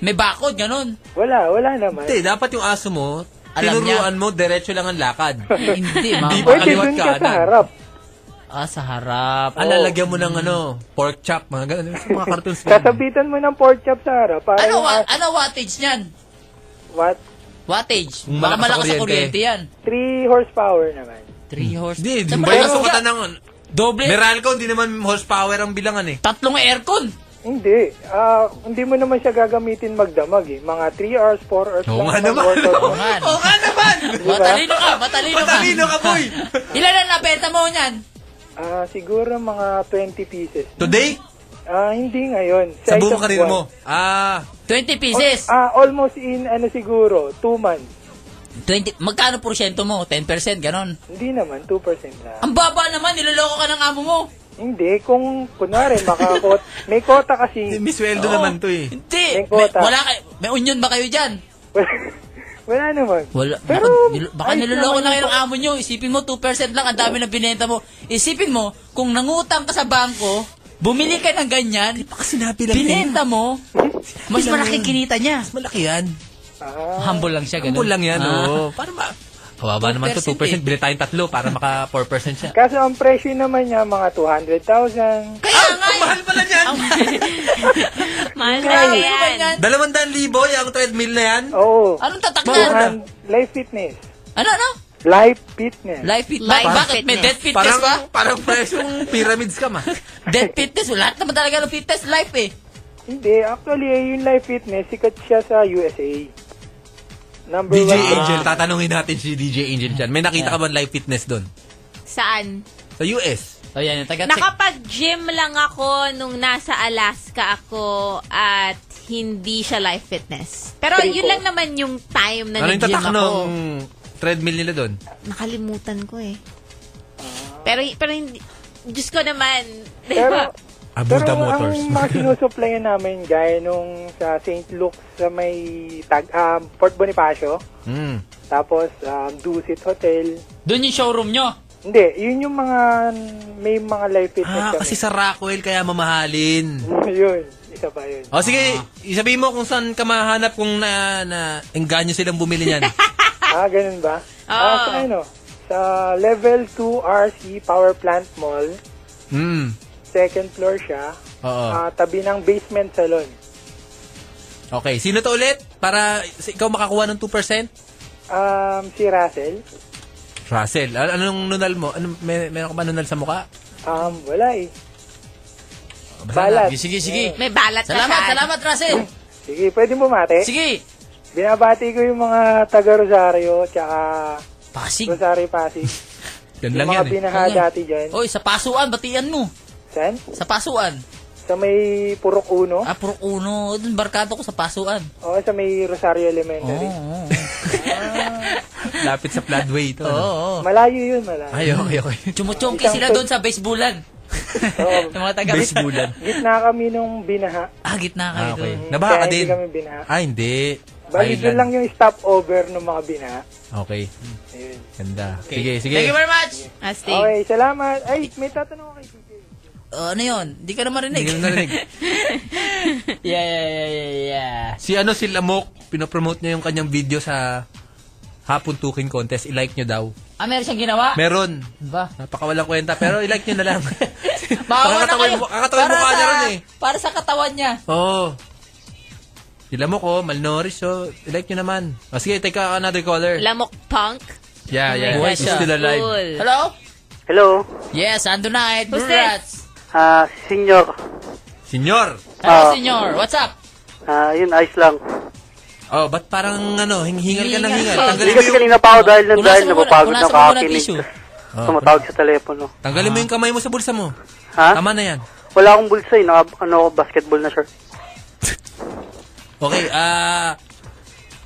May bakod, ganun.
Wala, wala naman.
Hindi, dapat yung aso mo,
Alam niya. Ah,
tinuruan mo, diretso lang ang lakad.
Hindi,
Hindi
mama.
ba?
Pwede
Kaliwat
dun ka
kanan.
sa harap.
Ah, sa harap.
Ah,
Oo.
lalagyan mo ng ano, pork chop, mga ganun. Yung Mga cartoons.
Sasabitan mo ng pork chop sa harap.
ah.
Para
Ano,
yung
wa-
as-
ano wattage niyan?
What?
Wattage.
Yung
Baka
malakas sa
malakas sa kuryente
kuryente. Hmm.
yan.
3 horsepower naman.
3 horse.
Hindi,
Sa
hindi ba yung
malakas
sukatan
nga.
ng... Doble. Meralco, hindi naman horsepower ang bilangan eh.
Tatlong aircon.
Hindi. Ah, hindi mo naman siya gagamitin magdamag eh. Mga 3 hours, 4 hours.
Oo nga
lang ang
naman.
workout
Oo
mo.
Man.
Oo nga naman!
Diba?
Matalino ka, matalino ka.
Matalino ka, boy!
Ilan ang nabenta mo niyan?
Ah, siguro mga 20 pieces.
Today?
Ah, hindi ngayon.
Sa
isang
buong karir
buwan.
mo. Ah.
20 pieces.
Al- Ah, almost in ano siguro, 2 months.
20, magkano porsyento mo? 10%, ganon.
Hindi naman, 2% lang.
Ang baba naman, niloloko ka ng amo mo.
Hindi, kung kunwari, makakot, may kota kasi.
May sweldo naman to eh.
Hindi.
May kota.
Wala kayo, may union ba kayo dyan?
Wala naman.
Wala.
Pero,
baka, nil- baka
ayos
niloloko
naman
na kayo
yung-
ng amo nyo. Isipin mo, 2% lang, ang dami na binenta mo. Isipin mo, kung nangutang ka sa bangko, bumili ka ng ganyan,
sinabi
lang binenta mo, mas malaki kinita niya. Mas
malaki yan.
Humble lang siya, ganun.
Humble lang yan,
Ah.
oo. Para ma... Kababa naman to,
2%
2%.
eh.
Bili tayong tatlo para maka 4% siya.
Kaso ang presyo naman niya, mga 200,000.
Ah!
eh.
Mahal
na
na
ano yan.
yan.
Dalawang daan libo yung treadmill na yan?
Oo.
Anong
Mga
tatakdan?
life fitness.
Ano, ano?
Life fitness.
Life fit. Ba-
Life
bakit? May
fitness.
death fitness
Parang,
ba?
parang presyong pyramids ka ma.
Death fitness. Lahat naman talaga ng fitness life eh.
Hindi, actually, eh, yung life fitness, sikat siya sa USA. Number
DJ
one.
Angel, tatanungin natin si DJ Angel dyan. May nakita ka ba live fitness doon?
Saan?
Sa US?
So Oh, yan, yung taga
Nakapag-gym lang ako nung nasa Alaska ako at hindi siya life fitness. Pero
True
yun
po.
lang naman yung time na
Ano yung
nag-gym
tatak
ako.
ng treadmill nila doon?
Nakalimutan ko eh. Pero, pero hindi, Diyos ko naman. Di ba?
Pero,
Abuda
pero
Motors.
ang mga sinusupplyan namin, gaya nung sa St. Luke's sa may tag, um, Fort Bonifacio,
Mm.
tapos um, Dusit Hotel.
Doon yung showroom nyo.
Hindi, yun yung mga may mga life fitness
Ah,
kami.
kasi sa Rockwell kaya mamahalin.
yun, isa pa yun.
O sige, isabihin mo kung saan ka mahanap kung na, na engganyo silang bumili niyan.
ah, ganun ba? Ah, sa ano? Sa level 2 RC Power Plant Mall,
mm.
second floor siya,
Oo.
ah, tabi ng basement salon.
Okay, sino to ulit? Para si- ikaw makakuha ng 2%?
Um, si Russell,
Russell, an- anong nunal mo? Ano, may, meron ka ba nunal sa mukha?
um, wala eh.
Basta
Balat.
na. Sige, sige.
May balat na
Salamat,
siya.
salamat Russell.
Sige, pwede bumate?
Sige.
Binabati ko yung mga taga Rosario, tsaka
Pasig.
Rosario Pasig.
Yan
yung
lang
mga
yan eh.
binaha
Oo nga.
dati dyan.
Oy, sa pasuan, batian mo.
Saan?
Sa pasuan.
Sa may Purok Uno?
Ah, puro uno. Doon, barkado ko sa pasuan.
Oo, sa may Rosario Elementary.
Lapit sa floodway ano? ito.
Oo.
Malayo yun, malayo.
Ay, okay, okay.
Chumuchongki sila doon sa baseballan.
Oo.
Yung mga taga
Baseballan.
Gitna kami nung binaha.
Ah, gitna kayo
Ah, okay.
doon.
Nabaha ka
Mm-hmm. Kaya
din.
hindi kami binaha.
Ah, hindi.
Bali,
Island.
yun lang yung stopover ng mga binaha.
Okay.
Ayun.
Ganda. Sige, sige.
Thank you very much.
Asti.
Okay, salamat. Ay, may tatanong ako kay DJ.
Oh, ano yun? Hindi ka na marinig.
Hindi ko narinig.
yeah, yeah, yeah, yeah, yeah.
Si ano, si Lamok, pinopromote niya yung kanyang video sa Hapon Tuking Contest. I-like niyo daw.
Ah, meron siyang ginawa?
Meron.
Ba?
Napakawalang kwenta. Pero i-like niyo na lang.
Maawa na
Kakatawa
kayo.
yung mu- kakatawa
Para
yung ah, mukha niya
sa-
ron eh.
Para sa katawan niya.
Oo. Oh. Si Lamok, oh. Malnourished, oh. I-like niyo naman. O sige, take a- another caller.
Lamok punk.
yeah, yeah.
Buhay
He's
siya.
still alive.
Cool.
Hello?
Hello,
Yes, ando na. eh.
Who's
Congrats.
ah, senior.
Senyor!
Hello, senyor. What's up?
Ah, yun, ayos lang.
Oh, ba't parang ano, hinghingal ka ng hingal?
Hindi
Tanggalin mo
kasi
yung,
kanina pa ako dahil nang
Punasan
dahil
mo muna-
napapagod
punasan
na
mo muna ang
kakakinig.
tissue.
Oh, Tumatawag sa telepono.
tanggalin mo yung kamay mo sa bulsa mo.
Ha?
Tama na yan.
Wala akong bulsa eh. Naka, ano ako, basketball na shirt.
Okay, ah...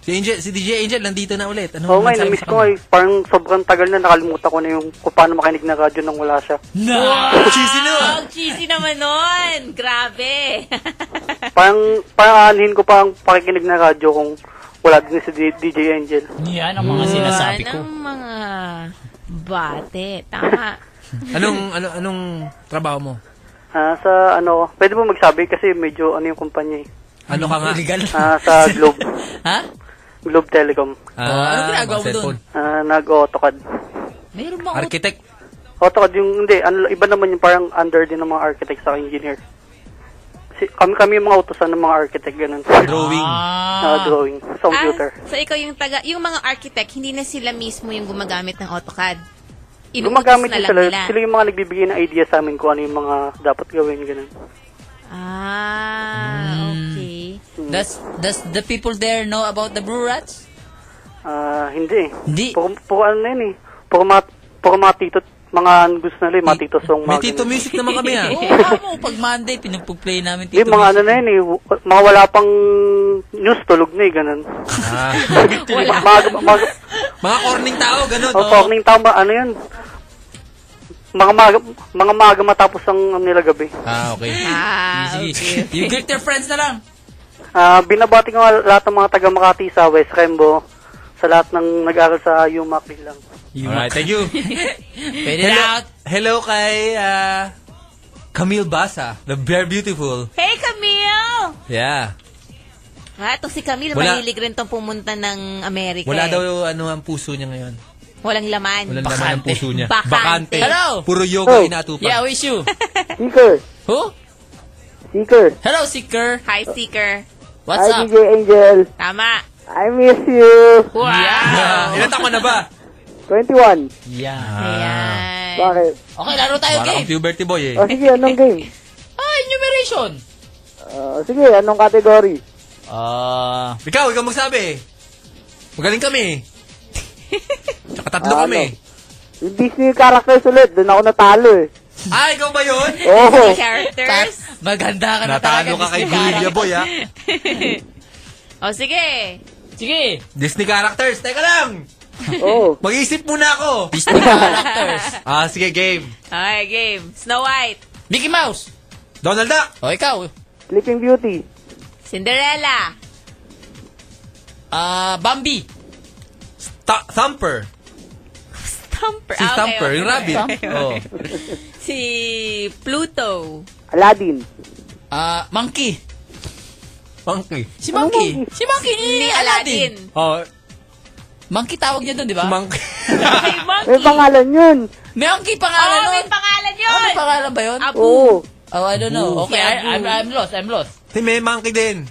si Angel, si DJ Angel, nandito na ulit. Ano
Oo nga,
masabi
na-miss
sa
ko
kanya?
eh. Parang sobrang tagal na nakalimutan ko na yung kung paano makinig ng radyo nang wala siya.
Wow!
Oh, Cheesy na!
Ah, Ang cheesy naman nun. Grabe.
Parang, parang aanhin ko pa ang pakikinig ng radyo kung wala din si D- DJ Angel.
Yan ang ano
Mm.
mga sinasabi ko.
Anong mga bate. Tama.
Anong, ano, anong trabaho mo?
Ah, sa ano, pwede mo magsabi kasi medyo ano yung kumpanya eh.
Ano ka nga? Legal.
Ah, sa Globe.
Ha?
Globe Telecom.
Ah,
Ano ginagawa
mga
mo doon?
cellphone.
Ah, nag-AutoCAD.
Meron bang
Architect.
O takad yung, hindi, ano, iba naman yung parang under din ng mga architect sa engineer. Si, kami kami yung mga utosan ng mga architect, ganun. Drawing. drawing.
Ah,
Sa computer.
So ikaw yung taga, yung mga architect, hindi na sila mismo yung gumagamit ng AutoCAD. Inuutos
Gumagamit
na
din
lang
sila.
nila.
Sila yung mga nagbibigay ng idea sa amin kung ano yung mga dapat gawin, ganun.
Hmm.
Ah, okay.
Mm.
Does, does the people there know about the Brew Rats?
Ah, hindi. Hindi? Puro, puro ano na yun eh. Puro mga, puro mga tito, mga gusto nila yung mga tito song.
may
mga
tito
ganun.
music naman kami ah.
Oo, alam mo, Oh, pag Monday, pinagpag-play namin
Hindi,
Tito
mga ano
Music.
na yun eh. w- Mga wala pang news, tulog na eh, ganun.
Wala.
mga, mga,
Ah. Mga corning tao, ganun.
oh,
oh.
talking tama, ano yun? Mga maga, mga maga matapos ang nila gabi.
Ah, okay.
Ah,
Sige.
ano-
You greet your friends na lang.
Ah, binabati ko nga lahat ng mga taga Makati sa West Rembo sa lahat ng nag-aral sa UMAC lang.
Alright, thank you.
Fade it
hello,
out.
Hello kay ah, Camille Basa, the very beautiful.
Hey, Camille!
Yeah.
Ah, itong si Camille,
Wala.
mahilig rin tong pumunta ng Amerika.
Wala
eh.
daw ano ang puso niya ngayon.
Walang laman.
Walang laman ang puso niya.
Bakante.
Bakante.
Hello!
Puro
Oh.
yoga inatupag.
Yeah, I wish you.
Seeker.
Who?
Seeker.
Hello, Seeker.
Hi, Seeker.
What's
Hi,
up?
DJ Angel.
Tama.
I miss you.
Wow.
Yeah. Ah, Ilan taon ka na ba?
21.
Yeah.
Ah.
Bakit?
Okay, laro tayo
Wala
game.
kang puberty boy eh.
O sige, anong game?
Ah, enumeration.
O sige, anong category?
Ah.
ikaw, ikaw magsabi. Magaling kami. Tsaka tatlo
Ah,
kami.
Yung Disney characters ulit, doon ako natalo eh. Oh,
Ah, ikaw ba yun?
Oo.
Characters.
Maganda ka
Ano
na
Natalo
talaga,
ka kay
Mr.
Julia Boy, ha?
o, Oh, sige.
Sige.
Disney characters. Teka lang.
Oo.
Mag-iisip muna ako.
Disney characters.
Ah, sige, game.
Okay, game. Snow White.
Mickey Mouse.
Donald Duck.
O, ikaw.
Sleeping Beauty.
Cinderella.
Ah, Bambi.
Ta- Thumper.
Stumper.
Si
Ah, okay,
Thumper,
okay,
yung rabbit.
okay, okay.
Oh.
Si Pluto.
Aladdin.
Ah, Monkey.
Ano Monkey.
Si Monkey. Si Monkey ni
Si
Aladdin.
Oh,
Monkey tawag niya doon, di ba?
Monkey.
May pangalan yun.
Monkey pangalan
Oh,
nun.
may pangalan yun.
Oh, may pangalan ba yun?
Abu.
Oo.
Oh, I don't know.
Abu.
Okay,
Si
I,
Abu.
I'm, I'm lost. I'm lost.
Hey, may monkey din.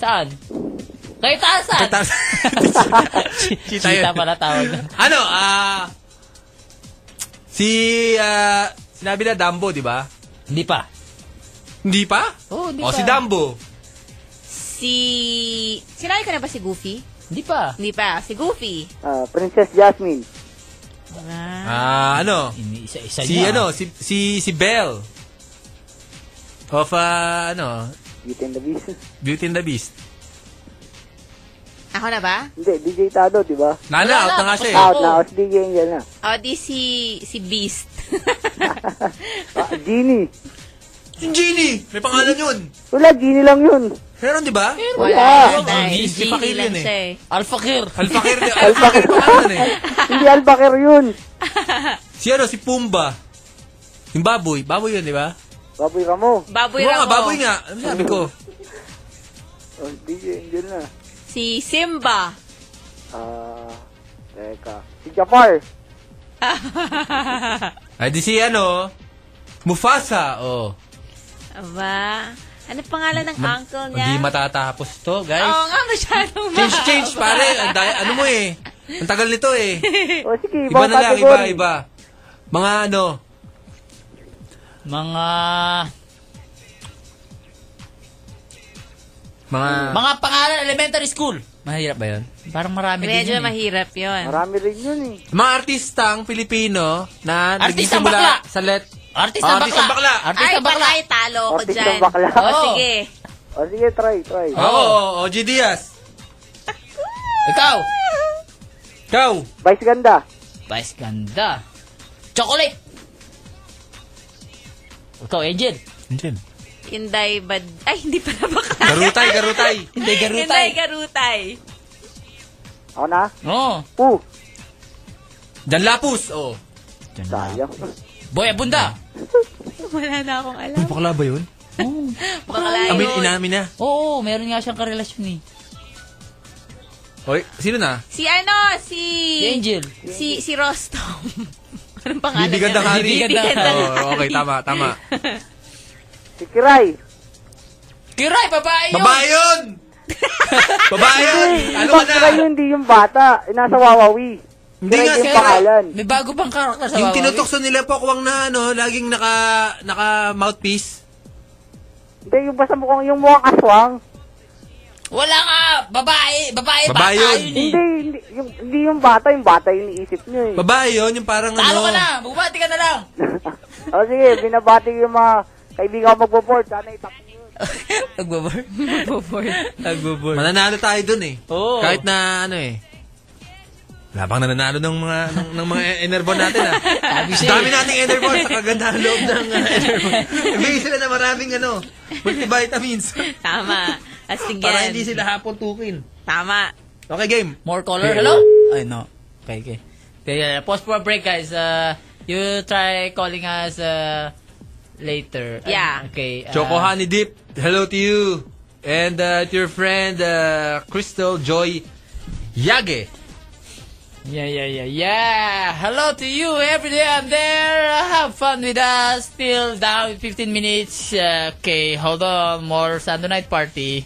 Saan? Kay
Ah.
Tarzan.
Tatas.
Cheetah Cheetah pala tawag. nun.
ano, ah... si, ah... sinabi na Dumbo, di ba?
Hindi pa.
Oh, Hindi pa?
Oo, hindi
o,
pa.
si Dumbo.
Si... Sinabi ka na ba si Goofy?
Hindi pa.
Hindi pa. Si Goofy.
Ah, Princess Jasmine.
Ah, ano?
Isa-isa
si,
niya.
ano, si, si, si Belle. Of, ah, ano,
Beauty and the Beast.
Beauty and the Beast.
Ako na ba?
Hindi, DJ Tado, di ba?
Nala, out na nga siya eh.
Out na, out DJ Angel na.
O, Oh, di si... Si Beast.
Ah, Genie.
Si Genie! May pangalan yun!
Wala, Genie lang yun.
Meron, di ba?
Wala.
Wala.
Si
Si
Fakir
Genie lang
yun eh.
siya eh.
Al-Fakir.
Alpakir, alpakir pangalan eh.
Hindi Albaker yun.
Si ano, si Pumba. Yung baboy. Baboy yun, di ba?
Baboy ka mo.
Baboy
Oo
Ramo.
nga, baboy nga. Ano sabi ko?
Oh, DJ Angel na.
Si Simba.
Ah, teka. Si Jafar.
Ay, di si ano, Mufasa. Oh.
Aba. Ano pangalan ng
Ma-
uncle niya?
Hindi matatapos to, guys.
Oo nga, masyadong
Change,
mahaba.
change, pare. Ang daya- ano mo eh. Ang tagal nito eh.
O sige,
Iba
ibang
na lang, iba,
category.
iba. Mga ano,
Mga...
mga...
Mga pangalan elementary school.
Mahirap ba yun?
Parang marami din
Medyo
yun. eh.
mahirap yun.
Marami rin yun eh.
Mga artistang Pilipino na
Artistang
nagsisimula
bakla.
sa let...
Artistang
Oh, artistang
bakla.
bakla.
Artistang
Ay,
bakla.
baka ay talo ko
Artistang
dyan.
bakla.
O,
Oo.
sige.
Ah,
O sige, try, try.
Oo, oh, OG Diaz.
Ikaw.
Ikaw.
Vice Ganda.
Vice ganda. Chocolate. Ikaw, Angel.
Angel.
Inday bad... Ay, hindi pala baka.
Garutay, garutay.
Hindi,
Inday
garutay.
garutay.
Ako na?
Oo.
Poo.
Danlapus, oh.
Sayang.
Boy Abunda.
Wala na akong alam.
Bakla ba yun?
Bakla
Amin,
yun.
inamin na.
Oo, meron nga siyang karelasyon eh.
Oy, sino na?
Si ano, si...
Si Angel.
Si, si Rostom. Anong pangalan
Bibigyan ng
niya?
hari.
Bibigyan ng hari.
Oo, okay, tama, tama.
Si Kiray.
Kiray, babae yun!
Babae yun! babae yun! Ano
Ano
ka na?
Kiray yun, hindi yung bata. Eh, Nasa Wawawi.
Hindi
Kiray
nga,
yung
Kiray.
pangalan.
May bago pang karakter
Yung tinutokso nila po kuwang na ano, laging naka naka mouthpiece.
Hindi, yung basta mukhang yung mukhang aswang.
Wala ka! Babae! Babae,
Babae
bata
yun.
yun eh!
Hindi, hindi, yung, hindi yung bata, yung bata yung iniisip nyo eh.
Babae 'yon, yung parang
Talo ka na!
ano.
Bumati ka na lang!
O Ah, sige, binabati ko yung mga kaibigan ko magpo-board. Sana itap
Nagbo-board.
Nagbo-board. Nagbo-board.
Mananalo tayo dun eh.
Oo.
Kahit na ano eh. Wala pang nananalo ng mga ng, ng mga enerbon natin ah.
Sabi siya eh.
Dami nating enerbon sa kagandahan loob ng uh, enerbon. Ibigay sila na maraming ano, multivitamins.
Tama. Astigyan.
Para hindi sila hapon tukin.
Tama.
Okay, game.
More color. Hello? Ay, no. Okay, okay. Okay, yeah, yeah. pause for a break, guys. Uh, you try calling us uh, later. Ay,
Yeah.
okay. uh,
Choco Honey Dip, hello to you. And uh, to your friend, uh, Crystal Joy Yage.
Yeah, yeah, yeah, yeah. Hello to you. Every day I'm there. Have fun with us. Still down with 15 minutes. Uh, Okay, hold on. More Sunday night party.